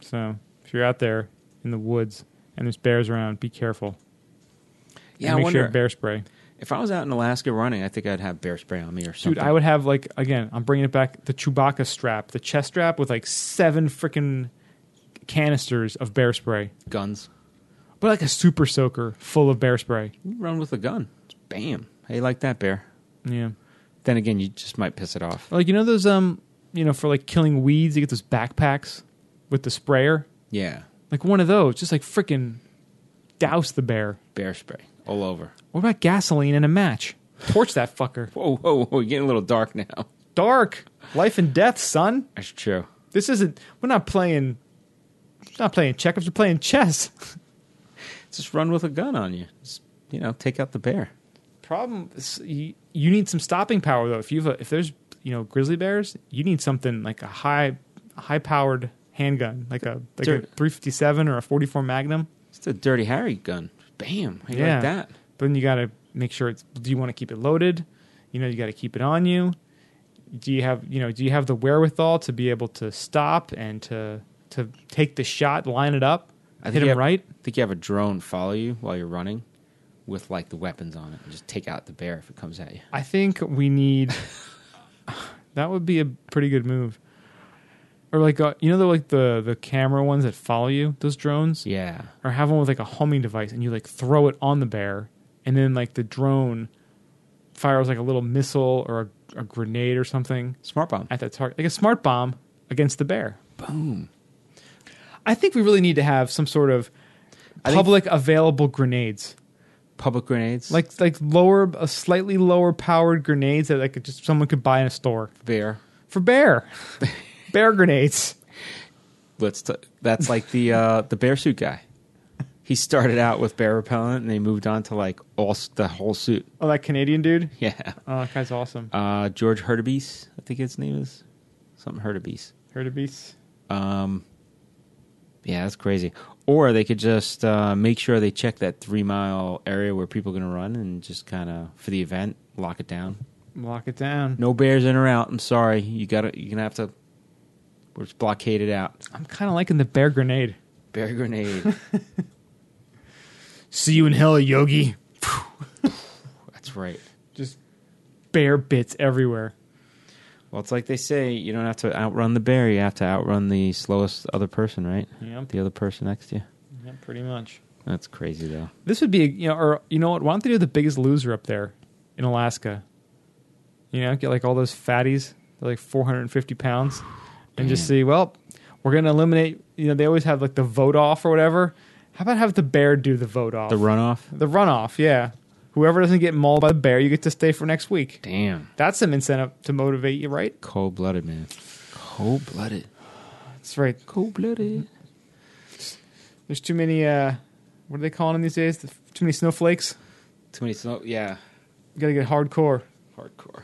Speaker 1: So if you're out there in the woods and there's bears around, be careful.
Speaker 2: Yeah,
Speaker 1: And make
Speaker 2: I
Speaker 1: sure
Speaker 2: wonder
Speaker 1: you have bear spray,
Speaker 2: if I was out in Alaska running, I think I'd have bear spray on me or something.
Speaker 1: dude. I would have like again. I'm bringing it back. The Chewbacca strap, the chest strap with like seven freaking canisters of bear spray,
Speaker 2: guns.
Speaker 1: but like a super soaker full of bear spray.
Speaker 2: Run with a gun. Bam. Hey, like that bear.
Speaker 1: Yeah,
Speaker 2: Then again, you just might piss it off.
Speaker 1: like you know those um, you know for like killing weeds, you get those backpacks with the sprayer.
Speaker 2: Yeah,
Speaker 1: Like one of those, just like freaking douse the bear.
Speaker 2: bear spray all over.
Speaker 1: What about gasoline and a match? Torch that fucker.
Speaker 2: Whoa, whoa, whoa! You're getting a little dark now.
Speaker 1: dark life and death son
Speaker 2: That's true.
Speaker 1: this isn't we're not playing we're not playing checkers we're playing chess [laughs]
Speaker 2: Just run with a gun on you. Just, you know, take out the bear.
Speaker 1: problem is you, you need some stopping power though. If you've a, if there's you know grizzly bears, you need something like a high high powered handgun, like a like a
Speaker 2: Sure.
Speaker 1: 357 or a 44 Magnum.
Speaker 2: It's the Dirty Harry gun. Bam. I
Speaker 1: Yeah.
Speaker 2: like that.
Speaker 1: But then you got to make sure it's. Do you want to keep it loaded? You know, you got to keep it on you. Do you have you know? Do you have the wherewithal to be able to stop and to to take the shot, line it up,
Speaker 2: I
Speaker 1: hit
Speaker 2: you
Speaker 1: him
Speaker 2: have-
Speaker 1: right?
Speaker 2: I think you have a drone follow you while you're running with like the weapons on it and just take out the bear if it comes at you.
Speaker 1: I think we
Speaker 2: [laughs]
Speaker 1: need. that would be a pretty good move. Or like uh, you know the like the the camera ones that follow you, those drones.
Speaker 2: Yeah.
Speaker 1: Or have one with like a homing device, and you like throw it on the bear, and then like the drone fires like a little missile or a, a grenade or something
Speaker 2: Smart bomb.
Speaker 1: at that target, like a smart bomb against the bear.
Speaker 2: Boom.
Speaker 1: I think we really need to have some sort of
Speaker 2: I think-
Speaker 1: public available grenades.
Speaker 2: Public grenades.
Speaker 1: Like like lower, uh, slightly lower powered grenades that like just someone could buy in a store.
Speaker 2: bear.
Speaker 1: for
Speaker 2: [laughs]
Speaker 1: bear bear grenades
Speaker 2: Let's t- that's like the uh, the bear suit guy. He started out with bear repellent and they moved on to like all s- the whole suit. [laughs]
Speaker 1: oh that canadian dude
Speaker 2: Yeah.
Speaker 1: oh that guy's awesome
Speaker 2: Uh, George Hurtubise, I think his name is something Hurtubise.
Speaker 1: heard of beast
Speaker 2: Um, yeah, that's crazy. Or they could just uh, make sure they check that three mile area where people are going to run and just kind of for the event lock it down.
Speaker 1: lock it down
Speaker 2: No bears in or out. I'm sorry, you got to You're gonna have to. We're just blockaded out.
Speaker 1: i'm kind of liking the bear grenade
Speaker 2: Bear grenade.
Speaker 1: [laughs] see you in hell yogi
Speaker 2: [laughs] that's right.
Speaker 1: just bear bits everywhere
Speaker 2: Well, it's like they say, you don't have to outrun the bear. You have to outrun the slowest other person, right?
Speaker 1: Yep.
Speaker 2: The other person next to you.
Speaker 1: yeah pretty much
Speaker 2: That's crazy though.
Speaker 1: this would be a- you know or you know what why don't they do the biggest loser up there in alaska you know get like all those fatties they're like 450 pounds and just
Speaker 2: Man.
Speaker 1: see well we're gonna eliminate you know they always have like the vote off or whatever how about have the bear do the vote off
Speaker 2: The runoff.
Speaker 1: The runoff, yeah. Whoever doesn't get mauled by the bear, you get to stay for next week.
Speaker 2: Damn.
Speaker 1: That's some incentive to motivate you, right?
Speaker 2: Cold blooded man. Cold blooded.
Speaker 1: That's right.
Speaker 2: Cold blooded.
Speaker 1: There's too many. uh What are they calling them these days? The- Too many snowflakes.
Speaker 2: Too many snow. Yeah.
Speaker 1: You gotta get hardcore.
Speaker 2: Hardcore.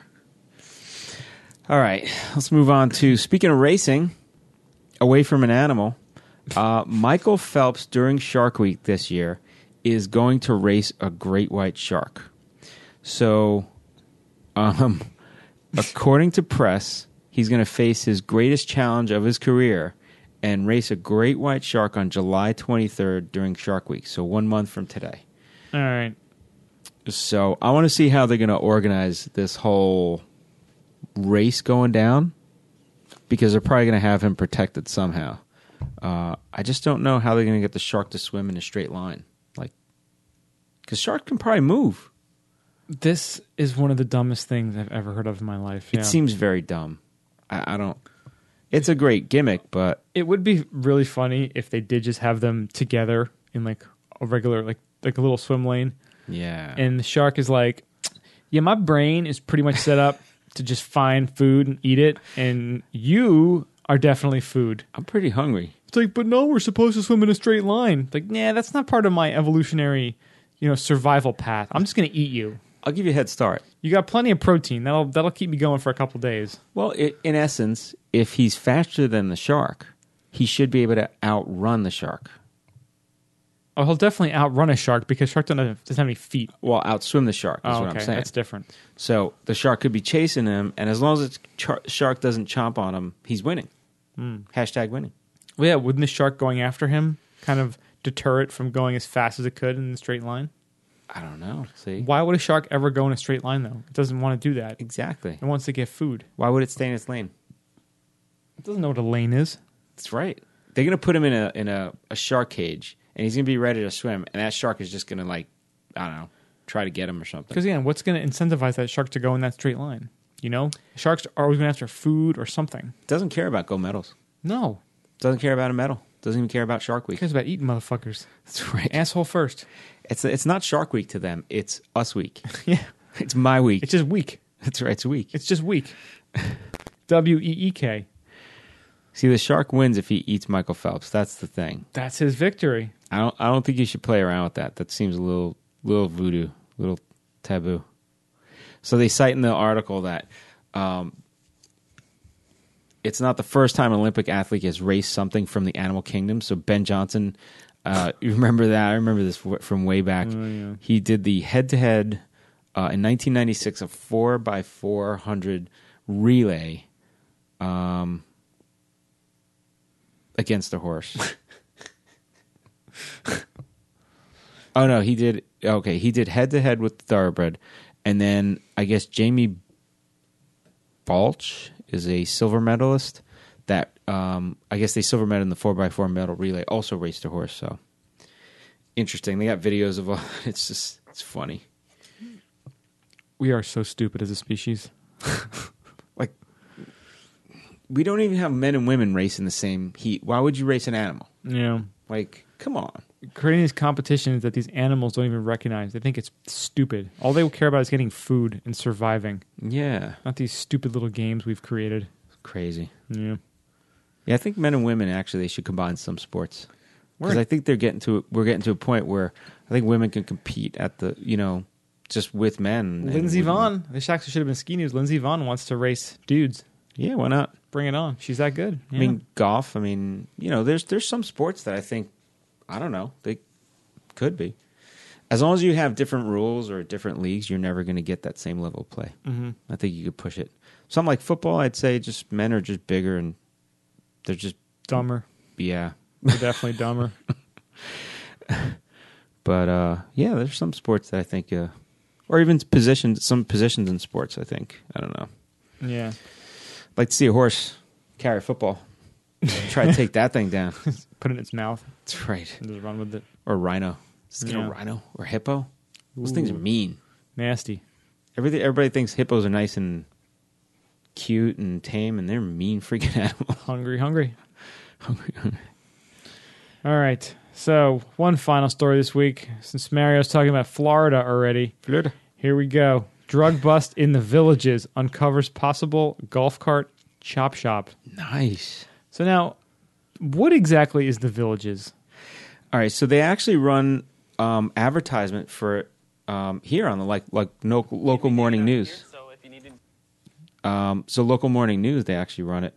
Speaker 2: All right, let's move on to speaking of racing, away from an animal. Uh, Michael Phelps during Shark Week this year is going to race a great white shark. So, um, [laughs] according to press, he's going to face his greatest challenge of his career and race a great white shark on July 23rd during Shark Week. So, one month from today.
Speaker 1: All right.
Speaker 2: So I want to see how they're going to organize this whole race going down because they're probably going to have him protected somehow. Uh, I just don't know how they're going to get the shark to swim in a straight line, like because shark can probably move.
Speaker 1: This is one of the dumbest things I've ever heard of in my life.
Speaker 2: It seems very dumb. I, I don't. It's a great gimmick, but
Speaker 1: it would be really funny if they did just have them together in like a regular, like like a little swim lane,
Speaker 2: yeah,
Speaker 1: and the shark is like, "Yeah, my brain is pretty much set up [laughs] to just find food and eat it, and you are definitely food."
Speaker 2: I'm pretty hungry.
Speaker 1: It's like, "But no, we're supposed to swim in a straight line." Like, nah, that's not part of my evolutionary, you know, survival path. I'm just gonna eat you.
Speaker 2: I'll give you a head start.
Speaker 1: You got plenty of protein. That'll that'll keep me going for a couple days.
Speaker 2: Well, i in essence, if he's faster than the shark, he should be able to outrun the shark.
Speaker 1: Oh, he'll definitely outrun a shark because shark doesn't have, doesn't have any feet.
Speaker 2: Well, outswim the shark. Is
Speaker 1: Oh,
Speaker 2: what
Speaker 1: okay,
Speaker 2: I'm saying.
Speaker 1: that's different.
Speaker 2: So the shark could be chasing him, and as long as the char- shark doesn't chomp on him, he's winning. Hmm. Hashtag winning.
Speaker 1: Well, yeah, wouldn't the shark going after him kind of deter it from going as fast as it could in the straight line?
Speaker 2: I don't know. See,
Speaker 1: Why would a shark ever go in a straight line though? It doesn't want to do that. It
Speaker 2: exactly.
Speaker 1: wants to get food.
Speaker 2: Why would it stay in its lane?
Speaker 1: It doesn't know what a lane is.
Speaker 2: That's right. They're gonna put him in a in a, a shark cage, and he's gonna be ready to swim, and that shark is just gonna like, I don't know, try to get him or something.
Speaker 1: Because again, what's going to incentivize that shark to go in that straight line? You know, sharks are always going after food or something.
Speaker 2: Doesn't care about gold medals.
Speaker 1: No,
Speaker 2: Doesn't care about a medal. Doesn't even care about Shark
Speaker 1: who
Speaker 2: Week.
Speaker 1: cares about eating motherfuckers?
Speaker 2: [laughs] That's right.
Speaker 1: Asshole first.
Speaker 2: It's it's not Shark Week to them. It's us [laughs] week.
Speaker 1: [laughs] yeah,
Speaker 2: It's my week.
Speaker 1: it's just weak.
Speaker 2: That's right. It's week.
Speaker 1: It's just weak. [laughs] W e e k.
Speaker 2: See, the shark wins if he eats Michael Phelps. That's the thing.
Speaker 1: That's his victory.
Speaker 2: I don't. I don't think you should play around with that. That seems a little, little voodoo, little taboo. So they cite in the article that um, it's not the first time an Olympic athlete has raced something from the animal kingdom. So Ben Johnson, uh, [laughs] you remember that? I remember this w- from way back. He did the head to head in 1996, a 4 by 400 relay um, against a horse. [laughs] oh, no, he did. Okay, he did head to head with Thoroughbred. And then I guess Jamie Balch is a silver medalist. That um, I guess they silver medal in the four x four medal relay. Also raced a horse, so interesting. They got videos of all. [laughs] It's just it's funny.
Speaker 1: We are so stupid as a species.
Speaker 2: Like we don't even have men and women race in the same heat. Why would you race an animal?
Speaker 1: Yeah.
Speaker 2: Like come on.
Speaker 1: Creating these competitions that these animals don't even recognize. They think it's stupid. All they care about is getting food and surviving,
Speaker 2: Yeah,
Speaker 1: not these stupid little games we've created.
Speaker 2: crazy.
Speaker 1: Yeah.
Speaker 2: Yeah, I think men and women actually they should combine some sports because I think they're getting to we're getting to a point where I think women can compete at the you know just with men. and
Speaker 1: Lindsey Vaughn.
Speaker 2: wouldn't-
Speaker 1: This actually should have been ski news. Lindsey Vaughn wants to race dudes.
Speaker 2: Yeah, why not?
Speaker 1: Bring it on. She's that good.
Speaker 2: I mean, golf. I mean, you know, there's there's some sports that I think I don't know they could be. As long as you have different rules or different leagues, you're never going to get that same level of play. Mm-hmm. I think you could push it. Something like football, I'd say, just men are just bigger and they're just
Speaker 1: dumber.
Speaker 2: yeah.
Speaker 1: We're [laughs] definitely dumber.
Speaker 2: But uh, yeah, there's some sports that I think, uh, or even positions, some positions in sports. I think I don't know.
Speaker 1: [laughs] Yeah.
Speaker 2: I'd like to see a horse carry a football, try to take that thing down.
Speaker 1: Put it in its mouth
Speaker 2: That's right.
Speaker 1: and just run with it.
Speaker 2: or rhino. Just get a
Speaker 1: Yeah.
Speaker 2: rhino or hippo. Those things are mean.
Speaker 1: Nasty.
Speaker 2: Everything, everybody thinks hippos are nice and cute and tame, and they're mean freaking [laughs] animals.
Speaker 1: Hungry, hungry. All right. So, one final story this week. Since Mario's talking about Florida already,
Speaker 2: Florida.
Speaker 1: here we go. Drug bust in the villages uncovers possible golf cart chop shop.
Speaker 2: Nice.
Speaker 1: So, now, what exactly is the villages?
Speaker 2: All right, so they actually run um, advertisement for um, here on the like like no, local morning news. Um, so local morning news, they actually run it,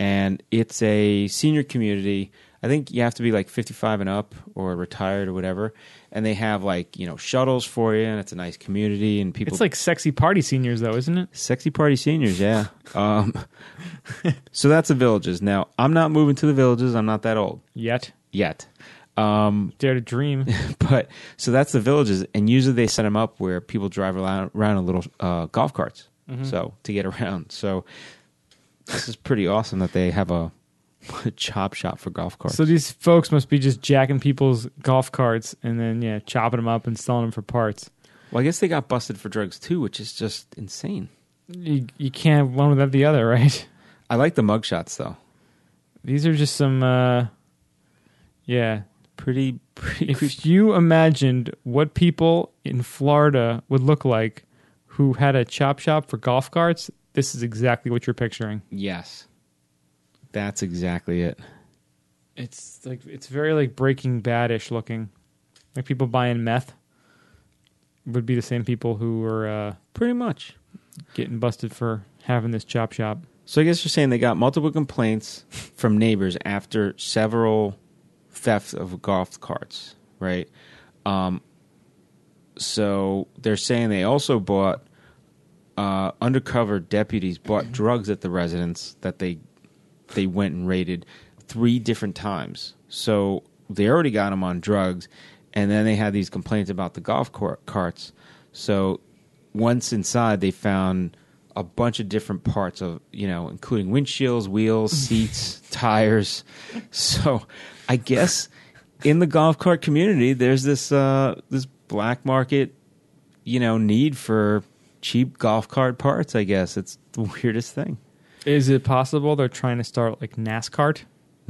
Speaker 2: and it's a senior community. I think you have to be like 55 and up or retired or whatever, and they have like you know shuttles for you, and it's a nice community, and people
Speaker 1: It's like sexy party seniors, though, isn't it?
Speaker 2: Sexy party seniors, yeah.
Speaker 1: [laughs]
Speaker 2: Um, so that's the villages. Now, I'm not moving to the villages. I'm not that old
Speaker 1: Yet.
Speaker 2: yet. Um,
Speaker 1: Dare to dream.
Speaker 2: but so that's the villages, and usually they set them up where people drive around, around in little uh, golf carts, so to get around. So this is pretty awesome that they have a, [laughs] chop shop for golf carts.
Speaker 1: So these folks must be just jacking people's golf carts and then yeah, chopping them up and selling them for parts.
Speaker 2: well, I guess they got busted for drugs too, which is just insane.
Speaker 1: You, you can't have one without the other, right?
Speaker 2: I like the mugshots though.
Speaker 1: These are just some uh yeah.
Speaker 2: Pretty, pretty.
Speaker 1: If you imagined what people in Florida would look like who had a chop shop for golf carts, this is exactly what you're picturing.
Speaker 2: yes, that's exactly it.
Speaker 1: It's like it's very like Breaking Badish looking. Like people buying meth would be the same people who were uh
Speaker 2: Pretty much.
Speaker 1: getting busted for having this chop shop.
Speaker 2: So I guess you're saying they got multiple complaints from neighbors after several thefts of golf carts, right? Um, so they're saying they also bought uh, undercover deputies bought drugs at the residence that they they went and raided three different times. So they already got them on drugs, and then they had these complaints about the golf cor- carts. So once inside, they found a bunch of different parts of you know, including windshields, wheels, seats, tires. So I guess in the golf cart community, there's this uh, this black market you know need for cheap golf cart parts. I guess it's [laughs] the weirdest thing.
Speaker 1: Is it possible they're trying to start like NASCAR,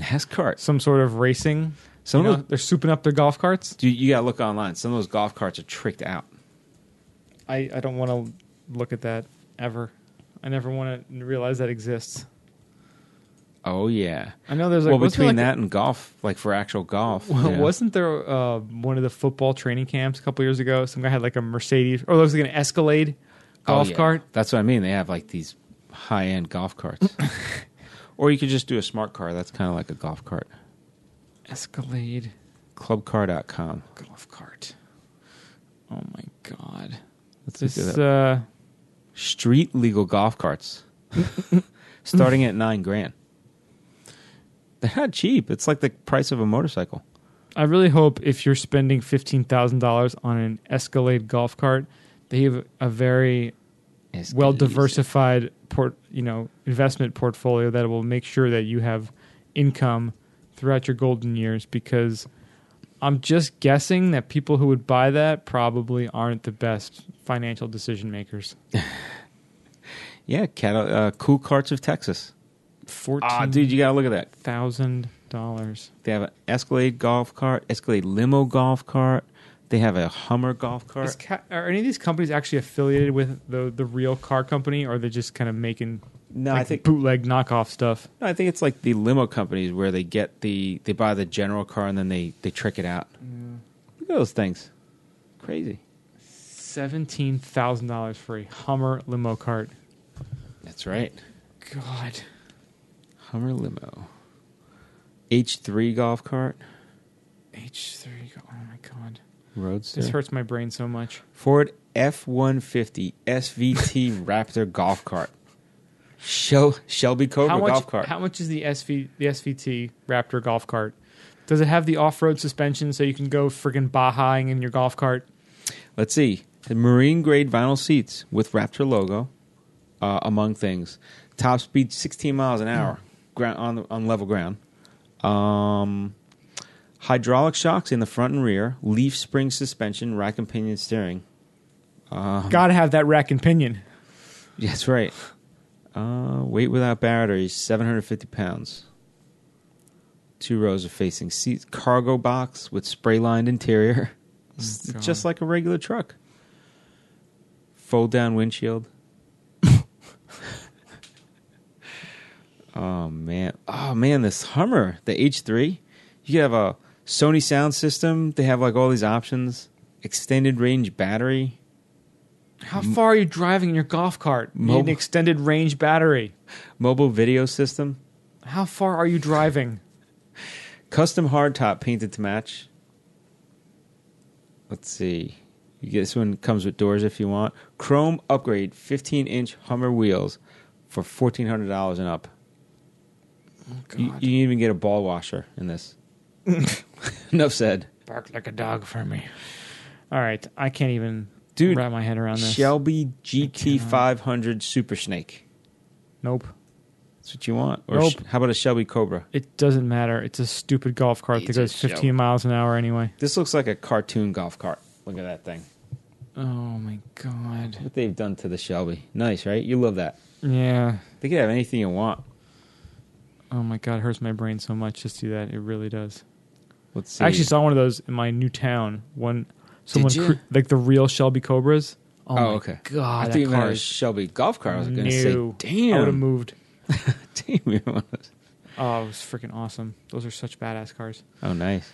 Speaker 2: NASCAR.
Speaker 1: some sort of racing?
Speaker 2: Some
Speaker 1: You
Speaker 2: of
Speaker 1: know,
Speaker 2: the-
Speaker 1: they're souping up their golf carts.
Speaker 2: Dude, you gotta look online. Some of those golf carts are tricked out.
Speaker 1: I, I don't want to look at that ever. I never want to realize that exists.
Speaker 2: Oh yeah.
Speaker 1: I know there's like
Speaker 2: well,
Speaker 1: wasn't there,
Speaker 2: between
Speaker 1: like,
Speaker 2: that and golf, like for
Speaker 1: [laughs]
Speaker 2: actual golf,
Speaker 1: Well,
Speaker 2: yeah.
Speaker 1: Wasn't there uh, one of the football training camps a couple years ago? Some guy had like a Mercedes, or it was like an Escalade golf
Speaker 2: Oh, yeah.
Speaker 1: cart.
Speaker 2: That's what I mean. They have like these high end golf carts. [laughs] or you could just do a smart car. That's kind of like a golf cart.
Speaker 1: Escalade
Speaker 2: Clubcar.com.
Speaker 1: golf cart. Oh my god.
Speaker 2: Let's
Speaker 1: This
Speaker 2: look it up.
Speaker 1: uh
Speaker 2: Street legal golf carts [laughs] starting at nine grand. They're not cheap. It's like the price of a motorcycle.
Speaker 1: I really hope if you're spending fifteen thousand dollars on an Escalade golf cart, they have a very
Speaker 2: It's
Speaker 1: well
Speaker 2: easy.
Speaker 1: diversified port, you know, investment portfolio that will make sure that you have income throughout your golden years. Because I'm just guessing that people who would buy that probably aren't the best financial decision makers.
Speaker 2: Yeah, cat- uh, Cool Carts of Texas.
Speaker 1: Fourteen
Speaker 2: Ah,
Speaker 1: thousand
Speaker 2: dude, you got to look at that.
Speaker 1: dollars.
Speaker 2: They have an Escalade golf cart, Escalade limo golf cart. They have a Hummer golf cart.
Speaker 1: Is ca- are any of these companies actually affiliated with the the real car company, or are they just kind of making
Speaker 2: No,
Speaker 1: like,
Speaker 2: I think
Speaker 1: bootleg knockoff stuff?
Speaker 2: no, I think it's like the limo companies where they get the they buy the general car and then they they trick it out. Look at those things, crazy.
Speaker 1: Seventeen thousand dollars for a Hummer limo cart.
Speaker 2: That's right,
Speaker 1: God,
Speaker 2: Hummer limo, H three golf cart,
Speaker 1: H three. Oh my god,
Speaker 2: Roadster,
Speaker 1: this hurts my brain so much.
Speaker 2: Ford F one fifty
Speaker 1: [laughs]
Speaker 2: SVT Raptor golf cart, Shel- Shelby Cobra
Speaker 1: how much?
Speaker 2: golf cart.
Speaker 1: How much is the SV the SVT Raptor golf cart? Does it have the off road suspension so you can go friggin' bajaing in your golf cart?
Speaker 2: Let's see. The marine grade vinyl seats with Raptor logo, uh, among things. Top speed 16 miles
Speaker 1: Hmm.
Speaker 2: an hour ground, on, the, on level ground. Um, hydraulic shocks in the front and rear. Leaf spring suspension, rack and pinion steering. Um,
Speaker 1: Gotta have that rack and pinion.
Speaker 2: That's right. Uh, weight without batteries, 750 pounds. Two rows of facing seats. Cargo box with spray lined interior. [laughs] It's
Speaker 1: God.
Speaker 2: just like a regular truck. Fold down windshield. [laughs] oh, man. Oh, man. This Hummer, the H3. You could have a Sony sound system. They have like all these options. Extended range battery.
Speaker 1: How far are you driving in your golf cart? You Need an
Speaker 2: Mobile-
Speaker 1: extended range battery.
Speaker 2: Mobile video system.
Speaker 1: How far are you driving?
Speaker 2: Custom hardtop painted to match. Let's see. You get- This one comes with doors if you want. Chrome upgrade, 15 inch Hummer wheels for $1,400 and up.
Speaker 1: Oh,
Speaker 2: You, you can even get a ball washer
Speaker 1: [laughs]
Speaker 2: in this. Enough said.
Speaker 1: bark like a dog for me. All right, I can't even
Speaker 2: Dude,
Speaker 1: wrap my head around this.
Speaker 2: Shelby GT500 Super Snake.
Speaker 1: nope,
Speaker 2: That's what you want. Or
Speaker 1: Nope.
Speaker 2: sh- how about a Shelby Cobra?
Speaker 1: it doesn't matter. It's a stupid golf cart that
Speaker 2: It's
Speaker 1: goes
Speaker 2: a
Speaker 1: 15
Speaker 2: Shelby.
Speaker 1: miles an hour anyway.
Speaker 2: This looks like a cartoon golf cart. Look at that thing.
Speaker 1: Oh my god.
Speaker 2: What they've done to the Shelby. Nice, right? You love that.
Speaker 1: Yeah.
Speaker 2: They could have anything you want.
Speaker 1: Oh my god, it hurts my brain so much to see that. It really does.
Speaker 2: Let's see.
Speaker 1: I actually saw one of those in my new town. One, someone
Speaker 2: you?
Speaker 1: cre- like the real Shelby Cobras. Oh,
Speaker 2: Oh,
Speaker 1: my
Speaker 2: okay.
Speaker 1: god,
Speaker 2: I
Speaker 1: that
Speaker 2: thought you meant
Speaker 1: car
Speaker 2: a
Speaker 1: is
Speaker 2: Shelby golf cart. I was going to say,
Speaker 1: new. I would have
Speaker 2: damn,
Speaker 1: moved.
Speaker 2: [laughs] damn. you want us-
Speaker 1: Oh, it was freaking awesome. Those are such badass cars.
Speaker 2: Oh, nice.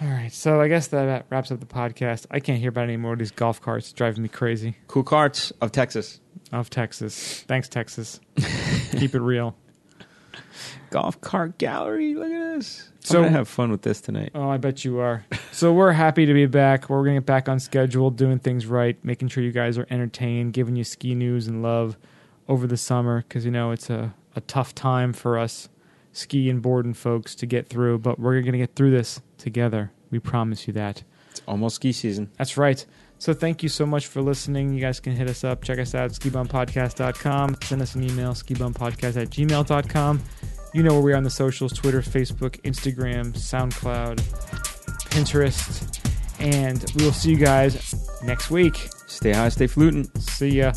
Speaker 1: All right, so I guess that wraps up the podcast. I can't hear about any more of these golf carts It's driving me crazy.
Speaker 2: Cool carts of Texas.
Speaker 1: Of Texas, thanks
Speaker 2: [laughs]
Speaker 1: Texas. Keep it real.
Speaker 2: Golf cart gallery. Look at this.
Speaker 1: So-
Speaker 2: I'm going to have fun with this tonight.
Speaker 1: Oh, I bet you are. [laughs] So we're happy to be back. We're gonna get back on schedule, doing things right, making sure you guys are entertained, giving you ski news and love over the summer because you know it's a, a tough time for us ski and boarding folks to get through. But we're gonna get through this together. We promise you that.
Speaker 2: It's almost ski season.
Speaker 1: That's right. So thank you so much for listening. You guys can hit us up. Check us out, skibumpodcast.com. Send us an email, skibumpodcast at gmail.com. You know where we are on the socials Twitter, Facebook, Instagram, SoundCloud, Pinterest. And we will see you guys next week.
Speaker 2: Stay high, stay fluting.
Speaker 1: See ya.